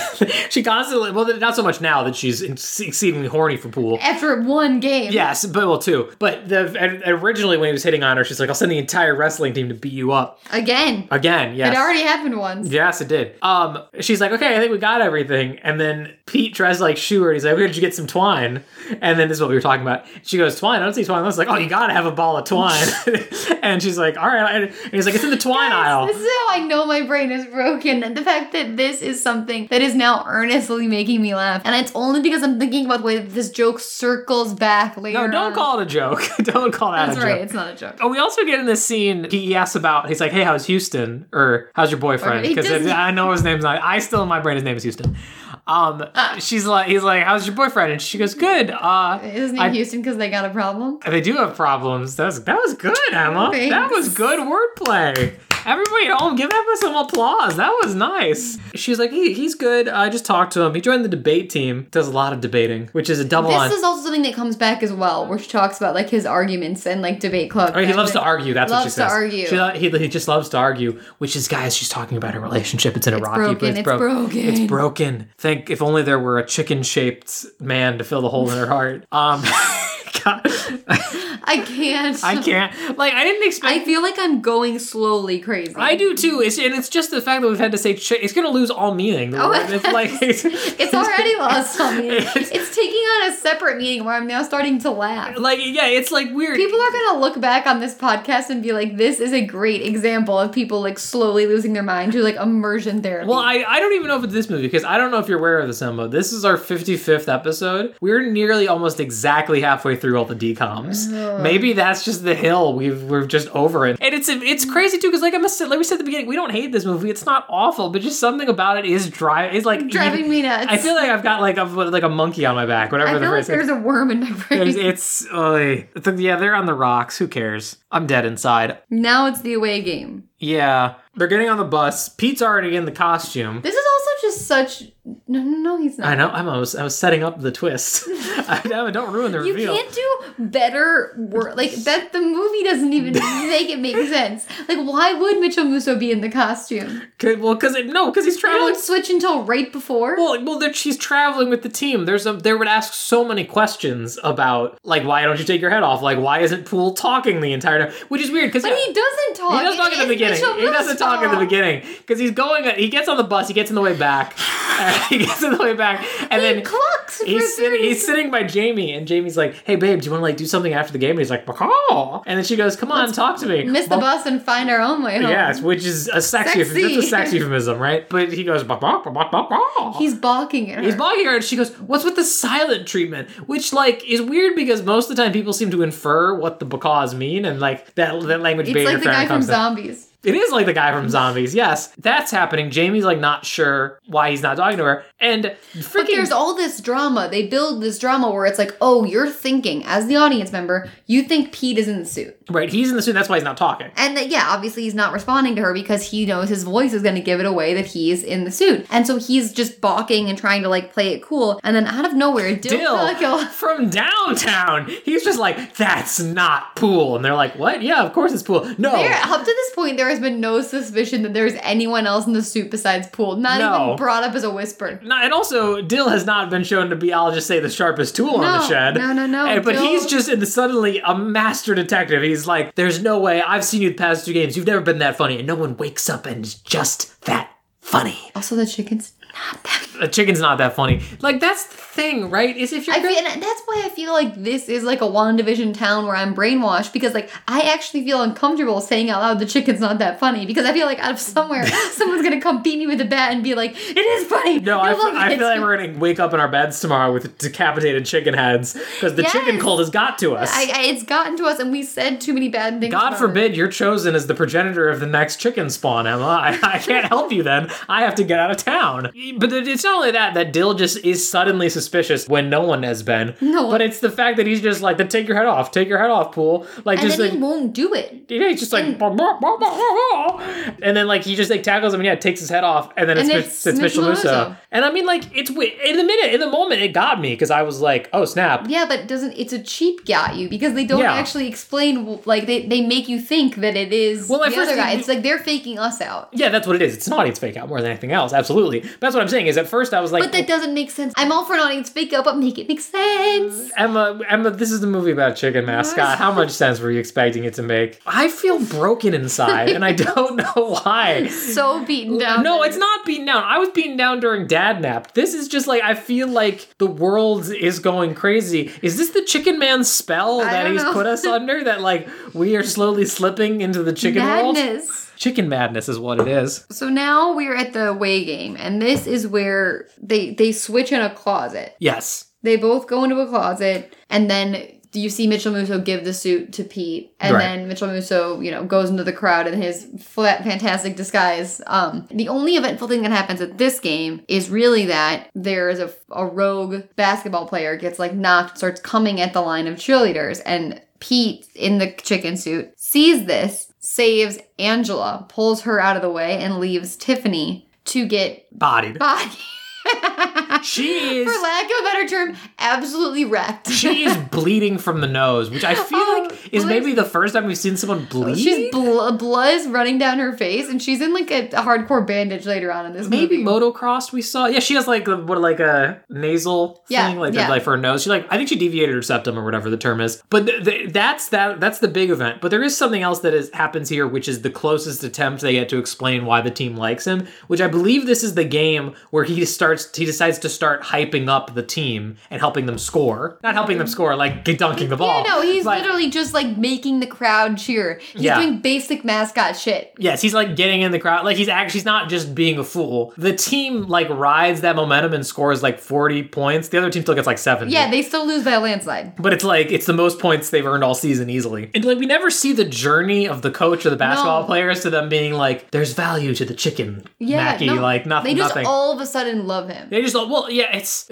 [SPEAKER 2] *laughs* she constantly. Well, not so much now that she's exceedingly horny for Pool.
[SPEAKER 3] After one game.
[SPEAKER 2] Yes, but well, too. But the and originally when he was hitting on her, she's like, "I'll send the entire wrestling team to beat you up
[SPEAKER 3] Again.
[SPEAKER 2] again." Yes,
[SPEAKER 3] It already happened once.
[SPEAKER 2] Yes, it did. Um, she's like, okay, I think we got everything. And then Pete tries to like shoe her. He's like, where did you get some twine? And then this is what we were talking about. She goes, twine. I don't see twine. I was like, oh, you gotta have a ball of twine. *laughs* and she's like, all right. And he's like, it's in the twine aisle.
[SPEAKER 3] This is how I know my brain is broken. And the fact that this is something that is now earnestly making me laugh. And it's only because I'm thinking about the way that this joke circles back later.
[SPEAKER 2] no, don't
[SPEAKER 3] on.
[SPEAKER 2] call it a joke. *laughs* don't call that
[SPEAKER 3] That's
[SPEAKER 2] a
[SPEAKER 3] right,
[SPEAKER 2] joke.
[SPEAKER 3] it's not a joke.
[SPEAKER 2] Oh, we also get in this scene. He asks about. He's like, "Hey, how's Houston? Or how's your boyfriend?"
[SPEAKER 3] Or he
[SPEAKER 2] Because
[SPEAKER 3] doesn't-
[SPEAKER 2] I know his name's not. I still in my brain his name is Houston. Um,
[SPEAKER 3] Ah.
[SPEAKER 2] she's like, he's like, "How's your boyfriend?" And she goes, "Good." Uh,
[SPEAKER 3] Isn't it
[SPEAKER 2] I-
[SPEAKER 3] Houston because they got a problem?
[SPEAKER 2] They do have problems. That was, that was good, Emma. That
[SPEAKER 3] Oh, Thanks.
[SPEAKER 2] was good wordplay. Everybody at home, give Emma some applause. That was nice. She's like, he, he's good. I just talked to him. He joined the debate team. Does a lot of debating, which is a double on.
[SPEAKER 3] This is also something that comes back as well, where she talks about like his arguments and like debate club.
[SPEAKER 2] I mean, Oh, he loves to argue. That's what she
[SPEAKER 3] Loves to
[SPEAKER 2] says.
[SPEAKER 3] argue.
[SPEAKER 2] She lo- he, he just loves to argue. Which is, guys, she's talking about her relationship. It's in a rocky
[SPEAKER 3] broken,
[SPEAKER 2] place.
[SPEAKER 3] it's
[SPEAKER 2] broke-
[SPEAKER 3] broken.
[SPEAKER 2] It's broken. Think if only there were a chicken-shaped man to fill the hole in her heart. Um, *laughs* God,
[SPEAKER 3] I can't.
[SPEAKER 2] I can't. Like, I didn't expect.
[SPEAKER 3] *laughs* I feel like I'm going slowly crazy.
[SPEAKER 2] I do too. It's, and it's just the fact that we've had to say chi- it's going to lose all meaning.
[SPEAKER 3] Oh,
[SPEAKER 2] it's like
[SPEAKER 3] *laughs* It's already lost on
[SPEAKER 2] *laughs*
[SPEAKER 3] me.
[SPEAKER 2] It's-
[SPEAKER 3] It's taking on a separate meaning where I'm now starting to laugh.
[SPEAKER 2] like yeah, it's like weird.
[SPEAKER 3] People are gonna look back on this podcast and be like, "This is a great example of people like slowly losing their mind through like immersion therapy."
[SPEAKER 2] well, I, I don't even know if it's this movie because I don't know if you're aware of this, Emma. This is our 55th episode. We're nearly almost exactly halfway through all the
[SPEAKER 3] *sighs*
[SPEAKER 2] decoms. Maybe that's just the hill we've we're just over it. And it's it's crazy too because like I must like we said at the beginning, we don't hate this movie. It's not awful, but just something about it is drive is like
[SPEAKER 3] driving me nuts.
[SPEAKER 2] I feel like I've got like a like a monkey on my back. Whatever
[SPEAKER 3] I
[SPEAKER 2] the
[SPEAKER 3] feel like
[SPEAKER 2] phrase is.
[SPEAKER 3] there's a worm in my
[SPEAKER 2] *laughs*
[SPEAKER 3] brain.
[SPEAKER 2] There's, it's oy. Th- yeah, they're on the rocks. Who cares? I'm dead inside.
[SPEAKER 3] now it's the away game.
[SPEAKER 2] Yeah, they're getting on the bus. Pete's already in the costume.
[SPEAKER 3] This is also just such. No, no, no, he's not.
[SPEAKER 2] I know. I'm, I was I was setting up the twist. *laughs* I know, don't ruin the
[SPEAKER 3] You
[SPEAKER 2] reveal.
[SPEAKER 3] can't do better work. Like that, the movie doesn't
[SPEAKER 2] *laughs*
[SPEAKER 3] even make it make sense. Like, why would Mitchell Musso be in the costume?
[SPEAKER 2] Cause, well, because no, because he's
[SPEAKER 3] They
[SPEAKER 2] traveling.
[SPEAKER 3] don't switch until right before.
[SPEAKER 2] Well, well, they're- she's traveling with the team. There's a there would ask so many questions about like why don't you take your head off? Like why isn't Poole talking the entire time? Which is weird because
[SPEAKER 3] but he doesn't talk.
[SPEAKER 2] He doesn't
[SPEAKER 3] It
[SPEAKER 2] talk at the
[SPEAKER 3] is
[SPEAKER 2] beginning.
[SPEAKER 3] Mitchell
[SPEAKER 2] He doesn't talk at the
[SPEAKER 3] Musso. *sighs*
[SPEAKER 2] beginning because he's going. He gets on the bus. He gets on the way back, *laughs* back. He gets on the way back, and then
[SPEAKER 3] clucks for
[SPEAKER 2] he's sitting. He's sitting by Jamie, and Jamie's like, "Hey, babe, do you want to like do something after the game?" And he's like, "Macaw," and then she goes, "Come on, talk to me."
[SPEAKER 3] Miss the bus and find our
[SPEAKER 2] *laughs*
[SPEAKER 3] own way home.
[SPEAKER 2] Yes, which is a sex
[SPEAKER 3] Sexy.
[SPEAKER 2] euphemism. That's a sex euphemism, right? But he goes, bah, bah, bah, bah, bah, bah.
[SPEAKER 3] He's balking at her.
[SPEAKER 2] He's mocking her, and she goes, "What's with the silent treatment?" Which, like, is weird because most of the time people seem to infer what the macaws mean, and like that that language
[SPEAKER 3] It's
[SPEAKER 2] barrier
[SPEAKER 3] like the
[SPEAKER 2] kinda
[SPEAKER 3] guy from
[SPEAKER 2] comes in.
[SPEAKER 3] Zombies.
[SPEAKER 2] It is like the guy from Zombies. Yes, that's happening. Jamie's like not sure why he's not talking to her, and
[SPEAKER 3] But
[SPEAKER 2] freaking
[SPEAKER 3] there's all this drama. They build this drama where it's like, oh, you're thinking, as the audience member, you think Pete is in the suit.
[SPEAKER 2] right. He's in the suit. That's why he's not talking.
[SPEAKER 3] And that, yeah, obviously he's not responding to her because he knows his voice is going to give it away that he's in the suit. And so he's just balking and trying to like play it cool. And then out of nowhere, Dill,
[SPEAKER 2] Dill
[SPEAKER 3] Felico-
[SPEAKER 2] from downtown. He's just like, "That's not pool," and they're like, "What? Yeah, of course it's pool." No,
[SPEAKER 3] There, up to this point, there has been no suspicion that there's anyone else in the suit besides Pool. Not
[SPEAKER 2] No.
[SPEAKER 3] even brought up as a whisper.
[SPEAKER 2] No, and also Dill has not been shown to be, I'll just say, the sharpest tool on the
[SPEAKER 3] No,
[SPEAKER 2] shed.
[SPEAKER 3] no, no, no,
[SPEAKER 2] And- but
[SPEAKER 3] Dill-
[SPEAKER 2] he's just in the, suddenly a master detective. He's like, "There's no way. I've seen you the past two games. You've never been that funny, and no one wakes up and is just that funny.
[SPEAKER 3] Also, the chicken's not that
[SPEAKER 2] A chicken's not that funny. Like that's the thing, right? Is if you're
[SPEAKER 3] I
[SPEAKER 2] gonna-
[SPEAKER 3] feel, and that's why I feel like this is like a WandaVision town where I'm brainwashed because like I actually feel uncomfortable saying out loud the chicken's not that funny because I feel like out
[SPEAKER 2] *laughs*
[SPEAKER 3] of somewhere someone's gonna come beat me with a bat and be like it is funny.
[SPEAKER 2] No, I,
[SPEAKER 3] love
[SPEAKER 2] I
[SPEAKER 3] it."
[SPEAKER 2] feel like we're gonna wake up in our beds tomorrow with decapitated chicken heads because the
[SPEAKER 3] Yes.
[SPEAKER 2] chicken cult has got to us.
[SPEAKER 3] *laughs* I, I, it's gotten to us and we said too many bad things.
[SPEAKER 2] God
[SPEAKER 3] about
[SPEAKER 2] forbid you're chosen as the progenitor of the next chicken spawn, Emma. *laughs* I, I can't help you then. I have to get out of town. But it- it's not only that that Dill just is suddenly suspicious when no one has been.
[SPEAKER 3] No one-
[SPEAKER 2] But it's the fact that he's just like, then take your head off, take your head off, pool. Like
[SPEAKER 3] it. And
[SPEAKER 2] just
[SPEAKER 3] then
[SPEAKER 2] like
[SPEAKER 3] he won't do it.
[SPEAKER 2] yeah, he's just like, "Bah, bah, bah, bah, bah, bah." and then like he just like tackles him and yeah, takes his head off, and then it's,
[SPEAKER 3] And
[SPEAKER 2] it's,
[SPEAKER 3] it's
[SPEAKER 2] it's
[SPEAKER 3] Mitch
[SPEAKER 2] Mitch Lusso.
[SPEAKER 3] Meluso.
[SPEAKER 2] And I mean, like it's wi- in the minute, in the moment, it got me because I was like, oh snap,
[SPEAKER 3] Yeah, but it doesn't it's a cheap got you because they don't
[SPEAKER 2] Yeah.
[SPEAKER 3] actually explain like they, they make you think that it is
[SPEAKER 2] Well,
[SPEAKER 3] well,
[SPEAKER 2] my
[SPEAKER 3] the
[SPEAKER 2] first
[SPEAKER 3] other guy.
[SPEAKER 2] thing-
[SPEAKER 3] It's like they're faking us out.
[SPEAKER 2] yeah, that's what it is. It's an audience fake out more than anything else. Absolutely, but that's what I'm saying. Is at first I was like,
[SPEAKER 3] But that doesn't make sense. I'm all for an audience fake up, but make it make sense.
[SPEAKER 2] Emma, Emma, this is the movie about chicken mascot. How much sense were you expecting it to make? I feel broken inside, and
[SPEAKER 3] *laughs*
[SPEAKER 2] I don't know why. *laughs*
[SPEAKER 3] so beaten down.
[SPEAKER 2] No, it's not beaten down. I was beaten down during Dad Nap. This is just like I feel like the world is going crazy. Is this the Chicken Man spell that
[SPEAKER 3] don't
[SPEAKER 2] he's
[SPEAKER 3] know.
[SPEAKER 2] put us under? That like we are slowly slipping into the chicken world.
[SPEAKER 3] madness.
[SPEAKER 2] Chicken madness is what it is.
[SPEAKER 3] So now we're at the away game, and this is where they they switch in a closet.
[SPEAKER 2] Yes.
[SPEAKER 3] They both go into a closet, and then you see Mitchell Musso give the suit to Pete, and
[SPEAKER 2] Right.
[SPEAKER 3] then Mitchell Musso, you know, goes into the crowd in his flat, fantastic disguise. Um, the only eventful thing that happens at this game is really that there is a, a rogue basketball player gets like knocked, starts coming at the line of cheerleaders, and Pete in the chicken suit sees this, saves Angela, pulls her out of the way, and leaves Tiffany to get
[SPEAKER 2] Bodied.
[SPEAKER 3] *laughs* body.
[SPEAKER 2] She
[SPEAKER 3] For
[SPEAKER 2] is
[SPEAKER 3] lack of a better term, absolutely wrecked.
[SPEAKER 2] she is bleeding from the nose, which
[SPEAKER 3] *laughs*
[SPEAKER 2] I feel
[SPEAKER 3] Oh,
[SPEAKER 2] like is
[SPEAKER 3] please.
[SPEAKER 2] maybe the first time we've seen someone bleed.
[SPEAKER 3] She's bl- blood is running down her face, and she's in like a, a hardcore bandage later on in this
[SPEAKER 2] Maybe
[SPEAKER 3] movie.
[SPEAKER 2] motocross we saw. Yeah, she has like a, what like a nasal
[SPEAKER 3] Yeah,
[SPEAKER 2] thing, like
[SPEAKER 3] yeah.
[SPEAKER 2] like for her nose. She like I think she deviated her septum or whatever the term is. But th- th- that's that that's the big event. But there is something else that is happens here, which is the closest attempt they get to explain why the team likes him. Which I believe this is the game where he starts he decides to start hyping up the team and helping them score, not helping them score like dunking the ball.
[SPEAKER 3] yeah, no, he's
[SPEAKER 2] but-
[SPEAKER 3] literally just like making the crowd cheer. He's
[SPEAKER 2] Yeah.
[SPEAKER 3] doing basic mascot shit.
[SPEAKER 2] Yes, he's like getting in the crowd. Like he's actually he's not just being a fool. The team like rides that momentum and scores like 40 points. The other team still gets like 70.
[SPEAKER 3] Yeah, they still lose by a landslide.
[SPEAKER 2] but it's like it's the most points they've earned all season easily. And like we never see the journey of the coach or the basketball
[SPEAKER 3] No.
[SPEAKER 2] players to them being like there's value to the chicken.
[SPEAKER 3] Yeah,
[SPEAKER 2] Mackie,
[SPEAKER 3] no,
[SPEAKER 2] like nothing
[SPEAKER 3] They just
[SPEAKER 2] nothing.
[SPEAKER 3] all of a sudden love him,
[SPEAKER 2] they just like, well, yeah, it's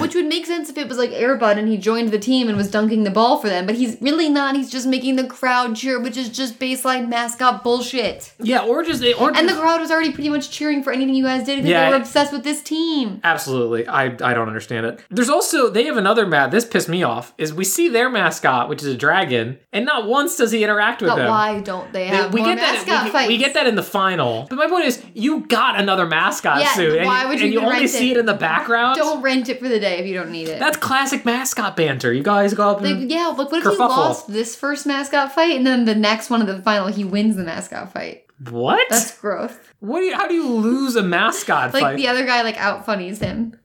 [SPEAKER 3] which would make sense if it was like Airbud and he joined the team and was dunking the ball for them. But he's really not. He's just making the crowd cheer, which is just baseline mascot bullshit.
[SPEAKER 2] yeah, or just or
[SPEAKER 3] And the crowd was already pretty much cheering for anything you guys did because
[SPEAKER 2] Yeah,
[SPEAKER 3] they were
[SPEAKER 2] I-
[SPEAKER 3] obsessed with this team.
[SPEAKER 2] Absolutely. I, I don't understand it. There's also they have another mat this pissed me off is we see their mascot, which is a dragon, and not once does he interact with
[SPEAKER 3] But
[SPEAKER 2] them.
[SPEAKER 3] why don't they
[SPEAKER 2] Yeah,
[SPEAKER 3] have more mascot
[SPEAKER 2] that, we,
[SPEAKER 3] fights?
[SPEAKER 2] we get that in the final. But my point is, you got another mascot
[SPEAKER 3] Yeah,
[SPEAKER 2] suit. and
[SPEAKER 3] why would you
[SPEAKER 2] and you
[SPEAKER 3] even
[SPEAKER 2] only
[SPEAKER 3] rent
[SPEAKER 2] see
[SPEAKER 3] it?
[SPEAKER 2] it in the background?
[SPEAKER 3] Don't rent it for the day if you don't need it.
[SPEAKER 2] That's classic mascot banter. You guys go up
[SPEAKER 3] Like,
[SPEAKER 2] and.
[SPEAKER 3] yeah, like what if he
[SPEAKER 2] Kerfuffle.
[SPEAKER 3] lost this first mascot fight and then the next one of the final he wins the mascot fight?
[SPEAKER 2] What?
[SPEAKER 3] That's growth.
[SPEAKER 2] what? Do you, how do you lose a mascot
[SPEAKER 3] Like
[SPEAKER 2] fight?
[SPEAKER 3] the other guy like out funnies him.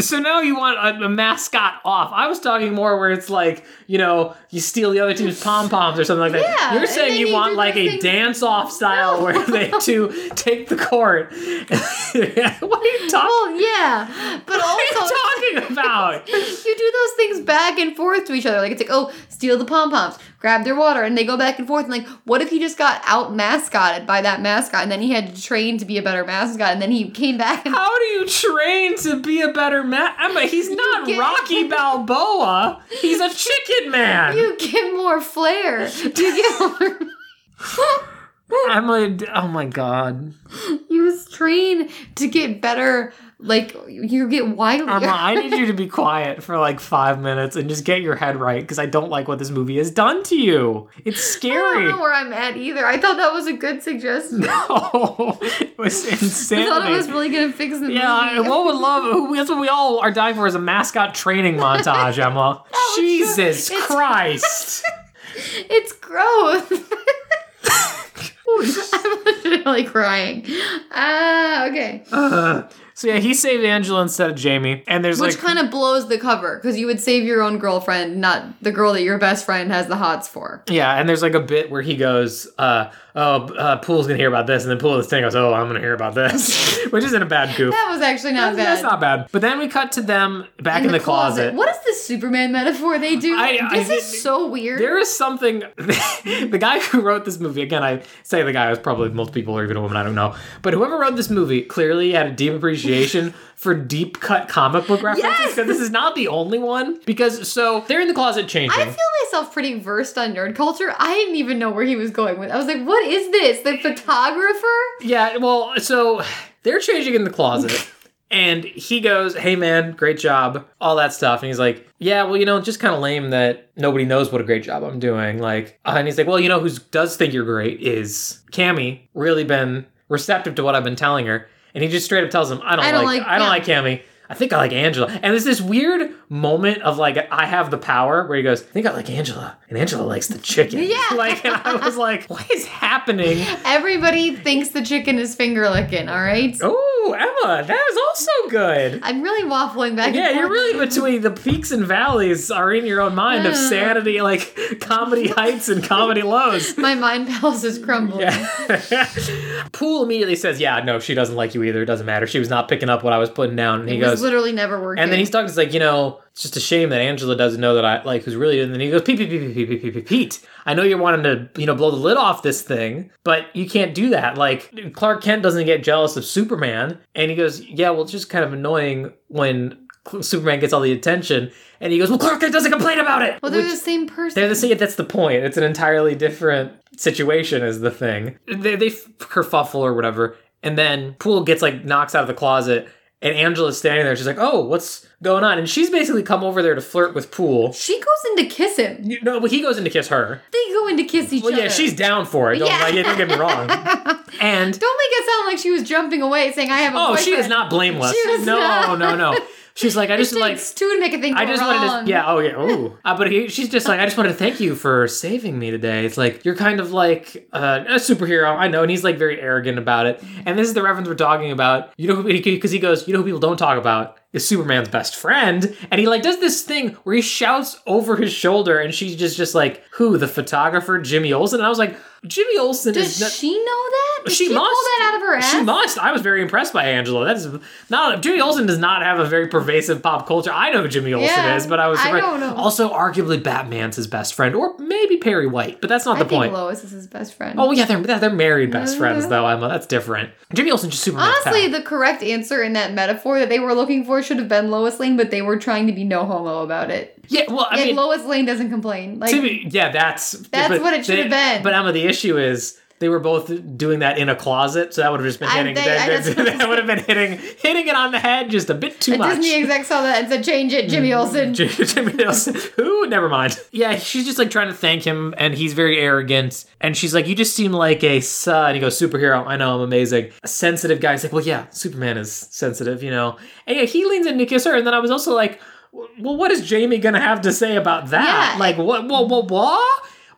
[SPEAKER 2] So now you want a, a mascot off. I was talking more where it's like, you know, you steal the other team's pom poms or something like that.
[SPEAKER 3] Yeah,
[SPEAKER 2] You're
[SPEAKER 3] and
[SPEAKER 2] saying
[SPEAKER 3] then
[SPEAKER 2] you
[SPEAKER 3] you
[SPEAKER 2] want
[SPEAKER 3] do
[SPEAKER 2] like a
[SPEAKER 3] nothing.
[SPEAKER 2] dance off style where
[SPEAKER 3] *laughs*
[SPEAKER 2] they two take the court. *laughs* what are you talking?
[SPEAKER 3] Well, yeah, but
[SPEAKER 2] What
[SPEAKER 3] also
[SPEAKER 2] are you talking
[SPEAKER 3] *laughs*
[SPEAKER 2] about?
[SPEAKER 3] you do those things back and forth to each other. Like it's like, oh, steal the pom poms, grab their water, and they go back and forth. And like, what if he just got out mascotted by that mascot, and then he had to train to be a better mascot, and then he came back and
[SPEAKER 2] How do you train to be a better man? I mean, he's not
[SPEAKER 3] get- *laughs*
[SPEAKER 2] Rocky Balboa. He's a chicken man.
[SPEAKER 3] *laughs* you get more flair?
[SPEAKER 2] *laughs*
[SPEAKER 3] You get more.
[SPEAKER 2] I'm a, oh my god.
[SPEAKER 3] you was trained to get better. Like you get wilder.
[SPEAKER 2] Emma, I need you to be quiet for like five minutes and just get your head right because I don't like what this movie has done to you. It's
[SPEAKER 3] I don't
[SPEAKER 2] scary. *laughs*
[SPEAKER 3] know where I'm at either. I thought that was a good suggestion.
[SPEAKER 2] No, it was
[SPEAKER 3] *laughs* I
[SPEAKER 2] insanity.
[SPEAKER 3] thought it was really gonna fix the
[SPEAKER 2] yeah, I-
[SPEAKER 3] movie.
[SPEAKER 2] what would love? That's what we all are dying for is a mascot training
[SPEAKER 3] *laughs*
[SPEAKER 2] montage, Emma. Jesus
[SPEAKER 3] It's- *laughs*
[SPEAKER 2] Christ! *laughs*
[SPEAKER 3] It's growth. *laughs* I'm literally crying. Ah, okay.
[SPEAKER 2] Ugh. so yeah, he saved Angela instead of Jamie, and there's
[SPEAKER 3] Which
[SPEAKER 2] like
[SPEAKER 3] kind of blows the cover because you would save your own girlfriend, not the girl that your best friend has the hots for.
[SPEAKER 2] Yeah, and there's like a bit where he goes, uh, "Oh, uh, Pool's gonna hear about this," and then Pool of the thing goes, "Oh, I'm gonna hear about this," *laughs* which isn't a bad goof.
[SPEAKER 3] That was actually not bad.
[SPEAKER 2] That's not bad. But then we cut to them back in, the, closet.
[SPEAKER 3] What is this Superman metaphor they do?
[SPEAKER 2] I- I
[SPEAKER 3] this
[SPEAKER 2] think-
[SPEAKER 3] is so weird.
[SPEAKER 2] There is something. *laughs* the guy who wrote this movie, again, I say the guy was probably multiple people or even a woman, I don't know. But whoever wrote this movie clearly had a deep appreciation *laughs* for deep cut comic book references
[SPEAKER 3] Yes!
[SPEAKER 2] because this is not the only one. Because so they're in the closet changing.
[SPEAKER 3] I feel myself pretty versed on nerd culture. I didn't even know where he was going with. I was like, "What is this? The photographer?"
[SPEAKER 2] Yeah, well, so they're changing in the closet. And he goes, Hey man, great job, all that stuff. And he's like, Yeah, well, you know, just kind of lame that nobody knows what a great job I'm doing. Like, uh, and he's like, Well, you know, who does think you're great is Cammy, really been receptive to what I've been telling her. And he just straight up tells him, I don't,
[SPEAKER 3] I don't
[SPEAKER 2] like,
[SPEAKER 3] like-
[SPEAKER 2] I don't
[SPEAKER 3] yeah.
[SPEAKER 2] like Cammy. I think I like Angela. And there's this weird moment of like, I have the power where he goes, I think I like Angela. And Angela likes the chicken.
[SPEAKER 3] Yeah.
[SPEAKER 2] *laughs* Like, and I was like, What is happening?
[SPEAKER 3] Everybody thinks the chicken is finger licking. All right.
[SPEAKER 2] Oh, Emma, that is also good.
[SPEAKER 3] I'm really waffling back.
[SPEAKER 2] Yeah,
[SPEAKER 3] and
[SPEAKER 2] you're
[SPEAKER 3] forth.
[SPEAKER 2] really between the peaks and valleys are in your own mind of sanity, like comedy heights and comedy lows. *laughs*
[SPEAKER 3] My mind palace is crumbling.
[SPEAKER 2] Poole immediately says, Yeah, no, she doesn't like you either. It doesn't matter. She was not picking up what I was putting down. And he
[SPEAKER 3] It
[SPEAKER 2] goes,
[SPEAKER 3] was literally never working.
[SPEAKER 2] And then he's talking, he's like, you know, it's just a shame that Angela doesn't know that I like who's really. And then he goes, Pete, Pete, Pete, Pete, Pete, Pete, Pete, Pete. I know you're wanting to, you know, blow the lid off this thing, but you can't do that. Like Clark Kent doesn't get jealous of Superman, and he goes, yeah, well, it's just kind of annoying when Cl- Superman gets all the attention. And he goes, well, Clark Kent doesn't complain about it.
[SPEAKER 3] well, they're
[SPEAKER 2] Which-
[SPEAKER 3] the same person.
[SPEAKER 2] they're the same. That's the point. It's an entirely different situation, is the thing. They, they f- kerfuffle or whatever, and then Poole gets like knocks out of the closet, and Angela's standing there. She's like, "Oh, what's going on?" And she's basically come over there to flirt with Poole.
[SPEAKER 3] she goes in to kiss him.
[SPEAKER 2] You- No, well, he goes in to kiss her.
[SPEAKER 3] They go in to kiss each
[SPEAKER 2] Well,
[SPEAKER 3] other.
[SPEAKER 2] yeah, she's down for it. Don't,
[SPEAKER 3] Yeah.
[SPEAKER 2] like, don't get me
[SPEAKER 3] *laughs*
[SPEAKER 2] wrong. And
[SPEAKER 3] Don't make it sound like she was jumping away, saying, "I have a
[SPEAKER 2] oh, she is
[SPEAKER 3] boyfriend."
[SPEAKER 2] not blameless.
[SPEAKER 3] She was
[SPEAKER 2] no,
[SPEAKER 3] not.
[SPEAKER 2] no, no. She's like, I just
[SPEAKER 3] It
[SPEAKER 2] like
[SPEAKER 3] takes two to make a thing
[SPEAKER 2] I
[SPEAKER 3] go
[SPEAKER 2] just
[SPEAKER 3] wrong.
[SPEAKER 2] wanted to, yeah, oh yeah, oh.
[SPEAKER 3] *laughs*
[SPEAKER 2] Uh, but he, she's just like, I just wanted to thank you for saving me today. It's like you're kind of like uh, a superhero, I know. And he's like very arrogant about it. And this is the reference we're talking about. You know, because he goes, you know, who people don't talk about is Superman's best friend. And he like does this thing where he shouts over his shoulder, and she's just just like, who? The photographer Jimmy Olsen. And I was like, Jimmy Olsen
[SPEAKER 3] Does
[SPEAKER 2] is. Not-
[SPEAKER 3] she know that? Did
[SPEAKER 2] she,
[SPEAKER 3] she
[SPEAKER 2] must
[SPEAKER 3] pull that out of her ass.
[SPEAKER 2] She must. I was very impressed by Angela. That is not Jimmy Olsen does not have a very pervasive pop culture. I know who Jimmy Olsen
[SPEAKER 3] Yeah,
[SPEAKER 2] is, but I was
[SPEAKER 3] I
[SPEAKER 2] surprised.
[SPEAKER 3] don't know.
[SPEAKER 2] Also, arguably Batman's his best friend, or maybe Perry White, but that's not
[SPEAKER 3] I
[SPEAKER 2] the
[SPEAKER 3] think
[SPEAKER 2] point.
[SPEAKER 3] Lois is his best friend.
[SPEAKER 2] Oh yeah, they're they're married best
[SPEAKER 3] Yeah.
[SPEAKER 2] friends though, Emma. That's different. Jimmy Olsen just Superman's
[SPEAKER 3] Honestly,
[SPEAKER 2] pal.
[SPEAKER 3] the correct answer in that metaphor that they were looking for should have been Lois Lane, but they were trying to be no homo about it.
[SPEAKER 2] yeah. Well, I
[SPEAKER 3] Like
[SPEAKER 2] mean,
[SPEAKER 3] Lois Lane doesn't complain. Like
[SPEAKER 2] to me- yeah, that's
[SPEAKER 3] That's
[SPEAKER 2] but
[SPEAKER 3] what it should
[SPEAKER 2] they-
[SPEAKER 3] have been.
[SPEAKER 2] But Emma, the issue is. They were both doing that in a closet, so that would have just been
[SPEAKER 3] I-
[SPEAKER 2] hitting. *laughs*
[SPEAKER 3] they-
[SPEAKER 2] that-
[SPEAKER 3] I just-
[SPEAKER 2] that would have been hitting, hitting it on the head just a bit too
[SPEAKER 3] a
[SPEAKER 2] much.
[SPEAKER 3] Disney exec saw that and said, "Change it, Jimmy
[SPEAKER 2] Mm-hmm. *laughs*
[SPEAKER 3] Olsen."
[SPEAKER 2] Jimmy Nielsen. Who? Never mind. Yeah, she's just like trying to thank him, and he's very arrogant. And she's like, "You just seem like a uh, and he goes, "Superhero. I know I'm amazing." A sensitive guy. He's like, "Well, yeah, Superman is sensitive, you know." And yeah, he leans in to kiss her, and then I was also like, "Well, what is Jamie gonna have to say about that?
[SPEAKER 3] Yeah.
[SPEAKER 2] Like, what? Whoa, whoa, whoa."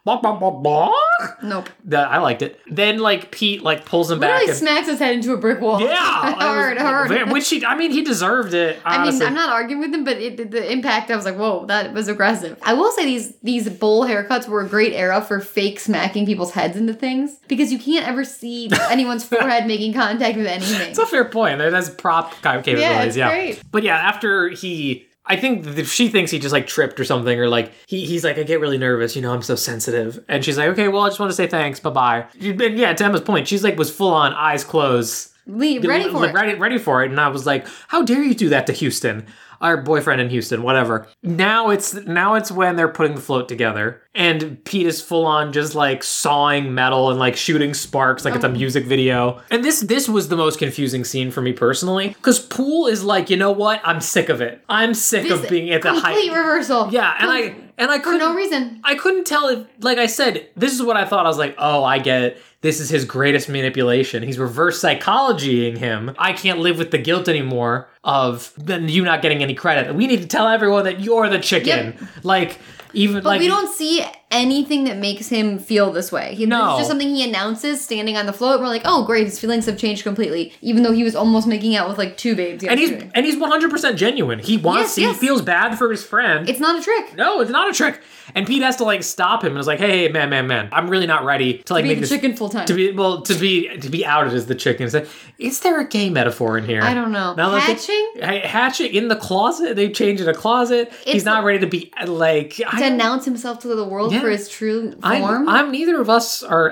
[SPEAKER 2] Bonk, bonk, bonk, bonk.
[SPEAKER 3] Nope.
[SPEAKER 2] That- I liked it. Then like Pete like pulls him back.
[SPEAKER 3] Really
[SPEAKER 2] and-
[SPEAKER 3] smacks his head into a brick wall.
[SPEAKER 2] yeah, it was-
[SPEAKER 3] *laughs* hard, hard.
[SPEAKER 2] Which he, I mean, he deserved it.
[SPEAKER 3] I
[SPEAKER 2] Honestly.
[SPEAKER 3] mean, I'm not arguing with him, but it, the- the impact, I was like, whoa, that was aggressive. I will say these these bowl haircuts were a great era for fake smacking people's heads into things because you can't ever see
[SPEAKER 2] *laughs*
[SPEAKER 3] anyone's forehead making contact with anything.
[SPEAKER 2] It's a fair point. That has prop kind of capabilities.
[SPEAKER 3] it's
[SPEAKER 2] Yeah,
[SPEAKER 3] great.
[SPEAKER 2] But yeah, after he. I think th- she thinks he just like tripped or something, or like he, he's like, I get really nervous, you know, I'm so sensitive. And she's like, okay, well, I just want to say thanks, bye bye. And yeah, to Emma's point, she's like, was full on eyes closed,
[SPEAKER 3] Lee, ready
[SPEAKER 2] like,
[SPEAKER 3] for it.
[SPEAKER 2] ready, ready for it. And I was like, how dare you do that to Houston, our boyfriend in Houston, whatever. Now it's now it's when they're putting the float together, and Pete is full on just like sawing metal and like shooting sparks like it's a
[SPEAKER 3] Oh.
[SPEAKER 2] music video. And this this was the most confusing scene for me personally, because Poole is like, you know what, I'm sick of it. I'm sick
[SPEAKER 3] This
[SPEAKER 2] of being at the
[SPEAKER 3] complete
[SPEAKER 2] height.
[SPEAKER 3] reversal.
[SPEAKER 2] Yeah, and I
[SPEAKER 3] Com-
[SPEAKER 2] and I
[SPEAKER 3] for
[SPEAKER 2] couldn't
[SPEAKER 3] no reason.
[SPEAKER 2] I couldn't tell if, like I said, this is what I thought. I was like, oh, I get it. This is his greatest manipulation. He's reverse psychologying him. I can't live with the guilt anymore of then you not getting any credit. We need to tell everyone that you're the chicken. Like, even
[SPEAKER 3] But
[SPEAKER 2] like
[SPEAKER 3] we don't see anything that makes him feel this way. He,
[SPEAKER 2] No.
[SPEAKER 3] It's just something he announces standing on the float. We're like, oh, great, his feelings have changed completely, even though he was almost making out with like two babes
[SPEAKER 2] and he's
[SPEAKER 3] yesterday.
[SPEAKER 2] and he's 100% genuine. He wants
[SPEAKER 3] Yes, yes.
[SPEAKER 2] he feels bad for his friend.
[SPEAKER 3] it's not a trick.
[SPEAKER 2] no, it's not a trick. And Pete has to like stop him and is like, "Hey, hey, man, man, man. I'm really not ready to like
[SPEAKER 3] Be
[SPEAKER 2] make
[SPEAKER 3] the
[SPEAKER 2] this
[SPEAKER 3] chicken full time.
[SPEAKER 2] to be well to be to be outed as the chicken is, is there a gay metaphor in here
[SPEAKER 3] I don't know.
[SPEAKER 2] that they-
[SPEAKER 3] Hatching?
[SPEAKER 2] Ha- hatching in the closet they change in a closet he's
[SPEAKER 3] It's
[SPEAKER 2] not
[SPEAKER 3] like-
[SPEAKER 2] ready to be uh, like
[SPEAKER 3] to
[SPEAKER 2] I,
[SPEAKER 3] announce himself to the world
[SPEAKER 2] Yeah.
[SPEAKER 3] for his true form.
[SPEAKER 2] I'm, I'm neither of us are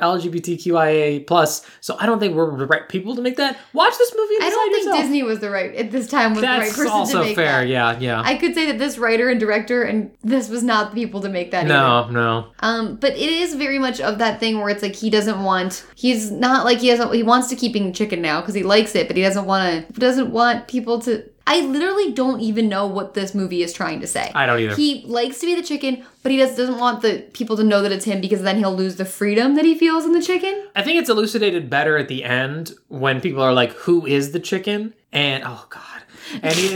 [SPEAKER 2] lgbtqia plus so i don't think we're the right people to make that watch this movie and
[SPEAKER 3] I do not
[SPEAKER 2] decide
[SPEAKER 3] think
[SPEAKER 2] yourself.
[SPEAKER 3] Disney was the right at this time was the right
[SPEAKER 2] that's
[SPEAKER 3] person
[SPEAKER 2] also
[SPEAKER 3] to make
[SPEAKER 2] fair
[SPEAKER 3] that.
[SPEAKER 2] yeah yeah
[SPEAKER 3] I could say that this writer and director and this was not the people to make that.
[SPEAKER 2] no
[SPEAKER 3] either.
[SPEAKER 2] no
[SPEAKER 3] Um, but it is very much of that thing where it's like he doesn't want. He's not like he doesn't. He wants to keep being chicken now because he likes it, but he doesn't want to. Doesn't want people to. I literally don't even know what this movie is trying to say.
[SPEAKER 2] I don't either.
[SPEAKER 3] He likes to be the chicken, but he just doesn't want the people to know that it's him because then he'll lose the freedom that he feels in the chicken.
[SPEAKER 2] i think it's elucidated better at the end when people are like who is the chicken and oh god and, he,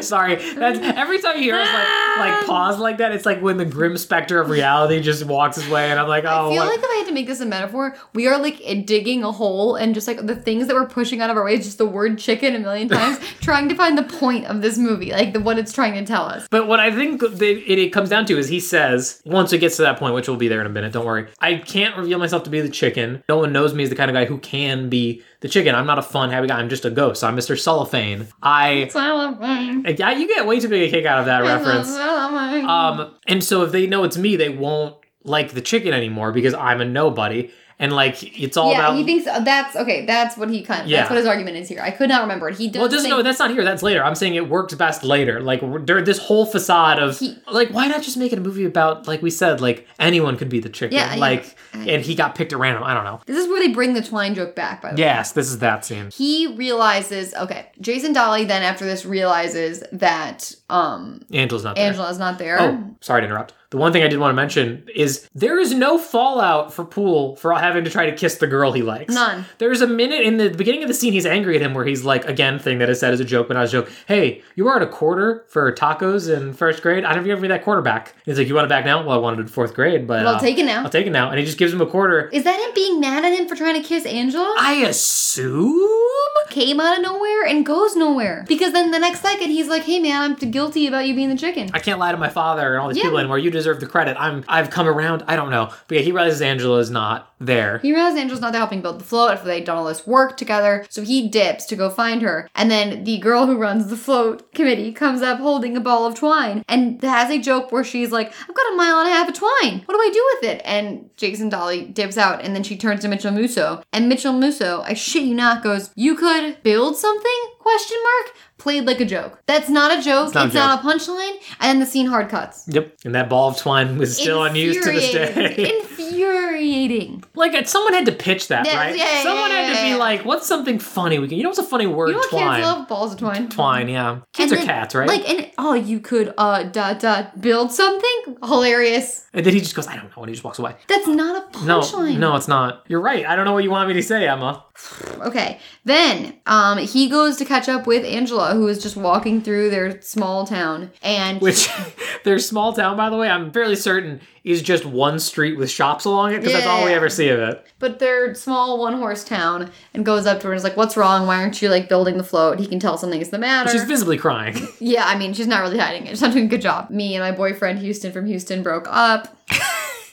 [SPEAKER 2] *laughs* sorry that's every time you hear us like, like pause like that it's like when the grim specter of reality just walks his way and i'm like oh
[SPEAKER 3] I feel
[SPEAKER 2] what?
[SPEAKER 3] like if I had to make this a metaphor, we are like digging a hole and just like the things that we're pushing out of our way is just the word chicken
[SPEAKER 2] *laughs*
[SPEAKER 3] a million times, trying to find the point of this movie, like the what it's trying to tell us.
[SPEAKER 2] But what I think that it, it comes down to is he says, once it gets to that point, which will be there in a minute, don't worry, I can't reveal myself to be the chicken. No one knows me as the kind of guy who can be the chicken. I'm not a fun, happy guy. I'm just a ghost. I'm Mr. Cellophane. I. Yeah, you get way too big a kick out of that
[SPEAKER 3] *laughs*
[SPEAKER 2] reference.
[SPEAKER 3] Oh
[SPEAKER 2] Um, and so if they know it's me, they won't like the chicken anymore because I'm a nobody. And like, it's all
[SPEAKER 3] yeah,
[SPEAKER 2] about.
[SPEAKER 3] he thinks that's okay. That's what he kind of.
[SPEAKER 2] Yeah.
[SPEAKER 3] That's what his argument is here. I could not remember it. He does.
[SPEAKER 2] well, it doesn't know that's not here. That's later. I'm saying it works best later. Like during this whole facade of
[SPEAKER 3] He-
[SPEAKER 2] like, why not just make it a movie about like we said, like anyone could be the chicken.
[SPEAKER 3] Yeah, yeah.
[SPEAKER 2] like, and he got picked at random. I don't know.
[SPEAKER 3] This is where they bring the twine joke back. By the way.
[SPEAKER 2] Yes, this is that scene.
[SPEAKER 3] He realizes. Okay, Jason Dolly then after this realizes that um
[SPEAKER 2] Angela's not there.
[SPEAKER 3] Angela's not there.
[SPEAKER 2] Oh, sorry to interrupt. The one thing I did want to mention is there is no fallout for Poole for having to try to kiss the girl he likes.
[SPEAKER 3] None.
[SPEAKER 2] There's a minute in the beginning of the scene he's angry at him where he's like, again, thing that is said as a joke, but not as a joke. Hey, you were at a quarter for tacos in first grade. I don't know if you ever made that quarter back. He's like, you want it back now? Well, I wanted it in fourth grade, but,
[SPEAKER 3] But I'll
[SPEAKER 2] uh,
[SPEAKER 3] take it now.
[SPEAKER 2] I'll take it now. And he just gives him a quarter.
[SPEAKER 3] Is that him being mad at him for trying to kiss Angela?
[SPEAKER 2] I assume.
[SPEAKER 3] came out of nowhere and goes nowhere. Because then the next second he's like, "Hey man, I'm guilty about you being the chicken."
[SPEAKER 2] I can't lie to my father and all these
[SPEAKER 3] Yeah.
[SPEAKER 2] people anymore. You deserve the credit. I'm. I've come around. I don't know. But yeah, he realizes Angela is not there.
[SPEAKER 3] He realizes Angel's not there helping build the float after they'd done all this work together, so he dips to go find her. And then the girl who runs the float committee comes up holding a ball of twine and has a joke where she's like, I've got a mile and a half of twine. What do I do with it? And Jason Dolly dips out and then she turns to Mitchell Musso. And Mitchell Musso, I shit you not, goes, You could build something? Question mark? Played like a joke. That's not a joke. It's
[SPEAKER 2] not a
[SPEAKER 3] not, a punchline. And then the scene hard cuts.
[SPEAKER 2] Yep. And that ball of twine was still unused to this
[SPEAKER 3] Infuriating.
[SPEAKER 2] day.
[SPEAKER 3] Infuriating.
[SPEAKER 2] *laughs* like, uh, someone had to pitch that,
[SPEAKER 3] Yeah,
[SPEAKER 2] right?
[SPEAKER 3] yeah, yeah,
[SPEAKER 2] someone
[SPEAKER 3] yeah,
[SPEAKER 2] had to
[SPEAKER 3] yeah,
[SPEAKER 2] be
[SPEAKER 3] yeah.
[SPEAKER 2] like, what's something funny we can. You know what's a funny word?
[SPEAKER 3] You know what
[SPEAKER 2] twine.
[SPEAKER 3] kids love? Balls of twine.
[SPEAKER 2] twine, yeah. Kids
[SPEAKER 3] And
[SPEAKER 2] are
[SPEAKER 3] then,
[SPEAKER 2] cats, right?
[SPEAKER 3] Like, and oh, you could uh dot dot build something hilarious.
[SPEAKER 2] and then he just goes, I don't know. And he just walks away.
[SPEAKER 3] That's not a
[SPEAKER 2] No,
[SPEAKER 3] punchline.
[SPEAKER 2] no, it's not. You're right. I don't know what you want me to say, Emma.
[SPEAKER 3] Okay. Then um he goes to catch up with Angela, who is just walking through their small town. And
[SPEAKER 2] Which *laughs* their small town, by the way, I'm fairly certain is just one street with shops along it because that's all we
[SPEAKER 3] Yeah.
[SPEAKER 2] ever see of it.
[SPEAKER 3] but their small one horse town and goes up to her and is like, What's wrong? Why aren't you like building the float? He can tell something's the matter.
[SPEAKER 2] She's visibly crying. *laughs*
[SPEAKER 3] yeah, I mean, she's not really hiding it. She's not doing a good job. Me and my boyfriend Houston from Houston broke
[SPEAKER 2] *laughs*
[SPEAKER 3] up.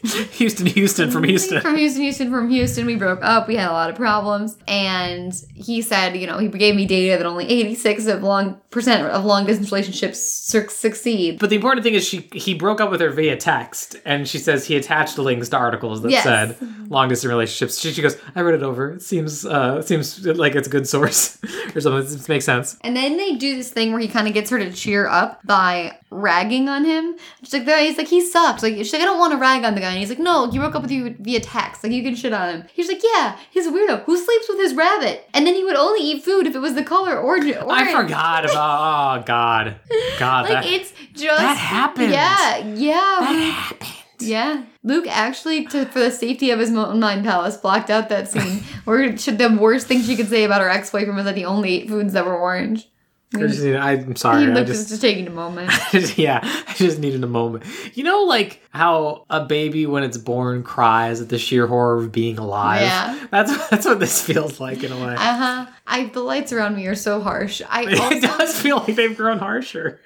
[SPEAKER 2] Houston, Houston from Houston.
[SPEAKER 3] From Houston, Houston, from Houston, we broke up. We had a lot of problems, and he said, you know, he gave me data that only eighty six of long percent of long distance relationships su- succeed.
[SPEAKER 2] But the important thing is she he broke up with her via text, and she says he attached links to articles that
[SPEAKER 3] Yes. Mm-hmm.
[SPEAKER 2] said long distance relationships. She, she goes, I read it over. It seems uh it seems like it's a good source *laughs* or something. It makes sense.
[SPEAKER 3] And then they do this thing where he kind of gets her to cheer up by ragging on him. She's like, "No," he's like, he sucks. Like, she's like, I don't want to rag on the guy. And he's like, no, he broke up with you via text. Like, you can shit on him. He's like, yeah, he's a weirdo who sleeps with his rabbit. And then he would only eat food if it was the color orange.
[SPEAKER 2] I forgot about. Oh God, God,
[SPEAKER 3] Like,
[SPEAKER 2] that,
[SPEAKER 3] it's just
[SPEAKER 2] that happened.
[SPEAKER 3] Yeah, yeah.
[SPEAKER 2] that
[SPEAKER 3] we-
[SPEAKER 2] happened.
[SPEAKER 3] Yeah, Luke actually, to, for the safety of his mountain mind palace, blocked out that
[SPEAKER 2] *laughs*
[SPEAKER 3] scene. Where should the worst thing she could say about her ex boyfriend was that he only ate foods that were orange.
[SPEAKER 2] Christina, I'm
[SPEAKER 3] He
[SPEAKER 2] sorry. I
[SPEAKER 3] Luke was
[SPEAKER 2] just
[SPEAKER 3] just taking
[SPEAKER 2] *laughs*
[SPEAKER 3] a moment.
[SPEAKER 2] yeah, I just needed a moment. You know, like how a baby when it's born cries at the sheer horror of being alive.
[SPEAKER 3] Yeah.
[SPEAKER 2] that's *laughs* that's what this feels like in a way.
[SPEAKER 3] Uh huh. I the lights around me are so harsh. I
[SPEAKER 2] *laughs* it
[SPEAKER 3] also,
[SPEAKER 2] does feel like they've grown harsher.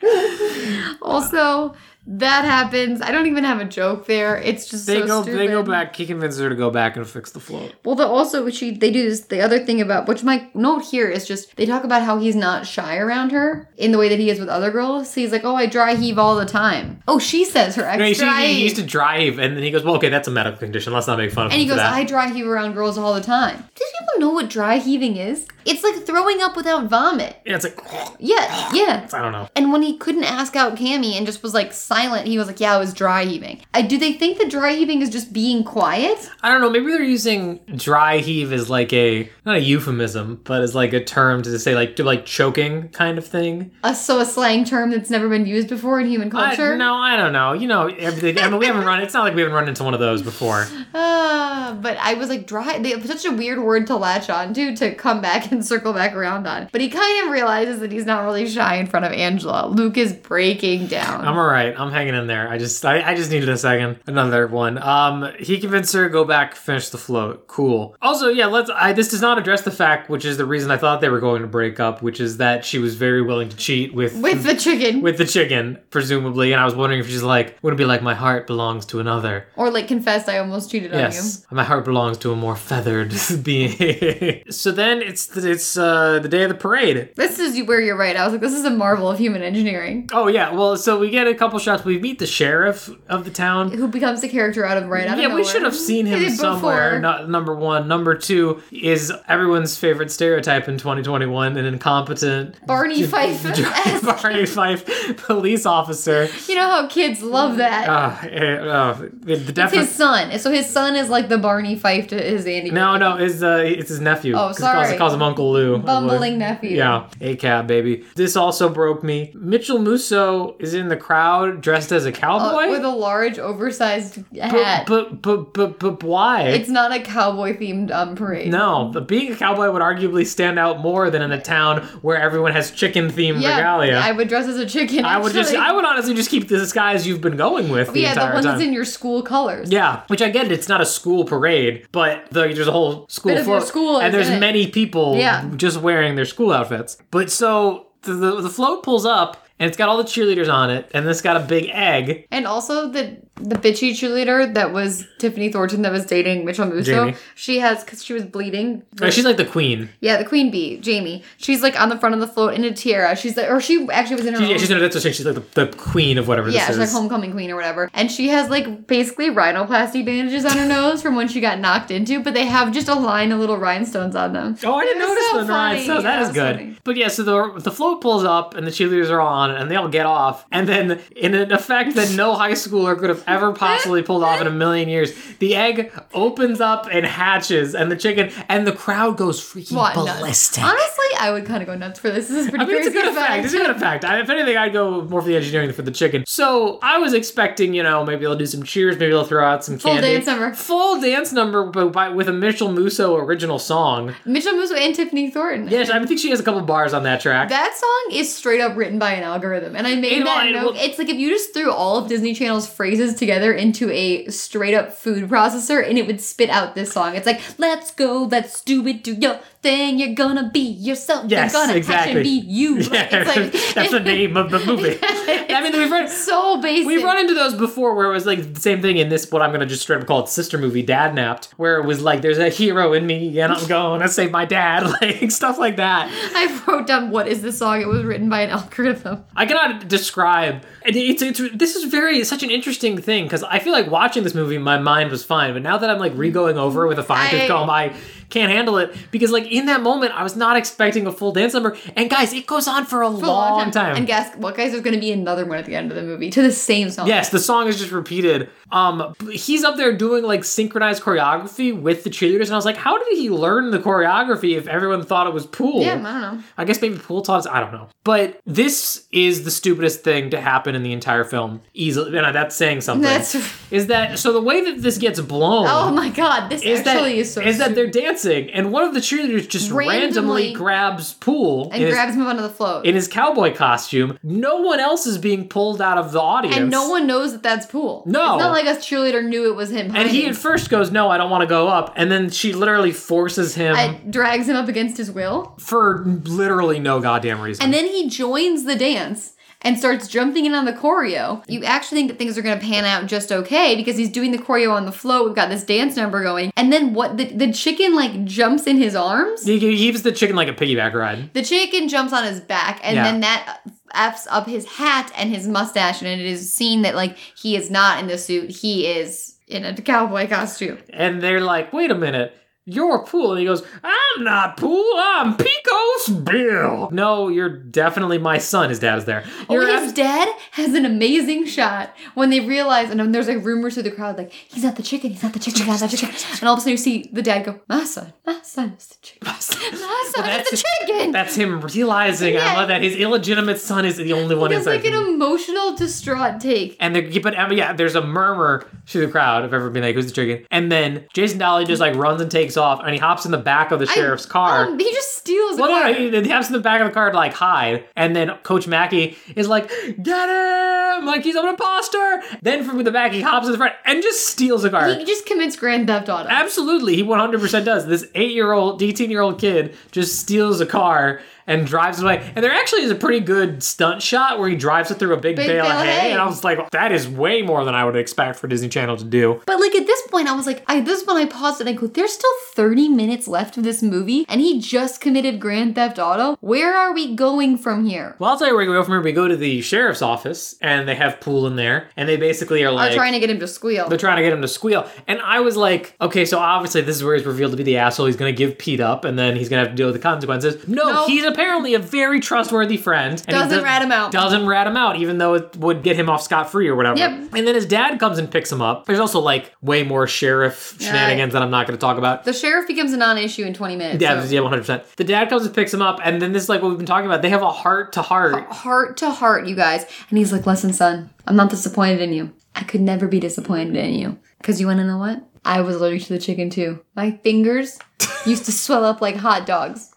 [SPEAKER 3] also that happens. I don't even have a joke there. It's just
[SPEAKER 2] They
[SPEAKER 3] so
[SPEAKER 2] go
[SPEAKER 3] stupid.
[SPEAKER 2] they go back. He convinces her to go back and fix the float.
[SPEAKER 3] Well, the, also she they do this. The other thing about which my note here is just they talk about how he's not shy around her in the way that he is with other girls. So he's like, "Oh, I dry heave all the time." Oh, she says her ex
[SPEAKER 2] No, he, she,
[SPEAKER 3] dry
[SPEAKER 2] he used
[SPEAKER 3] heave,
[SPEAKER 2] to drive, and then he goes, "Well, okay, that's a medical condition. Let's not make fun of
[SPEAKER 3] and
[SPEAKER 2] him
[SPEAKER 3] he
[SPEAKER 2] for
[SPEAKER 3] goes,
[SPEAKER 2] that."
[SPEAKER 3] "I dry heave around girls all the time." Do people know what dry heaving is? It's like throwing up without vomit.
[SPEAKER 2] yeah, it's like
[SPEAKER 3] Yeah, yeah.
[SPEAKER 2] I don't know.
[SPEAKER 3] And when he couldn't ask out Cammy and just was like silent, he was like, "Yeah, I was dry heaving." I, do they think that dry heaving is just being quiet?
[SPEAKER 2] I don't know. Maybe they're using dry heave as like a not a euphemism, but as like a term to say like to like choking kind of thing.
[SPEAKER 3] A, so a slang term that's never been used before in human
[SPEAKER 2] I-
[SPEAKER 3] culture.
[SPEAKER 2] no, I don't know. You know, everything. I mean, we haven't run. It's not like we haven't run into one of those before.
[SPEAKER 3] Ah, but I was like, dry. They, such a weird word to latch on to, to come back and circle back around on. But he kind of realizes that he's not really shy in front of Angela. Luke is breaking down.
[SPEAKER 2] I'm all right. I'm hanging in there. I just, I, I just needed a second. Another one. Um, he convinced her to go back, finish the float. Cool. Also, yeah. Let's. I this does not address the fact, which is the reason I thought they were going to break up, which is that she was very willing to cheat with
[SPEAKER 3] with the chicken.
[SPEAKER 2] with the chicken, presumably. And I was wondering if she's like, wouldn't it be like my heart belongs to another.
[SPEAKER 3] or like confessed, I almost cheated on Oh, you.
[SPEAKER 2] Yes, my heart belongs to a more feathered *laughs* being. *laughs* so then it's it's uh, the day of the parade.
[SPEAKER 3] This is where you're right. I was like, this is a marvel of human engineering.
[SPEAKER 2] Oh yeah, well, so we get a couple shots. We meet the sheriff of the town.
[SPEAKER 3] Who becomes a character out of right out of
[SPEAKER 2] yeah, we
[SPEAKER 3] nowhere.
[SPEAKER 2] should have seen him
[SPEAKER 3] Before.
[SPEAKER 2] somewhere. No, number one, number two is everyone's favorite stereotype in 2021: an incompetent *laughs*
[SPEAKER 3] Barney Fife.
[SPEAKER 2] Barney Fife police officer.
[SPEAKER 3] you know how kids love that.
[SPEAKER 2] Uh, uh, the
[SPEAKER 3] it's his
[SPEAKER 2] defi-
[SPEAKER 3] son. So his son is like the Barney Fife to his Andy.
[SPEAKER 2] no, no, is uh, it's his nephew.
[SPEAKER 3] Oh,
[SPEAKER 2] 'Cause he calls- He
[SPEAKER 3] sorry.
[SPEAKER 2] calls, him Uncle Lou.
[SPEAKER 3] Bumbling nephew.
[SPEAKER 2] Yeah, a cab baby. This also broke me. Mitchell Musso is in the crowd dressed as a
[SPEAKER 3] Uh,
[SPEAKER 2] cowboy.
[SPEAKER 3] with a large, oversized hat.
[SPEAKER 2] but, but but but but why?
[SPEAKER 3] it's not a cowboy themed um parade.
[SPEAKER 2] No, but being a cowboy would arguably stand out more than in a town where everyone has chicken themed
[SPEAKER 3] Yeah,
[SPEAKER 2] regalia.
[SPEAKER 3] I
[SPEAKER 2] I,
[SPEAKER 3] would dress as a chicken.
[SPEAKER 2] would just,
[SPEAKER 3] actually.
[SPEAKER 2] I would honestly just keep the disguise you've been going with the
[SPEAKER 3] yeah, the
[SPEAKER 2] entire
[SPEAKER 3] ones
[SPEAKER 2] time.
[SPEAKER 3] that's in your school colors.
[SPEAKER 2] yeah, which I get it, it's not a school parade, but the, there's a whole school
[SPEAKER 3] Bit of your
[SPEAKER 2] float,
[SPEAKER 3] school
[SPEAKER 2] and
[SPEAKER 3] is
[SPEAKER 2] there's
[SPEAKER 3] in it.
[SPEAKER 2] many people
[SPEAKER 3] Yeah.
[SPEAKER 2] just wearing their school outfits. But so the, the the float pulls up, and it's got all the cheerleaders on it, and it's got a big egg.
[SPEAKER 3] And also the the bitchy cheerleader that was Tiffany Thornton that was dating Mitchell Musso.
[SPEAKER 2] Jamie.
[SPEAKER 3] She has because she was bleeding.
[SPEAKER 2] Like, she's like the queen.
[SPEAKER 3] yeah, the queen bee, Jamie. She's like on the front of the float in a tiara. She's like, or she actually was in her.
[SPEAKER 2] Yeah,
[SPEAKER 3] own-
[SPEAKER 2] she's that's what she's she's like the, the queen of whatever
[SPEAKER 3] Yeah,
[SPEAKER 2] this
[SPEAKER 3] she's
[SPEAKER 2] is.
[SPEAKER 3] like homecoming queen or whatever. And she has like basically rhinoplasty bandages on her nose from when she got knocked into, but they have just a line of little rhinestones on them.
[SPEAKER 2] Oh, I didn't
[SPEAKER 3] It was
[SPEAKER 2] notice
[SPEAKER 3] so
[SPEAKER 2] the Ryan.
[SPEAKER 3] funny.
[SPEAKER 2] So
[SPEAKER 3] Yeah,
[SPEAKER 2] that
[SPEAKER 3] it
[SPEAKER 2] is
[SPEAKER 3] was
[SPEAKER 2] good.
[SPEAKER 3] funny.
[SPEAKER 2] But yeah, so the the float pulls up and the cheerleaders are on and they all get off. And then in an effect that no high schooler could have ever possibly pulled off in a million years. The egg opens up and hatches, and the chicken and the crowd goes freaking
[SPEAKER 3] Why nuts?
[SPEAKER 2] ballistic.
[SPEAKER 3] Honestly, I would kind of go nuts for this. This is pretty
[SPEAKER 2] I mean, it's a
[SPEAKER 3] crazy.
[SPEAKER 2] good
[SPEAKER 3] fact.
[SPEAKER 2] effect. It's a good effect. I, if anything, I'd go more for the engineering than for the chicken. So I was expecting, you know, maybe they'll do some cheers, maybe they'll throw out some
[SPEAKER 3] Full
[SPEAKER 2] candy.
[SPEAKER 3] dance number.
[SPEAKER 2] Full dance number, but by, with a Mitchell Musso original song.
[SPEAKER 3] Mitchell Musso and Tiffany Thornton.
[SPEAKER 2] Yes, I think she has a couple bars on that track.
[SPEAKER 3] That song is straight up written by an algorithm, and I made
[SPEAKER 2] It-
[SPEAKER 3] that
[SPEAKER 2] it
[SPEAKER 3] note.
[SPEAKER 2] will-
[SPEAKER 3] it's like if you just threw all of Disney Channel's phrases together into a straight up food processor, and it would spit out this song. It's like, "Let's go, let's do it, do your thing. You're gonna be yourself.
[SPEAKER 2] Yes,
[SPEAKER 3] you're gonna
[SPEAKER 2] exactly.
[SPEAKER 3] passion be
[SPEAKER 2] *laughs*
[SPEAKER 3] you."
[SPEAKER 2] Yeah,
[SPEAKER 3] It's like
[SPEAKER 2] that's the name
[SPEAKER 3] *laughs*
[SPEAKER 2] of the movie. I mean, we've run,
[SPEAKER 3] so basic.
[SPEAKER 2] we've run into those before where it was like the same thing in this, what I'm going to just straight up call it sister movie, Dad Napped, where it was like, there's a hero in me and I'm
[SPEAKER 3] *laughs*
[SPEAKER 2] going to save my dad, *laughs* like stuff like that.
[SPEAKER 3] I wrote down what is the song. It was written by an algorithm. *laughs*
[SPEAKER 2] I cannot describe. and It's, it's this is very such an interesting thing because I feel like watching this movie, my mind was fine, but now that I'm like re-going over with a fine
[SPEAKER 3] I-
[SPEAKER 2] tooth comb, I can't handle it because like in that moment, I was not expecting a full dance number. And guys, it goes on for a,
[SPEAKER 3] For a
[SPEAKER 2] long, time.
[SPEAKER 3] And guess what, guys? There's gonna be another one at the end of the movie to the same song.
[SPEAKER 2] Yes, the song is just repeated. Um, he's up there doing like synchronized choreography with the cheerleaders, and I was like, how did he learn the choreography if everyone thought it was pool?
[SPEAKER 3] Yeah, I don't know.
[SPEAKER 2] I guess maybe pool taught us. I don't know. But this is the stupidest thing to happen in the entire film. Easily, and that's saying something.
[SPEAKER 3] That's-
[SPEAKER 2] *laughs* is that so? The way that this gets blown.
[SPEAKER 3] Oh my god, this
[SPEAKER 2] Is that,
[SPEAKER 3] actually is so
[SPEAKER 2] is that
[SPEAKER 3] stupid.
[SPEAKER 2] they're dancing and one of the cheerleaders just randomly,
[SPEAKER 3] Randomly-
[SPEAKER 2] grabs pool
[SPEAKER 3] and
[SPEAKER 2] in his-
[SPEAKER 3] grabs him up onto the float.
[SPEAKER 2] in his cowboy costume. No one else is being pulled out of the audience.
[SPEAKER 3] and no one knows that that's Pool.
[SPEAKER 2] No.
[SPEAKER 3] It's not like a cheerleader knew it was him.
[SPEAKER 2] And he
[SPEAKER 3] hiding.
[SPEAKER 2] at first goes, No, I don't want to go up. And then she literally forces him
[SPEAKER 3] I- drags him up against his will.
[SPEAKER 2] for literally no goddamn reason.
[SPEAKER 3] And then he joins the dance and starts jumping in on the choreo. You actually think that things are going to pan out just okay because he's doing the choreo on the float. We've got this dance number going. And then what? The, the chicken like jumps in his arms.
[SPEAKER 2] he, he gives the chicken like a piggyback ride.
[SPEAKER 3] The chicken jumps on his back, and
[SPEAKER 2] Yeah.
[SPEAKER 3] then that f's up his hat and his mustache, and it is seen that like he is not in the suit; he is in a cowboy costume.
[SPEAKER 2] And they're like, Wait a minute. You're Pool. And he goes, I'm not Pool. I'm Pico's Bill. No, you're definitely my son. His dad is there. You're
[SPEAKER 3] oh,
[SPEAKER 2] abs-
[SPEAKER 3] his dad has an amazing shot when they realize, and then there's like rumors through the crowd, like he's not the chicken, he's not the chicken, he's not the chicken, and all of a sudden you see the dad go, "My son, my son is the chicken, *laughs* my
[SPEAKER 2] *laughs*
[SPEAKER 3] son
[SPEAKER 2] that's-
[SPEAKER 3] is the chicken."
[SPEAKER 2] That's him realizing I
[SPEAKER 3] Yeah.
[SPEAKER 2] love that his illegitimate son is the only one
[SPEAKER 3] it's
[SPEAKER 2] inside.
[SPEAKER 3] like an
[SPEAKER 2] him.
[SPEAKER 3] emotional, distraught take.
[SPEAKER 2] And they're but um, yeah, there's a murmur through the crowd of everyone being like, "Who's the chicken?" And then Jason Dolly just like runs and takes off, and he hops in the back of the
[SPEAKER 3] I-
[SPEAKER 2] sheriff's car.
[SPEAKER 3] um, he just steals. a
[SPEAKER 2] well, no,
[SPEAKER 3] car.
[SPEAKER 2] no, he, he hops in the back of the car to like hide, and then Coach Mackey is like, "Get him!" Like he's an imposter. Then from the back, he hops in the front and just steals a car.
[SPEAKER 3] He just commits grand theft auto.
[SPEAKER 2] Absolutely, he 100% does. This eight-year-old, 18-year-old kid just steals a car and drives away. And there actually is a pretty good stunt shot where he drives it through a big,
[SPEAKER 3] Big
[SPEAKER 2] bale,
[SPEAKER 3] bale
[SPEAKER 2] of
[SPEAKER 3] of
[SPEAKER 2] hay,
[SPEAKER 3] hay.
[SPEAKER 2] and I was like, that is way more than I would expect for Disney Channel to do.
[SPEAKER 3] But like at this point, I was like, I this is when I paused and I go, there's still 30 minutes left of this movie, and he just committed Grand Theft Auto. Where are we going from here?
[SPEAKER 2] Well, I'll tell you where we go from here. We go to the sheriff's office, and they have Pool in there, and they basically are
[SPEAKER 3] Are
[SPEAKER 2] like.
[SPEAKER 3] trying to get him to squeal.
[SPEAKER 2] they're trying to get him to squeal. And I was like, okay, so obviously this is where he's revealed to be the asshole. He's going to give Pete up and then he's going to have to deal with the consequences. No,
[SPEAKER 3] Nope.
[SPEAKER 2] he's apparently a very trustworthy friend. and he
[SPEAKER 3] Doesn't
[SPEAKER 2] does-
[SPEAKER 3] rat him out.
[SPEAKER 2] Doesn't rat him out, even though it would get him off scot free or whatever.
[SPEAKER 3] Yep.
[SPEAKER 2] And then his dad comes and picks him up. There's also like way more sheriff shenanigans that I'm not going to talk about.
[SPEAKER 3] the sheriff becomes a non-issue in 20 minutes.
[SPEAKER 2] Yeah,
[SPEAKER 3] so-
[SPEAKER 2] yeah, 100%. The dad comes and picks him up, and then this is like what we've been talking about. They have a heart to heart.
[SPEAKER 3] Heart to heart, you guys. And he's like, listen, son, I'm not disappointed in you. I could never be disappointed in you. Cause you wanna know what? I was allergic to the chicken too. My fingers used to swell up like hot dogs.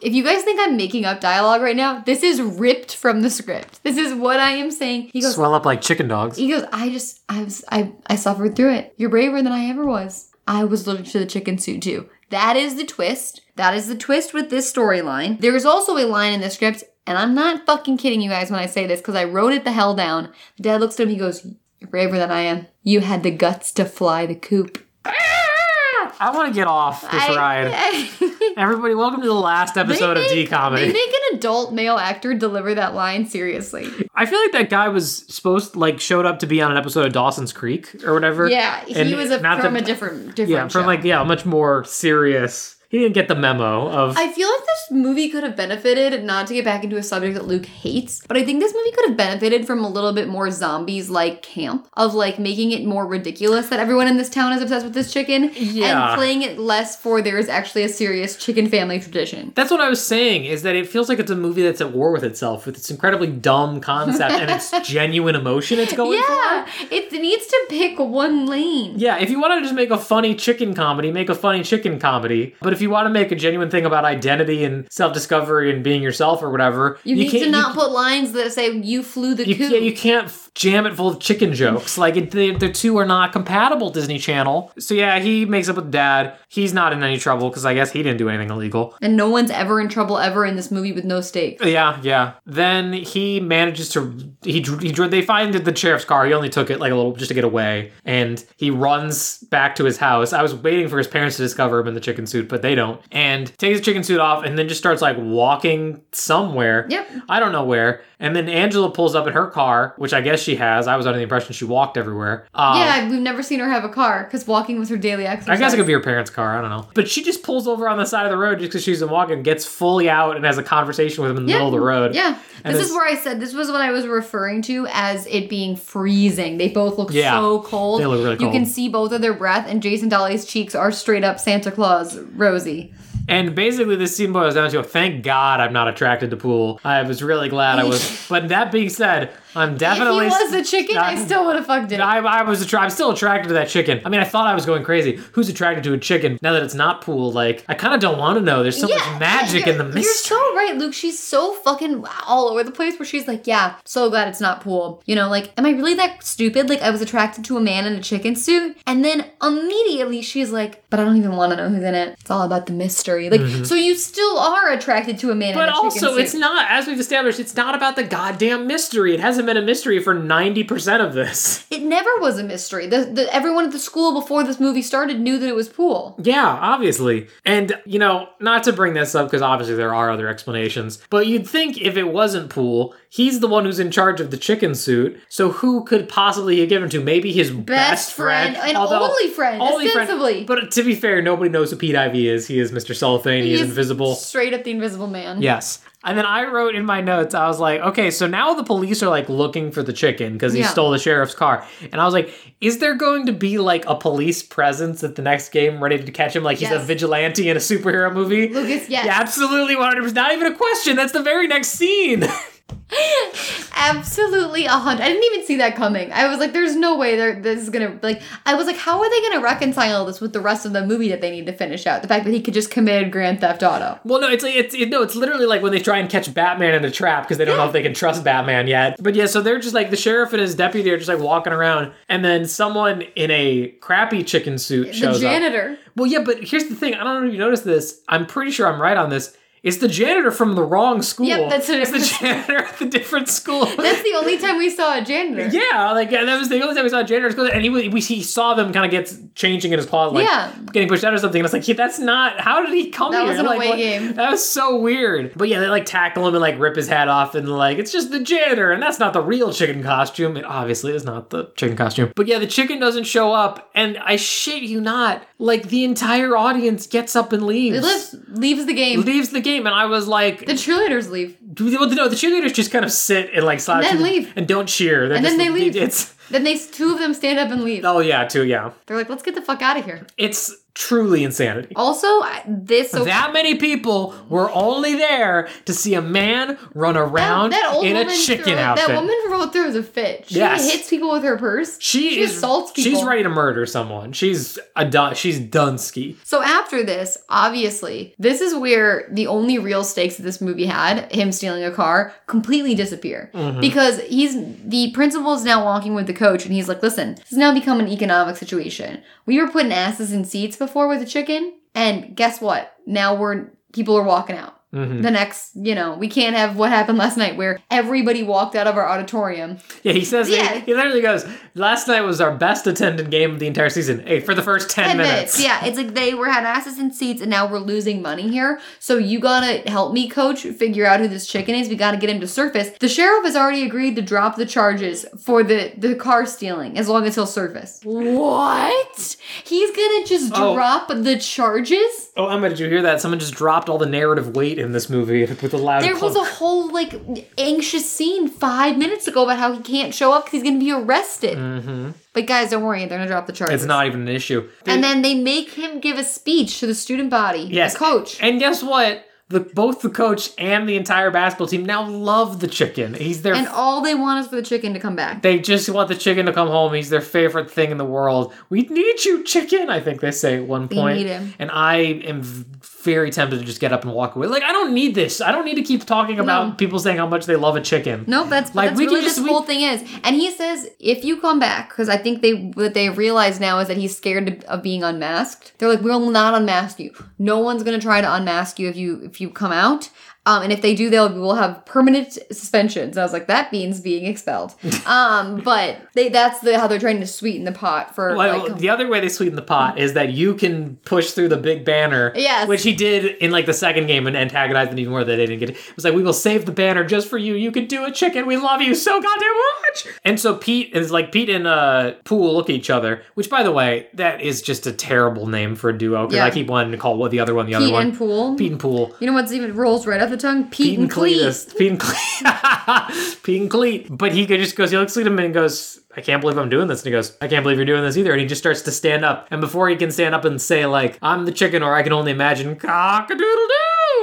[SPEAKER 3] If you guys think I'm making up dialogue right now, this is ripped from the script. This is what I am saying. He goes,
[SPEAKER 2] Swell up like chicken dogs.
[SPEAKER 3] He goes, I just, I was, I, I suffered through it. You're braver than I ever was. I was allergic to the chicken suit too. That is the twist. That is the twist with this storyline. There is also a line in the script, and I'm not fucking kidding you guys when I say this because I wrote it the hell down. The dad looks at him. He goes, "You're braver than I am. You had the guts to fly the coop."
[SPEAKER 2] *laughs* I want to get off this ride.
[SPEAKER 3] *laughs*
[SPEAKER 2] Everybody, welcome to the last episode of D Comedy.
[SPEAKER 3] They make an adult male actor deliver that line seriously.
[SPEAKER 2] I feel like that guy was supposed like showed up to be on an episode of Dawson's Creek or whatever.
[SPEAKER 3] Yeah, he
[SPEAKER 2] And
[SPEAKER 3] was a,
[SPEAKER 2] not
[SPEAKER 3] from
[SPEAKER 2] the-
[SPEAKER 3] a different different
[SPEAKER 2] yeah from
[SPEAKER 3] show.
[SPEAKER 2] like yeah a much more serious He didn't get the memo of
[SPEAKER 3] I feel like this movie could have benefited, not to get back into a subject that Luke hates, but I think this movie could have benefited from a little bit more zombies like camp, of like making it more ridiculous that everyone in this town is obsessed with this chicken,
[SPEAKER 2] Yeah.
[SPEAKER 3] and playing it less for there is actually a serious chicken family tradition.
[SPEAKER 2] That's what I was saying is that it feels like it's a movie that's at war with itself with its incredibly dumb concept and
[SPEAKER 3] *laughs*
[SPEAKER 2] its genuine emotion it's going for.
[SPEAKER 3] Yeah, it needs to pick one lane.
[SPEAKER 2] Yeah, if you want to just make a funny chicken comedy, make a funny chicken comedy. But if you want to make a genuine thing about identity and self-discovery and being yourself or whatever,
[SPEAKER 3] You, need to
[SPEAKER 2] you
[SPEAKER 3] not put lines that say you flew the
[SPEAKER 2] You
[SPEAKER 3] coop.
[SPEAKER 2] can't, you can't f- jam it full of chicken jokes. Like, it, the, the two are not compatible, Disney Channel. So, yeah, he makes up with dad. He's not in any trouble because I guess he didn't do anything illegal.
[SPEAKER 3] and no one's ever in trouble ever in this movie with no stakes.
[SPEAKER 2] Yeah, yeah. Then he manages to. He, dr- he dr- They find the sheriff's car. He only took it like a little just to get away. And he runs back to his house. I was waiting for his parents to discover him in the chicken suit, but they don't. And takes the chicken suit off and then just starts like walking somewhere.
[SPEAKER 3] Yep.
[SPEAKER 2] I don't know where. And then Angela pulls up in her car, which I guess she has. I was under the impression she walked everywhere. Uh,
[SPEAKER 3] yeah, we've never seen her have a car because walking was her daily
[SPEAKER 2] I
[SPEAKER 3] exercise.
[SPEAKER 2] guess it could be her parents' car. I don't know. But she just pulls over on the side of the road just because she's been walking, gets fully out, and has a conversation with him in the middle of the road.
[SPEAKER 3] Yeah.
[SPEAKER 2] And
[SPEAKER 3] this
[SPEAKER 2] it's-
[SPEAKER 3] is where I said this was what I was referring to as it being freezing. They both look
[SPEAKER 2] Yeah.
[SPEAKER 3] so cold.
[SPEAKER 2] They look really
[SPEAKER 3] You can
[SPEAKER 2] cold.
[SPEAKER 3] see both of their breath, and Jason Dolly's cheeks are straight up Santa Claus rosy.
[SPEAKER 2] And basically, this scene boils down to thank God I'm not attracted to pool. I was really glad I
[SPEAKER 3] *laughs*
[SPEAKER 2] was. but that being said, I'm definitely.
[SPEAKER 3] if he was a chicken, I
[SPEAKER 2] I'm-
[SPEAKER 3] still would have fucked it.
[SPEAKER 2] I, I was attra- I'm still attracted to that chicken. I mean, I thought I was going crazy. Who's attracted to a chicken now that it's not pool? Like, I kind of don't want to know. There's so much magic
[SPEAKER 3] you're-
[SPEAKER 2] in the mystery.
[SPEAKER 3] You're so right, Luke. She's so fucking all over the place where she's like, yeah, so glad it's not pool. You know, like, am I really that stupid? Like, I was attracted to a man in a chicken suit. And then immediately she's like, but I don't even want to know who's in it. It's all about the mystery. Like, so you still are attracted to a man
[SPEAKER 2] Mm-hmm. But
[SPEAKER 3] in a chicken suit.
[SPEAKER 2] also, it's not, as we've established, it's not about the goddamn mystery. It hasn't been a mystery for 90% of this.
[SPEAKER 3] It never was a mystery. The, the, everyone at the school before this movie started knew that it was pool.
[SPEAKER 2] Yeah, obviously. And, you know, not to bring this up because obviously there are other explanations, but you'd think if it wasn't Pool, he's the one who's in charge of the chicken suit. So who could possibly have given to? Maybe his best, friend.
[SPEAKER 3] friend and only friend, ostensibly.
[SPEAKER 2] But to be fair, nobody knows who Pete Ivy is. He is Mr. Cellophane. He, is
[SPEAKER 3] He's
[SPEAKER 2] invisible.
[SPEAKER 3] Straight up the invisible man.
[SPEAKER 2] Yes. And then I wrote in my notes, I was like, okay, so now the police are like looking for the chicken because he
[SPEAKER 3] Yeah.
[SPEAKER 2] stole the sheriff's car. And I was like, is there going to be like a police presence at the next game ready to catch him like he's a
[SPEAKER 3] Yes.
[SPEAKER 2] vigilante in a superhero movie?
[SPEAKER 3] Lucas, yes.
[SPEAKER 2] Yeah, absolutely 100%. Not even a question. That's the very next scene. *laughs*
[SPEAKER 3] Absolutely a hundred. I didn't even see that coming. I was like, "There's no way they're, this is gonna like." I was like, "How are they gonna reconcile this with the rest of the movie that they need to finish out? The fact that he could just commit Grand Theft Auto."
[SPEAKER 2] well, no, it's like, it's, it, no, it's literally like when they try and catch Batman in a trap because they don't know if they can trust Batman yet. But yeah, so they're just like, the sheriff and his deputy are just like walking around. And then someone in a crappy chicken suit shows
[SPEAKER 3] the
[SPEAKER 2] up.
[SPEAKER 3] janitor.
[SPEAKER 2] Well, yeah, but here's the thing. I don't know if you noticed this. I'm pretty sure I'm right on this. It's the janitor from the wrong school.
[SPEAKER 3] Yep, that's a
[SPEAKER 2] it's the *laughs*
[SPEAKER 3] different-
[SPEAKER 2] janitor at the different
[SPEAKER 3] *laughs*
[SPEAKER 2] school.
[SPEAKER 3] That's the only time we saw a janitor.
[SPEAKER 2] yeah, like yeah, that was the only time we saw a janitor at school, and he was, we he saw them kind of get changing in his closet, like
[SPEAKER 3] Yeah.
[SPEAKER 2] getting pushed out or something. And it's like, yeah, that's not. How did he come
[SPEAKER 3] That
[SPEAKER 2] here?
[SPEAKER 3] was an
[SPEAKER 2] Like,
[SPEAKER 3] away
[SPEAKER 2] what-
[SPEAKER 3] game.
[SPEAKER 2] That was so weird. But yeah, they like tackle him and like rip his hat off, and like it's just the janitor, and that's not the real chicken costume. It obviously is not the chicken costume. But yeah, the chicken doesn't show up, and I shit you not, like the entire audience gets up and leaves.
[SPEAKER 3] He lives, leaves the game.
[SPEAKER 2] Leaves the game, and I was like,
[SPEAKER 3] the cheerleaders leave.
[SPEAKER 2] well, no, the cheerleaders just kind of sit and like slide
[SPEAKER 3] And then
[SPEAKER 2] through the-
[SPEAKER 3] leave.
[SPEAKER 2] and don't cheer. They're
[SPEAKER 3] And
[SPEAKER 2] just-
[SPEAKER 3] then they leave.
[SPEAKER 2] It's
[SPEAKER 3] Then they two of them stand up and leave.
[SPEAKER 2] oh yeah, too yeah.
[SPEAKER 3] They're like, "Let's get the fuck out of here."
[SPEAKER 2] It's truly insanity.
[SPEAKER 3] Also, I- this so
[SPEAKER 2] That many people were only there to see a man run around in a chicken
[SPEAKER 3] through,
[SPEAKER 2] outfit.
[SPEAKER 3] That woman rode through as a fit. She
[SPEAKER 2] Yes.
[SPEAKER 3] hits people with her purse.
[SPEAKER 2] she, is
[SPEAKER 3] assaults people.
[SPEAKER 2] She's ready to murder someone. She's a dun- she's Dunsky.
[SPEAKER 3] So after this, obviously, this is where the only real stakes that this movie had, him stealing a car, completely disappear. Because he's the principal is now walking with the coach and he's like, listen, this has now become an economic situation. We were putting asses in seats before with a chicken, and guess what? Now we're people are walking out. The next, you know, we can't have what happened last night where everybody walked out of our auditorium.
[SPEAKER 2] Yeah, he says
[SPEAKER 3] Yeah.
[SPEAKER 2] He, he literally goes, Last night was our best attended game of the entire season. Hey, for the first ten,
[SPEAKER 3] 10
[SPEAKER 2] minutes.
[SPEAKER 3] minutes. Yeah, it's like they were had asses in seats and now we're losing money here. So you gotta help me, coach, figure out who this chicken is. We gotta get him to surface. The sheriff has already agreed to drop the charges for the, the car stealing as long as he'll surface. What? He's gonna just
[SPEAKER 2] Oh.
[SPEAKER 3] drop the charges?
[SPEAKER 2] Oh, Emma, did you hear that? Someone just dropped all the narrative weight in this movie *laughs* with a loud
[SPEAKER 3] There was a
[SPEAKER 2] clunk.
[SPEAKER 3] whole like anxious scene five minutes ago about how he can't show up because he's gonna be arrested. But guys, don't worry, they're gonna drop the charges.
[SPEAKER 2] Mm-hmm. It's not even an issue.
[SPEAKER 3] And then they make him give a speech to the student body.
[SPEAKER 2] yes,
[SPEAKER 3] the coach.
[SPEAKER 2] And guess what? The both the coach and the entire basketball team now love the chicken. He's their
[SPEAKER 3] And all they want is for the chicken to come back.
[SPEAKER 2] They just want the chicken to come home. He's their favorite thing in the world. We need you, chicken. I think they say at one point.
[SPEAKER 3] need him.
[SPEAKER 2] And I am v- very tempted to just get up and walk away. Like I don't need this. I don't need to keep talking about
[SPEAKER 3] No. people
[SPEAKER 2] people saying how much they love a chicken.
[SPEAKER 3] No, that's
[SPEAKER 2] Like,
[SPEAKER 3] that's
[SPEAKER 2] we can
[SPEAKER 3] really
[SPEAKER 2] just-
[SPEAKER 3] this
[SPEAKER 2] we-
[SPEAKER 3] whole thing is. And he says, if you come back, because I think they what they realize now is that he's scared of being unmasked. They're like, we'll not unmask you. No one's gonna try to unmask you if you if you come out. Um, and if they do, they'll we'll have permanent suspensions. I was like, that means being
[SPEAKER 2] *laughs*
[SPEAKER 3] expelled. um, but they that's the how they're trying to sweeten the pot for
[SPEAKER 2] Well,
[SPEAKER 3] like, um,
[SPEAKER 2] the other way they sweeten the pot is that you can push through the big banner,
[SPEAKER 3] Yes.
[SPEAKER 2] which he did in like the second game and antagonized them even more that they didn't get it. It was like, we will save the banner just for you. You can do it, chicken. We love you so goddamn much. And so Pete is like Pete and uh, Pool look at each other, which by the way, that is just a terrible name for a duo because
[SPEAKER 3] Yeah.
[SPEAKER 2] I keep wanting to call what the other one the other
[SPEAKER 3] Pete
[SPEAKER 2] one.
[SPEAKER 3] and Pool.
[SPEAKER 2] Pete and Pool.
[SPEAKER 3] You know what's even rolls right off the tongue? Pete,
[SPEAKER 2] Pete
[SPEAKER 3] and
[SPEAKER 2] and
[SPEAKER 3] Cleese.
[SPEAKER 2] Cletus. Pete and Cleet. *laughs* Pete and Cleet. But he could- just goes, he looks at him and goes, I can't believe I'm doing this. And he goes, I can't believe you're doing this either. And he just starts to stand up. And before he can stand up and say, like, I'm the chicken or I can only imagine cock a doodle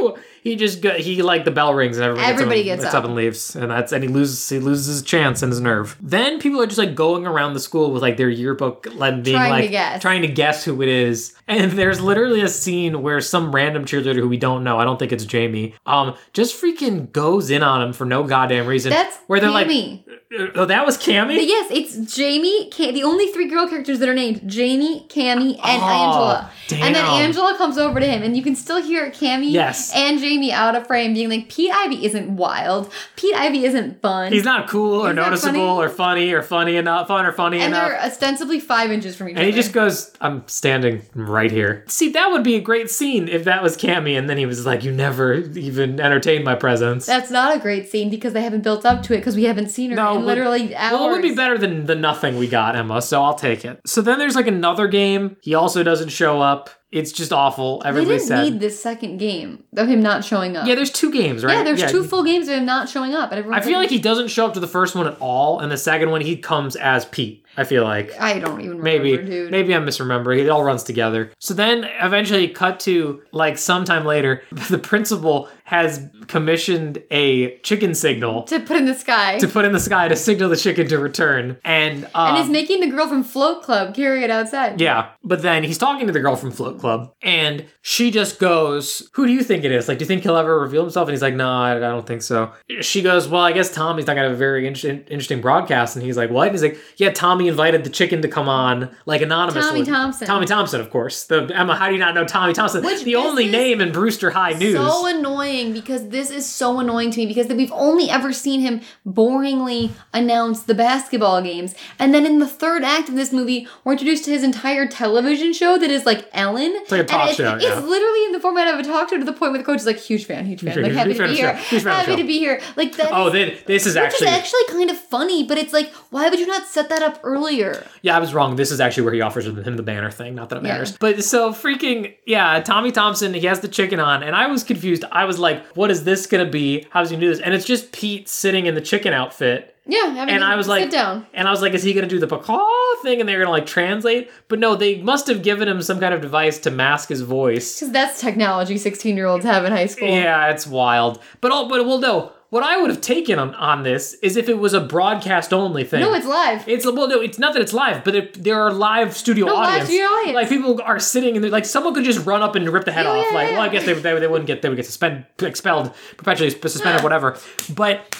[SPEAKER 2] doo, he just, go, he like the bell rings and everybody,
[SPEAKER 3] Everybody
[SPEAKER 2] gets, up, and-
[SPEAKER 3] gets
[SPEAKER 2] up
[SPEAKER 3] up.
[SPEAKER 2] and leaves. And that's, and he loses, he loses his chance and his nerve. Then people are just like going around the school with like their yearbook and being
[SPEAKER 3] Trying to
[SPEAKER 2] like,
[SPEAKER 3] guess.
[SPEAKER 2] trying to guess who it is. And there's literally a scene where some random cheerleader who we don't know, I don't think it's Jamie, um, just freaking goes in on him for no goddamn reason.
[SPEAKER 3] That's
[SPEAKER 2] where they're
[SPEAKER 3] Jamie.
[SPEAKER 2] like, "Oh, that was Cammy."
[SPEAKER 3] But yes, it's Jamie, Ca- the only three girl characters that are named Jamie, Cammy, and
[SPEAKER 2] Oh,
[SPEAKER 3] Angela. And then
[SPEAKER 2] damn.
[SPEAKER 3] Angela comes over to him, and you can still hear Cammy
[SPEAKER 2] Yes.
[SPEAKER 3] and Jamie out of frame being like, Pete Ivy isn't wild. Pete Ivy isn't fun.
[SPEAKER 2] He's not cool or
[SPEAKER 3] He's not
[SPEAKER 2] noticeable
[SPEAKER 3] funny.
[SPEAKER 2] or funny or funny enough, fun or funny
[SPEAKER 3] and
[SPEAKER 2] enough.
[SPEAKER 3] they're ostensibly five inches from each other.
[SPEAKER 2] And he just goes, I'm standing right here. See, that would be a great scene if that was Cammy, and then he was like, You never even entertained my presence.
[SPEAKER 3] That's not a great scene because they haven't built up to it because we haven't seen her
[SPEAKER 2] No,
[SPEAKER 3] in
[SPEAKER 2] but-
[SPEAKER 3] literally hours.
[SPEAKER 2] Well, it would be better than the nothing we got, Emma, so I'll take it. So then there's like another game. He also doesn't show up. It's just awful.
[SPEAKER 3] They
[SPEAKER 2] Everybody's
[SPEAKER 3] didn't
[SPEAKER 2] sad.
[SPEAKER 3] need this second game of him not showing up.
[SPEAKER 2] yeah, there's two games, right?
[SPEAKER 3] Yeah, there's two full games of him not showing up.
[SPEAKER 2] I
[SPEAKER 3] And everyone's
[SPEAKER 2] feel like he doesn't show up to the first one at all, and the second one he comes as Pete. I feel like.
[SPEAKER 3] I don't even remember,
[SPEAKER 2] Maybe,
[SPEAKER 3] dude.
[SPEAKER 2] maybe I'm misremembering. It all runs together. So then, eventually, cut to like sometime later, *laughs* the principal has commissioned a chicken signal
[SPEAKER 3] To put in the sky.
[SPEAKER 2] to put in the sky to signal the chicken to return, and um,
[SPEAKER 3] and is making the girl from Float Club carry it outside.
[SPEAKER 2] Yeah. But then he's talking to the girl from Float Club, and she just goes, Who do you think it is? Like, do you think he'll ever reveal himself? And he's like, No, I I don't think so. She goes, Well, I guess Tommy's not going to have a very inter- interesting broadcast. And he's like, What? And he's like, Yeah, Tommy invited the chicken to come on, like, anonymously.
[SPEAKER 3] Tommy Thompson.
[SPEAKER 2] Tommy Thompson, of course. The Emma, how do you not know Tommy Thompson?
[SPEAKER 3] Which
[SPEAKER 2] the only
[SPEAKER 3] business-
[SPEAKER 2] name in Brewster High News.
[SPEAKER 3] So annoying because this is so annoying to me because we've only ever seen him boringly announce the basketball games. And then in the third act of this movie, we're introduced to his entire television show that is like Ellen. It's
[SPEAKER 2] like a talk
[SPEAKER 3] and it's,
[SPEAKER 2] show,
[SPEAKER 3] It's
[SPEAKER 2] yeah.
[SPEAKER 3] literally in the format of a talk show to the point where the coach is like, huge fan, huge fan.
[SPEAKER 2] Huge
[SPEAKER 3] Like,
[SPEAKER 2] fan,
[SPEAKER 3] happy
[SPEAKER 2] huge
[SPEAKER 3] to be
[SPEAKER 2] fan
[SPEAKER 3] here.
[SPEAKER 2] of the show, huge fan of the
[SPEAKER 3] Happy to
[SPEAKER 2] show."
[SPEAKER 3] be here. Like, that
[SPEAKER 2] Oh,
[SPEAKER 3] is-
[SPEAKER 2] then this is
[SPEAKER 3] which
[SPEAKER 2] actually.
[SPEAKER 3] is actually kind of funny, but it's like, why would you not set that up earlier?
[SPEAKER 2] Yeah, I was wrong. This is actually where he offers him the banner thing. Not that it
[SPEAKER 3] Yeah.
[SPEAKER 2] matters. But so freaking, yeah, Tommy Thompson, he has the chicken on. And I was confused. I was like, what is this going to be? How's he going to do this? And it's just Pete sitting in the chicken outfit.
[SPEAKER 3] Yeah, have
[SPEAKER 2] And
[SPEAKER 3] him
[SPEAKER 2] I was
[SPEAKER 3] sit
[SPEAKER 2] like,
[SPEAKER 3] down.
[SPEAKER 2] and I was like, is he going to do the pacaw thing? And they're going to like translate? But no, they must have given him some kind of device to mask his voice.
[SPEAKER 3] Because that's technology 16 year olds have in high school.
[SPEAKER 2] Yeah, it's wild. But all, but well, no. What I would have taken on, on this is if it was a broadcast only thing.
[SPEAKER 3] No, it's live.
[SPEAKER 2] It's well, no, it's not that it's live, but it, there are live studio
[SPEAKER 3] No, live
[SPEAKER 2] audience.
[SPEAKER 3] studio audience.
[SPEAKER 2] Like people are sitting and they're like someone could just run up and rip the head
[SPEAKER 3] Yeah,
[SPEAKER 2] off.
[SPEAKER 3] yeah,
[SPEAKER 2] like,
[SPEAKER 3] yeah.
[SPEAKER 2] well, I guess they, they, they wouldn't get they would get suspend, expelled perpetually sp- suspended whatever. But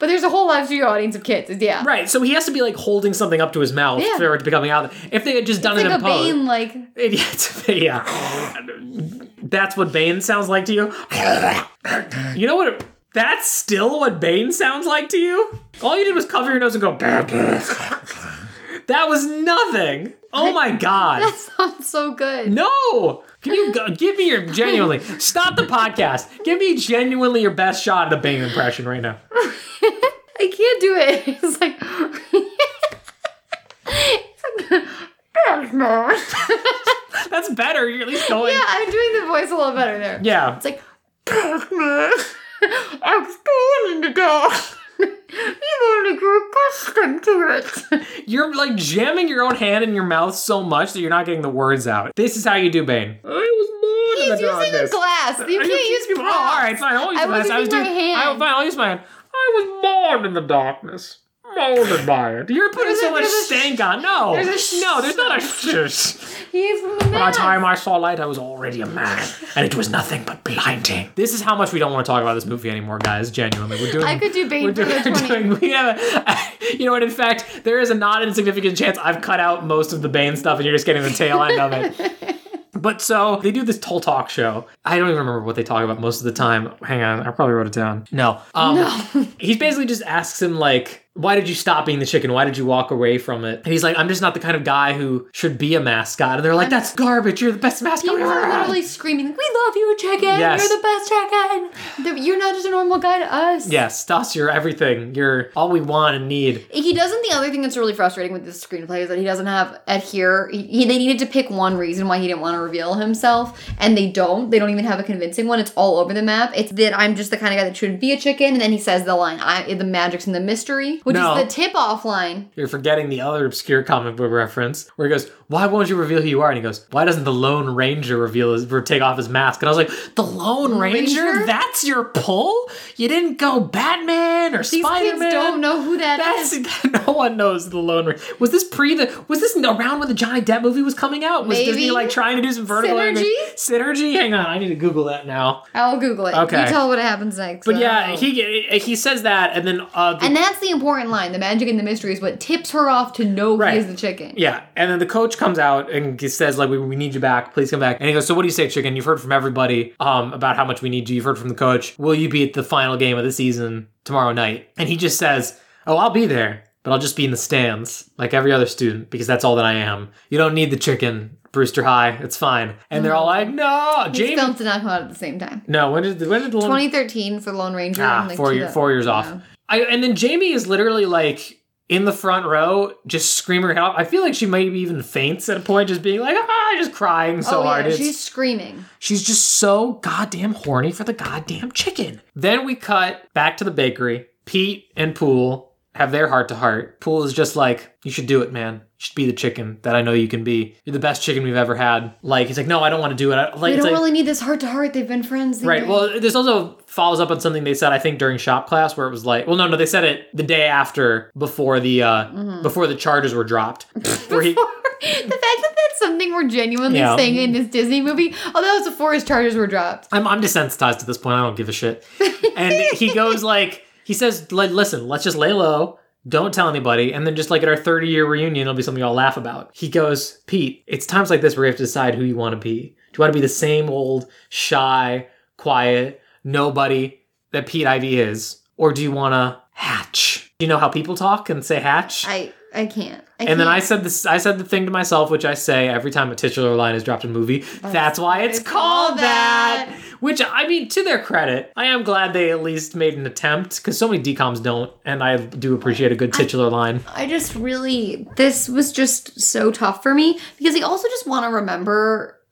[SPEAKER 3] But there's a whole live studio audience of kids. Yeah.
[SPEAKER 2] right, so he has to be like holding something up to his mouth
[SPEAKER 3] Yeah.
[SPEAKER 2] for it to be coming out. If they had just done
[SPEAKER 3] It's
[SPEAKER 2] it
[SPEAKER 3] like *laughs*
[SPEAKER 2] in
[SPEAKER 3] a
[SPEAKER 2] pose,
[SPEAKER 3] Bane, like,
[SPEAKER 2] It- it's- yeah. That's what Bane sounds like to you? you know what? That's still what Bane sounds like to you? All you did was cover your nose and go. that was nothing. Oh my god.
[SPEAKER 3] That sounds so good.
[SPEAKER 2] No! Can you go, give me your genuinely stop the podcast? Give me genuinely your best shot at a Bane impression right now.
[SPEAKER 3] I can't do it. *laughs* It's like.
[SPEAKER 2] That's better. You're at least going.
[SPEAKER 3] yeah, I'm doing the voice a little better there.
[SPEAKER 2] Yeah.
[SPEAKER 3] It's like, *laughs* I'm stolen to death. You only grew accustomed to it.
[SPEAKER 2] You're like jamming your own hand in your mouth so much that you're not getting the words out. This is how you do Bane. I was born
[SPEAKER 3] He's
[SPEAKER 2] in the
[SPEAKER 3] using a
[SPEAKER 2] darkness.
[SPEAKER 3] glass. You can't use
[SPEAKER 2] Oh,
[SPEAKER 3] props.
[SPEAKER 2] all right, fine. I'll use
[SPEAKER 3] I
[SPEAKER 2] my
[SPEAKER 3] was
[SPEAKER 2] I was
[SPEAKER 3] using
[SPEAKER 2] doing.
[SPEAKER 3] my hand.
[SPEAKER 2] I, fine, I'll use my hand. I was born in the darkness. Molded by it. You're putting
[SPEAKER 3] There's a-
[SPEAKER 2] so much
[SPEAKER 3] there's a sh-
[SPEAKER 2] stank on. No.
[SPEAKER 3] there's a sh-
[SPEAKER 2] no, there's not a sh-
[SPEAKER 3] He's from the
[SPEAKER 2] By
[SPEAKER 3] mask.
[SPEAKER 2] the time I saw light, I was already a man, and it was nothing but blinding. This is how much we don't want to talk about this movie anymore, guys. Genuinely, we're doing.
[SPEAKER 3] I could do Bane
[SPEAKER 2] we're
[SPEAKER 3] for the
[SPEAKER 2] doing. *laughs*
[SPEAKER 3] 20.
[SPEAKER 2] we're doing- we have a, *laughs* you know what? In fact, there is a not insignificant chance I've cut out most of the Bane stuff, and you're just getting the tail end of it. But so they do this toll talk show. I don't even remember what they talk about most of the time. Hang on, I probably wrote it down. No, um, *laughs* he's basically just asks him like why did you stop being the chicken why did you walk away from it and he's like i'm just not the kind of guy who should be a mascot and they're like that's garbage you're the best mascot we've
[SPEAKER 3] People
[SPEAKER 2] ever
[SPEAKER 3] are
[SPEAKER 2] had."
[SPEAKER 3] literally screaming, "We love you, chicken!
[SPEAKER 2] Yes.
[SPEAKER 3] You're the best chicken! The- You're not just a normal guy to us."
[SPEAKER 2] yes Stas, you're everything you're all we want and need
[SPEAKER 3] He doesn't. The other thing that's really frustrating with this screenplay is that he doesn't have adhere. He, he- they needed to pick one reason why he didn't want to reveal himself, and they don't. They don't even have a convincing one. It's all over the map. It's that I'm just the kind of guy that shouldn't be a chicken, and then he says the line, "I the magic's in the mystery," which
[SPEAKER 2] No.
[SPEAKER 3] is the tip off line.
[SPEAKER 2] you're forgetting the other obscure comic book reference where he goes why won't you reveal who you are and he goes why doesn't the lone ranger reveal his or take off his mask and i was like the lone ranger,
[SPEAKER 3] Ranger?
[SPEAKER 2] that's your pull you didn't go batman or
[SPEAKER 3] These
[SPEAKER 2] spider-man
[SPEAKER 3] kids don't know who that
[SPEAKER 2] That's *laughs*
[SPEAKER 3] is.
[SPEAKER 2] no one knows the Lone Ranger. Was this pre the? Was this around when the Johnny Depp movie was coming out? Was
[SPEAKER 3] Maybe.
[SPEAKER 2] Disney like trying to do some vertical
[SPEAKER 3] Synergy?
[SPEAKER 2] integra- synergy? Hang on, I need to Google that now.
[SPEAKER 3] I'll Google it.
[SPEAKER 2] Okay.
[SPEAKER 3] You tell what happens next.
[SPEAKER 2] But
[SPEAKER 3] I
[SPEAKER 2] yeah,
[SPEAKER 3] don't know.
[SPEAKER 2] he he says that, and then uh, the,
[SPEAKER 3] And that's the important line. The magic and the mystery is what tips her off to know
[SPEAKER 2] Right.
[SPEAKER 3] he is the chicken.
[SPEAKER 2] yeah, and then the coach comes out and he says like, we, "We need you back. Please come back." And he goes, "So what do you say, chicken? You've heard from everybody um, about how much we need you. You've heard from the coach. Will you be at the final game of the season tomorrow night?" And he just says, "Oh, I'll be there." But I'll just be in the stands like every other student because that's all that I am. You don't need the chicken, Brewster High. It's fine. And they're all like, no,
[SPEAKER 3] These
[SPEAKER 2] Jamie.
[SPEAKER 3] films did not come out at the same time.
[SPEAKER 2] No, when did when did the
[SPEAKER 3] 2013 for Lone Ranger.
[SPEAKER 2] Ah,
[SPEAKER 3] and, like,
[SPEAKER 2] four,
[SPEAKER 3] two
[SPEAKER 2] year,
[SPEAKER 3] thou-
[SPEAKER 2] four years off.
[SPEAKER 3] yeah.
[SPEAKER 2] I, and then Jamie is literally like in the front row, just screaming her head off. I feel like she maybe even faints at a point, just being like, ah, just crying so
[SPEAKER 3] oh,
[SPEAKER 2] hard.
[SPEAKER 3] Yeah,
[SPEAKER 2] It's-
[SPEAKER 3] she's screaming.
[SPEAKER 2] She's just so goddamn horny for the goddamn chicken. Then we cut back to the bakery. Pete and Pool have their heart to heart. Pool is just like, You should do it, man. You should be the chicken that I know you can be. You're the best chicken we've ever had. Like, he's like, No, I don't want to do it. I, like,
[SPEAKER 3] They
[SPEAKER 2] it's
[SPEAKER 3] don't
[SPEAKER 2] like,
[SPEAKER 3] really need this heart to heart. They've been friends. the
[SPEAKER 2] Right.
[SPEAKER 3] year.
[SPEAKER 2] Well, this also follows up on something they said I think during shop class where it was like, well, no, no, they said it the day after before the uh before the charges were dropped. *laughs* where he,
[SPEAKER 3] *laughs* the fact that that's something we're genuinely
[SPEAKER 2] Yeah.
[SPEAKER 3] saying in this Disney movie, although that was before his charges were dropped.
[SPEAKER 2] I'm I'm desensitized at this point. I don't give a shit. And he goes like he says like listen, let's just lay low. Don't tell anybody, and then just like at our 30 year reunion, it'll be something y'all laugh about. He goes, Pete, it's times like this where you have to decide who you want to be. Do you want to be the same old, shy, quiet, nobody that Pete Ivy is? Or do you want to hatch? You know how people talk and say hatch?
[SPEAKER 3] I I can't. I
[SPEAKER 2] and then I
[SPEAKER 3] *laughs* can't.
[SPEAKER 2] said this I said the thing to myself, which I say every time a titular line is dropped in a movie. That's, why it's called that. Which I mean, to their credit, I am glad they at least made an attempt, because so many DComs don't, and I do appreciate a good titular line.
[SPEAKER 3] I just really this was just so tough for me because I also just want to remember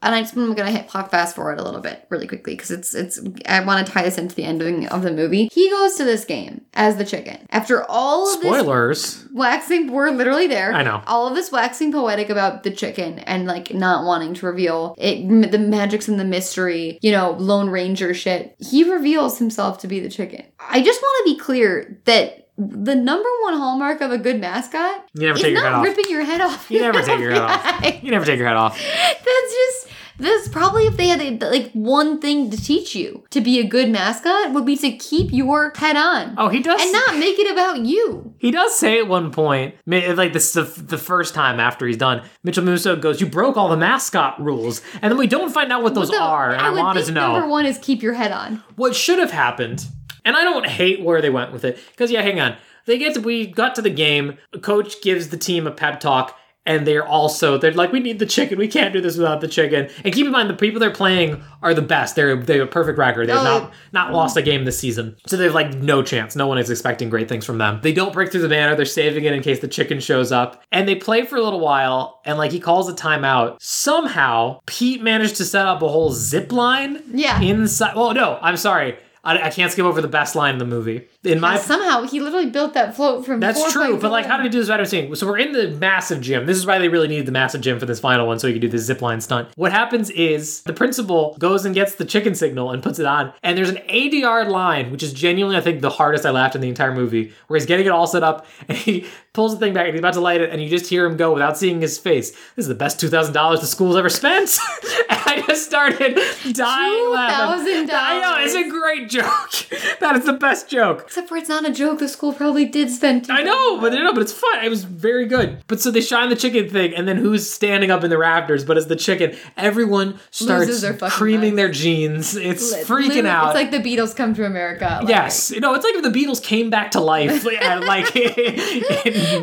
[SPEAKER 3] and I just, I'm gonna hit pop fast forward a little bit really quickly because it's it's I want to tie this into the ending of the movie. He goes to this game as the chicken after all of this
[SPEAKER 2] Spoilers.
[SPEAKER 3] waxing we're literally there
[SPEAKER 2] I know.
[SPEAKER 3] all of this waxing poetic about the chicken and like not wanting to reveal it m- the magics and the mystery you know lone ranger shit he reveals himself to be the chicken i just want to be clear that the number one hallmark of a good mascot
[SPEAKER 2] You never
[SPEAKER 3] is
[SPEAKER 2] take your
[SPEAKER 3] not
[SPEAKER 2] head off.
[SPEAKER 3] ripping your head off
[SPEAKER 2] You never take your head off. You never take your head off.
[SPEAKER 3] *laughs* that's just This probably if they had like one thing to teach you to be a good mascot would be to keep your head on.
[SPEAKER 2] Oh, he does.
[SPEAKER 3] and not make it about you.
[SPEAKER 2] He does say at one point, ma- like this the, the first time after he's done, Mitchell Musso goes, "You broke all the mascot rules," and then we don't find out what those
[SPEAKER 3] So,
[SPEAKER 2] are. And I,
[SPEAKER 3] would
[SPEAKER 2] wanted
[SPEAKER 3] think
[SPEAKER 2] to know
[SPEAKER 3] number one is keep your head on.
[SPEAKER 2] what should have happened. And I don't hate where they went with it because yeah, hang on, they get to, we got to the game. Coach gives the team a pep talk, and they're also they're like, "We need the chicken. We can't do this without the chicken." And keep in mind, the people they're playing are the best. They're they have a perfect record. They've
[SPEAKER 3] Oh,
[SPEAKER 2] not not lost a game this season. So they've like no chance. No one is expecting great things from them. They don't break through the banner. They're saving it in case the chicken shows up. And they play for a little while and like he calls a timeout. Somehow Pete managed to set up a whole zip line.
[SPEAKER 3] Yeah.
[SPEAKER 2] Inside. Well, no, I'm sorry. I, I can't skip over the best line in the movie. In my
[SPEAKER 3] Somehow he literally built that float from.
[SPEAKER 2] that's
[SPEAKER 3] four
[SPEAKER 2] true,
[SPEAKER 3] points
[SPEAKER 2] but like,
[SPEAKER 3] away.
[SPEAKER 2] how do we do this? What I'm saying. So we're in the massive gym. This is why they really needed the massive gym for this final one, so you could do this zip line stunt. What happens is the principal goes and gets the chicken signal and puts it on, and there's an 80 yard line, which is genuinely, I think, the hardest I laughed in the entire movie, where he's getting it all set up, *laughs* and he pulls the thing back, and he's about to light it, and you just hear him go without seeing his face. This is the best two thousand dollars the school's ever spent. *laughs* and I just started dying laughing.
[SPEAKER 3] $2,000.
[SPEAKER 2] I know it's a great joke. *laughs* that is the best joke.
[SPEAKER 3] Except for it's not a joke. The school probably did spend.
[SPEAKER 2] I know, but no, but it's fun. It was very good. But so they shine the chicken thing, and then who's standing up in the rafters? But it's the chicken. Everyone starts
[SPEAKER 3] Loses their fucking
[SPEAKER 2] creaming
[SPEAKER 3] mind.
[SPEAKER 2] their jeans. It's
[SPEAKER 3] Lit-
[SPEAKER 2] freaking
[SPEAKER 3] literally,
[SPEAKER 2] out.
[SPEAKER 3] It's like the Beatles come to America. like,
[SPEAKER 2] yes, you know, it's like if the Beatles came back to life,
[SPEAKER 3] *laughs*
[SPEAKER 2] and like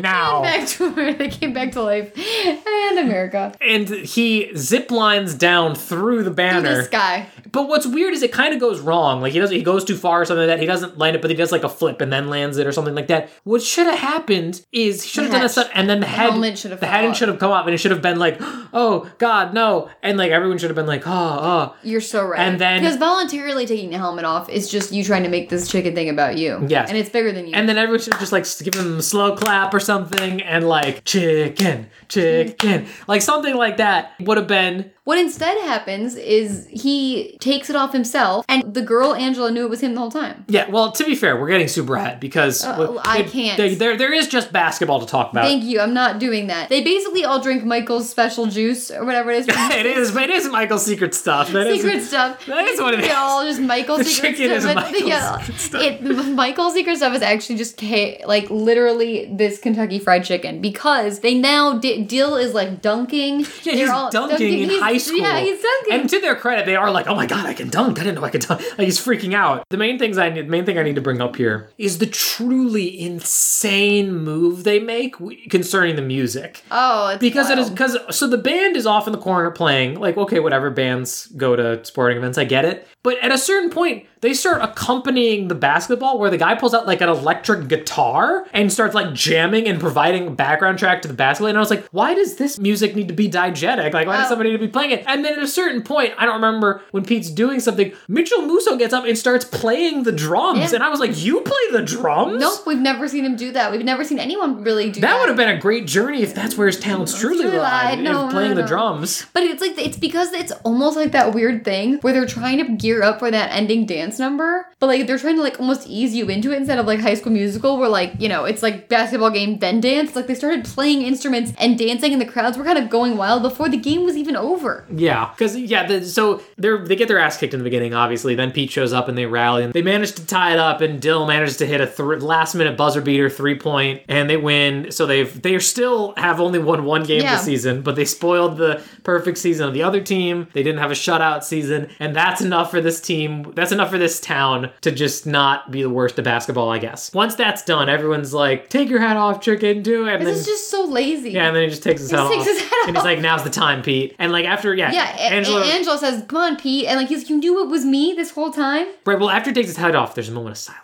[SPEAKER 2] *laughs* now.
[SPEAKER 3] Back to *laughs* America. They came back to life and America.
[SPEAKER 2] And he zip lines down through the
[SPEAKER 3] Through
[SPEAKER 2] banner.
[SPEAKER 3] the sky.
[SPEAKER 2] But what's weird is it kind of goes wrong. Like he doesn't, he goes too far or something like that. He doesn't land it, but he does like a flip and then lands it or something like that. What should have happened is he should have
[SPEAKER 3] The
[SPEAKER 2] done that
[SPEAKER 3] head-
[SPEAKER 2] stuff, and then the head,
[SPEAKER 3] helmet should have
[SPEAKER 2] the
[SPEAKER 3] fell
[SPEAKER 2] head
[SPEAKER 3] off.
[SPEAKER 2] should have come up, and it should have been like, oh God, no, and like everyone should have been like, oh, oh,
[SPEAKER 3] You're so right.
[SPEAKER 2] And then-
[SPEAKER 3] because voluntarily taking the helmet off is just you trying to make this chicken thing about you.
[SPEAKER 2] Yes.
[SPEAKER 3] and it's bigger than you.
[SPEAKER 2] and then everyone should have just like given him a slow clap or something, and like chicken,
[SPEAKER 3] *laughs*
[SPEAKER 2] chicken, like something like that would have been
[SPEAKER 3] What instead happens is he takes it off himself, and the girl Angela knew it was him the whole time.
[SPEAKER 2] Yeah, well, to be fair, we're getting super ahead because
[SPEAKER 3] Uh, I can't.
[SPEAKER 2] There, there, there is just basketball to talk about.
[SPEAKER 3] Thank you. I'm not doing that. They basically all drink Michael's special juice or whatever it
[SPEAKER 2] *laughs*
[SPEAKER 3] is.
[SPEAKER 2] it is, it is Michael's secret stuff. That is-
[SPEAKER 3] secret stuff.
[SPEAKER 2] that is what it
[SPEAKER 3] They
[SPEAKER 2] is.
[SPEAKER 3] all just Michael's
[SPEAKER 2] *laughs* The
[SPEAKER 3] secret
[SPEAKER 2] chicken
[SPEAKER 3] stuff.
[SPEAKER 2] is
[SPEAKER 3] but they
[SPEAKER 2] Michael's
[SPEAKER 3] all-
[SPEAKER 2] secret stuff.
[SPEAKER 3] It, Michael's secret stuff is actually just ca- like literally this Kentucky Fried Chicken because they now di- Dill is like dunking.
[SPEAKER 2] *laughs* Yeah,
[SPEAKER 3] They're
[SPEAKER 2] he's
[SPEAKER 3] all
[SPEAKER 2] dunking, in
[SPEAKER 3] He's-
[SPEAKER 2] high school.
[SPEAKER 3] Yeah, he's dunking.
[SPEAKER 2] And to their credit, they are like, "Oh my god, I can dunk! I didn't know I could dunk!" Like he's freaking out. The main things I need, the main thing I need to bring up here is the truly insane move they make w- concerning the music.
[SPEAKER 3] oh, it's
[SPEAKER 2] because it is
[SPEAKER 3] wild.
[SPEAKER 2] because so the band is off in the corner playing like okay whatever bands go to sporting events i get it but at a certain point they start accompanying the basketball where the guy pulls out like an electric guitar and starts like jamming and providing background track to the basketball and i was like why does this music need to be diegetic like why does
[SPEAKER 3] Oh.
[SPEAKER 2] somebody need to be playing it and then at a certain point i don't remember when pete's doing something mitchell musso gets up and starts playing the drums
[SPEAKER 3] Yeah.
[SPEAKER 2] and i was like you play the drums
[SPEAKER 3] Nope, we've never seen him do that. We've never seen anyone really do that.
[SPEAKER 2] That would have been a great journey if that's where his talents truly
[SPEAKER 3] truly
[SPEAKER 2] lied,
[SPEAKER 3] lied. No,
[SPEAKER 2] in playing
[SPEAKER 3] no,
[SPEAKER 2] the
[SPEAKER 3] no.
[SPEAKER 2] drums.
[SPEAKER 3] But it's like it's because it's almost like that weird thing where they're trying to gear up for that ending dance number, but like they're trying to like almost ease you into it instead of like High School Musical, where like you know it's like basketball game then dance. It's like they started playing instruments and dancing, and the crowds were kind of going wild before the game was even over.
[SPEAKER 2] Yeah, because yeah, the, so they they get their ass kicked in the beginning, obviously. Then Pete shows up and they rally and they manage to tie it up. And Dill manages to hit a thr last minute buzzer beater three point and they win. So they've they still have only won one game
[SPEAKER 3] Yeah.
[SPEAKER 2] this season, but they spoiled the perfect season of the other team. They didn't have a shutout season, and that's enough for this team. That's enough for this town to just not be the worst at basketball, I guess. Once that's done, everyone's like, "Take your hat off, chicken, do it." And
[SPEAKER 3] This
[SPEAKER 2] then-
[SPEAKER 3] is just so lazy.
[SPEAKER 2] yeah, and then he just takes his
[SPEAKER 3] He
[SPEAKER 2] hat
[SPEAKER 3] takes
[SPEAKER 2] off.
[SPEAKER 3] his hat
[SPEAKER 2] And he's
[SPEAKER 3] off.
[SPEAKER 2] like, now's the time, Pete. And like after yeah,
[SPEAKER 3] Yeah, A- A- Angela, says, "Come on, Pete," and like he's, you knew it was me this whole time.
[SPEAKER 2] Right, well, after he takes his head off, there's a moment of silence.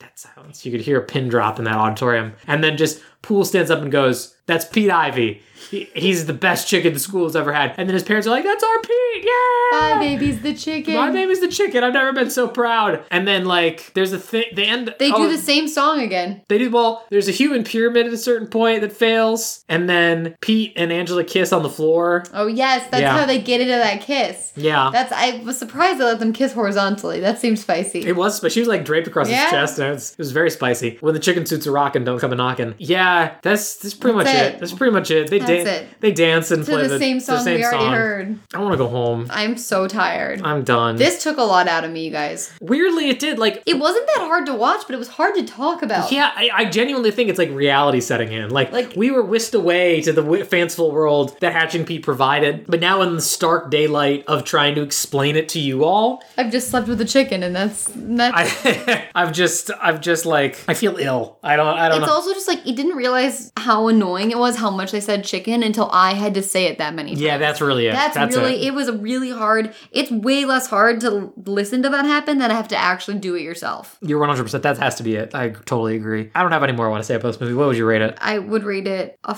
[SPEAKER 2] Dead silence. You could hear a pin drop in that auditorium. And then just Poole stands up and goes, That's Pete Ivy. He- he's the best chicken the school's ever had. And then his parents are like, That's our Pete! Yeah!
[SPEAKER 3] Bye, baby's the chicken.
[SPEAKER 2] My name is the chicken. I've never been so proud. And then, like, there's a thing. They end.
[SPEAKER 3] They
[SPEAKER 2] oh,
[SPEAKER 3] do the same song again.
[SPEAKER 2] They do well. There's a human pyramid at a certain point that fails, and then Pete and Angela kiss on the floor.
[SPEAKER 3] Oh yes, that's
[SPEAKER 2] Yeah.
[SPEAKER 3] how they get into that kiss.
[SPEAKER 2] Yeah,
[SPEAKER 3] That's I was surprised they let them kiss horizontally. That seems spicy.
[SPEAKER 2] It was, but she was like draped across
[SPEAKER 3] Yeah.
[SPEAKER 2] his chest, and it was, it was very spicy. When the chicken suits are rocking, don't come a knocking. Yeah, yeah, that's that's pretty
[SPEAKER 3] That's
[SPEAKER 2] much it.
[SPEAKER 3] it.
[SPEAKER 2] That's pretty much it. They
[SPEAKER 3] That's
[SPEAKER 2] dance.
[SPEAKER 3] it.
[SPEAKER 2] They dance and
[SPEAKER 3] To
[SPEAKER 2] play
[SPEAKER 3] the,
[SPEAKER 2] the
[SPEAKER 3] same song
[SPEAKER 2] same
[SPEAKER 3] we already
[SPEAKER 2] song.
[SPEAKER 3] heard.
[SPEAKER 2] I want to go home.
[SPEAKER 3] I'm so tired.
[SPEAKER 2] I'm done.
[SPEAKER 3] this took a lot out of me, you guys.
[SPEAKER 2] Weirdly, it did. Like,
[SPEAKER 3] It wasn't that hard to watch, but it was hard to talk about.
[SPEAKER 2] yeah, I, I genuinely think it's like reality setting in. Like,
[SPEAKER 3] Oh. Like-
[SPEAKER 2] we were whisked away to the w- fanciful world that Hatch and Pete provided, but now in the stark daylight of trying to explain it to you all, *laughs*
[SPEAKER 3] I've just slept with a chicken, and that's that's.
[SPEAKER 2] I, I've just, I've just like, I feel ill. I don't, I don't
[SPEAKER 3] it's
[SPEAKER 2] know.
[SPEAKER 3] also just like it didn't realize how annoying it was how much they said chicken until I had to say it that many times.
[SPEAKER 2] yeah, that's really it.
[SPEAKER 3] That's,
[SPEAKER 2] That's,
[SPEAKER 3] really
[SPEAKER 2] it.
[SPEAKER 3] it. was really hard. It's way less hard to l- listen to that happen than I have to actually do it yourself.
[SPEAKER 2] You're 100. percent That has to be it. I totally agree. I don't have any more I want to say about this movie. What would you rate it?
[SPEAKER 3] I would rate it a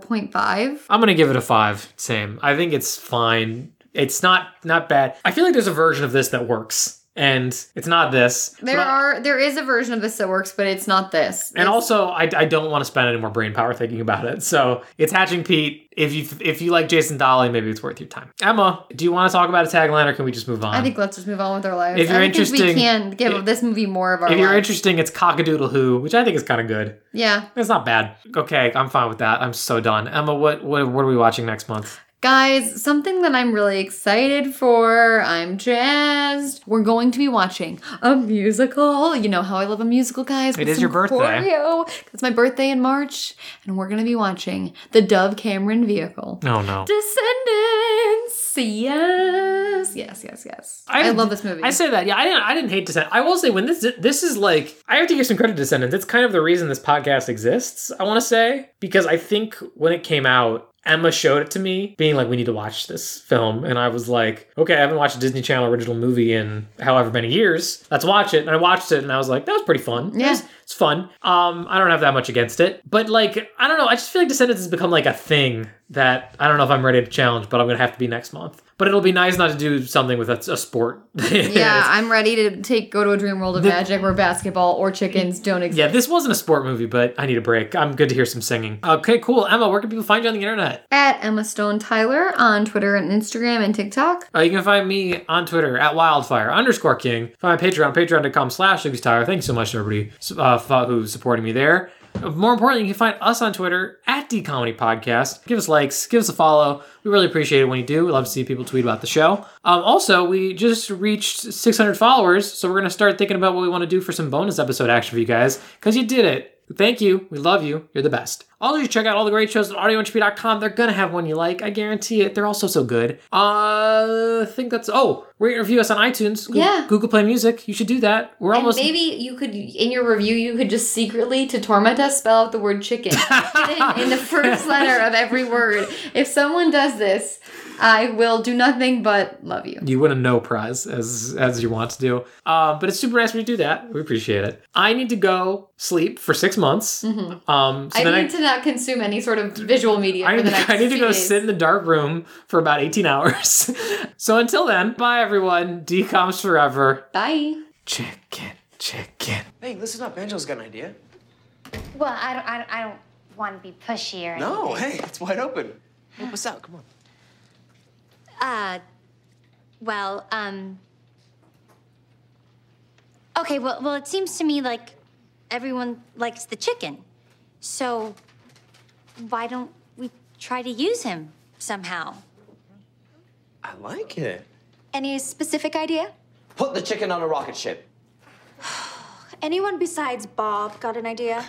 [SPEAKER 3] 4.5.
[SPEAKER 2] I'm gonna give it a five. Same. I think it's fine. It's not not bad. I feel like there's a version of this that works, and it's not this.
[SPEAKER 3] There
[SPEAKER 2] But-
[SPEAKER 3] are there is a version of this that works, but it's not this.
[SPEAKER 2] And
[SPEAKER 3] This-
[SPEAKER 2] also, I, I don't want to spend any more brain power thinking about it. So it's Hatching Pete. If you if you like Jason Dolly, maybe it's worth your time. Emma, do you want to talk about a tagline, or can we just move on?
[SPEAKER 3] I think let's just move on with our lives.
[SPEAKER 2] If you're
[SPEAKER 3] I don't think
[SPEAKER 2] interesting-
[SPEAKER 3] we can give
[SPEAKER 2] if-
[SPEAKER 3] this movie more of our.
[SPEAKER 2] if you're
[SPEAKER 3] lives.
[SPEAKER 2] interesting, it's Cockadoodle Who, which I think is kind of good.
[SPEAKER 3] yeah,
[SPEAKER 2] It's not bad. Okay, I'm fine with that. I'm so done. Emma, what what, what are we watching next month?
[SPEAKER 3] guys, something that I'm really excited for. I'm jazzed. We're going to be watching a musical. You know how I love a musical, guys. It
[SPEAKER 2] is your birthday.
[SPEAKER 3] It's my birthday in March, and we're gonna be watching the Dove Cameron vehicle.
[SPEAKER 2] Oh no.
[SPEAKER 3] Descendants. Yes, yes, yes, yes. I, love this movie.
[SPEAKER 2] I say that. Yeah, I didn't. I didn't hate Descendants. I will say when this this is like I have to give some credit to Descendants. It's kind of the reason this podcast exists. I want to say because I think when it came out. Emma showed it to me, being like, "We need to watch this film," and I was like, "Okay, I haven't watched a Disney Channel original movie in however many years. Let's watch it." And I watched it, and I was like, "That was pretty fun. It
[SPEAKER 3] Yeah.
[SPEAKER 2] was- it's fun." Um, I don't have that much against it, but like, I don't know. I just feel like Descendants has become like a thing that I don't know if I'm ready to challenge, but I'm gonna have to be next month. But it'll be nice not to do something with a, a sport. *laughs*
[SPEAKER 3] Yeah, I'm ready to take go to a dream world of magic where basketball or chickens don't exist.
[SPEAKER 2] Yeah, this wasn't a sport movie, but I need a break. I'm good to hear some singing. Okay, cool. Emma, where can people find you on the internet?
[SPEAKER 3] At Emma Stone Tyler on Twitter and Instagram and TikTok.
[SPEAKER 2] Uh, you can find me on Twitter at wildfire underscore king. Find my Patreon, patreon.com slash Lucas Tyler. Thanks so much to everybody uh, f- who's supporting me there. More importantly, you can find us on Twitter at D Comedy Podcast. Give us likes, give us a follow. We really appreciate it when you do. We love to see people tweet about the show. Um, also, we just reached 600 followers, so we're going to start thinking about what we want to do for some bonus episode action for you guys because you did it. Thank you. We love you. You're the best. Also, you check out all the great shows at audioentropy.com. They're going to have one you like. I guarantee it. They're also so good. Uh, I think that's. Oh, rate and review us on iTunes. Google,
[SPEAKER 3] Yeah.
[SPEAKER 2] Google Play Music. You should do that. We're
[SPEAKER 3] And
[SPEAKER 2] almost.
[SPEAKER 3] maybe you could, in your review, you could just secretly, to torment us, spell out the
[SPEAKER 2] *laughs*
[SPEAKER 3] word chicken in, in the first letter of every word. If someone does this, I will do nothing but love you.
[SPEAKER 2] you win a no prize as as you want to do. Um, but it's super nice when you do that. We appreciate it. I need to go sleep for six months. Um, so
[SPEAKER 3] Mm-hmm. I
[SPEAKER 2] then
[SPEAKER 3] need to not consume any sort of visual media
[SPEAKER 2] I
[SPEAKER 3] for the
[SPEAKER 2] need,
[SPEAKER 3] next
[SPEAKER 2] I need to
[SPEAKER 3] few
[SPEAKER 2] go
[SPEAKER 3] days.
[SPEAKER 2] sit in the dark room for about 18 hours. *laughs* so until then, bye everyone. DComs forever.
[SPEAKER 3] Bye.
[SPEAKER 2] Chicken, chicken.
[SPEAKER 5] Hey, listen up. Angel's got an idea.
[SPEAKER 6] Well, I don't, I don't, I don't want to be pushy or anything.
[SPEAKER 5] No, hey, it's wide open. Help us out. Come on.
[SPEAKER 6] Uh, well, um. Okay, well, well, it seems to me like everyone likes the chicken, so why don't we try to use him somehow?
[SPEAKER 5] I like it.
[SPEAKER 6] Any specific idea?
[SPEAKER 5] Put the chicken on a rocket ship.
[SPEAKER 6] Anyone besides Bob got an idea?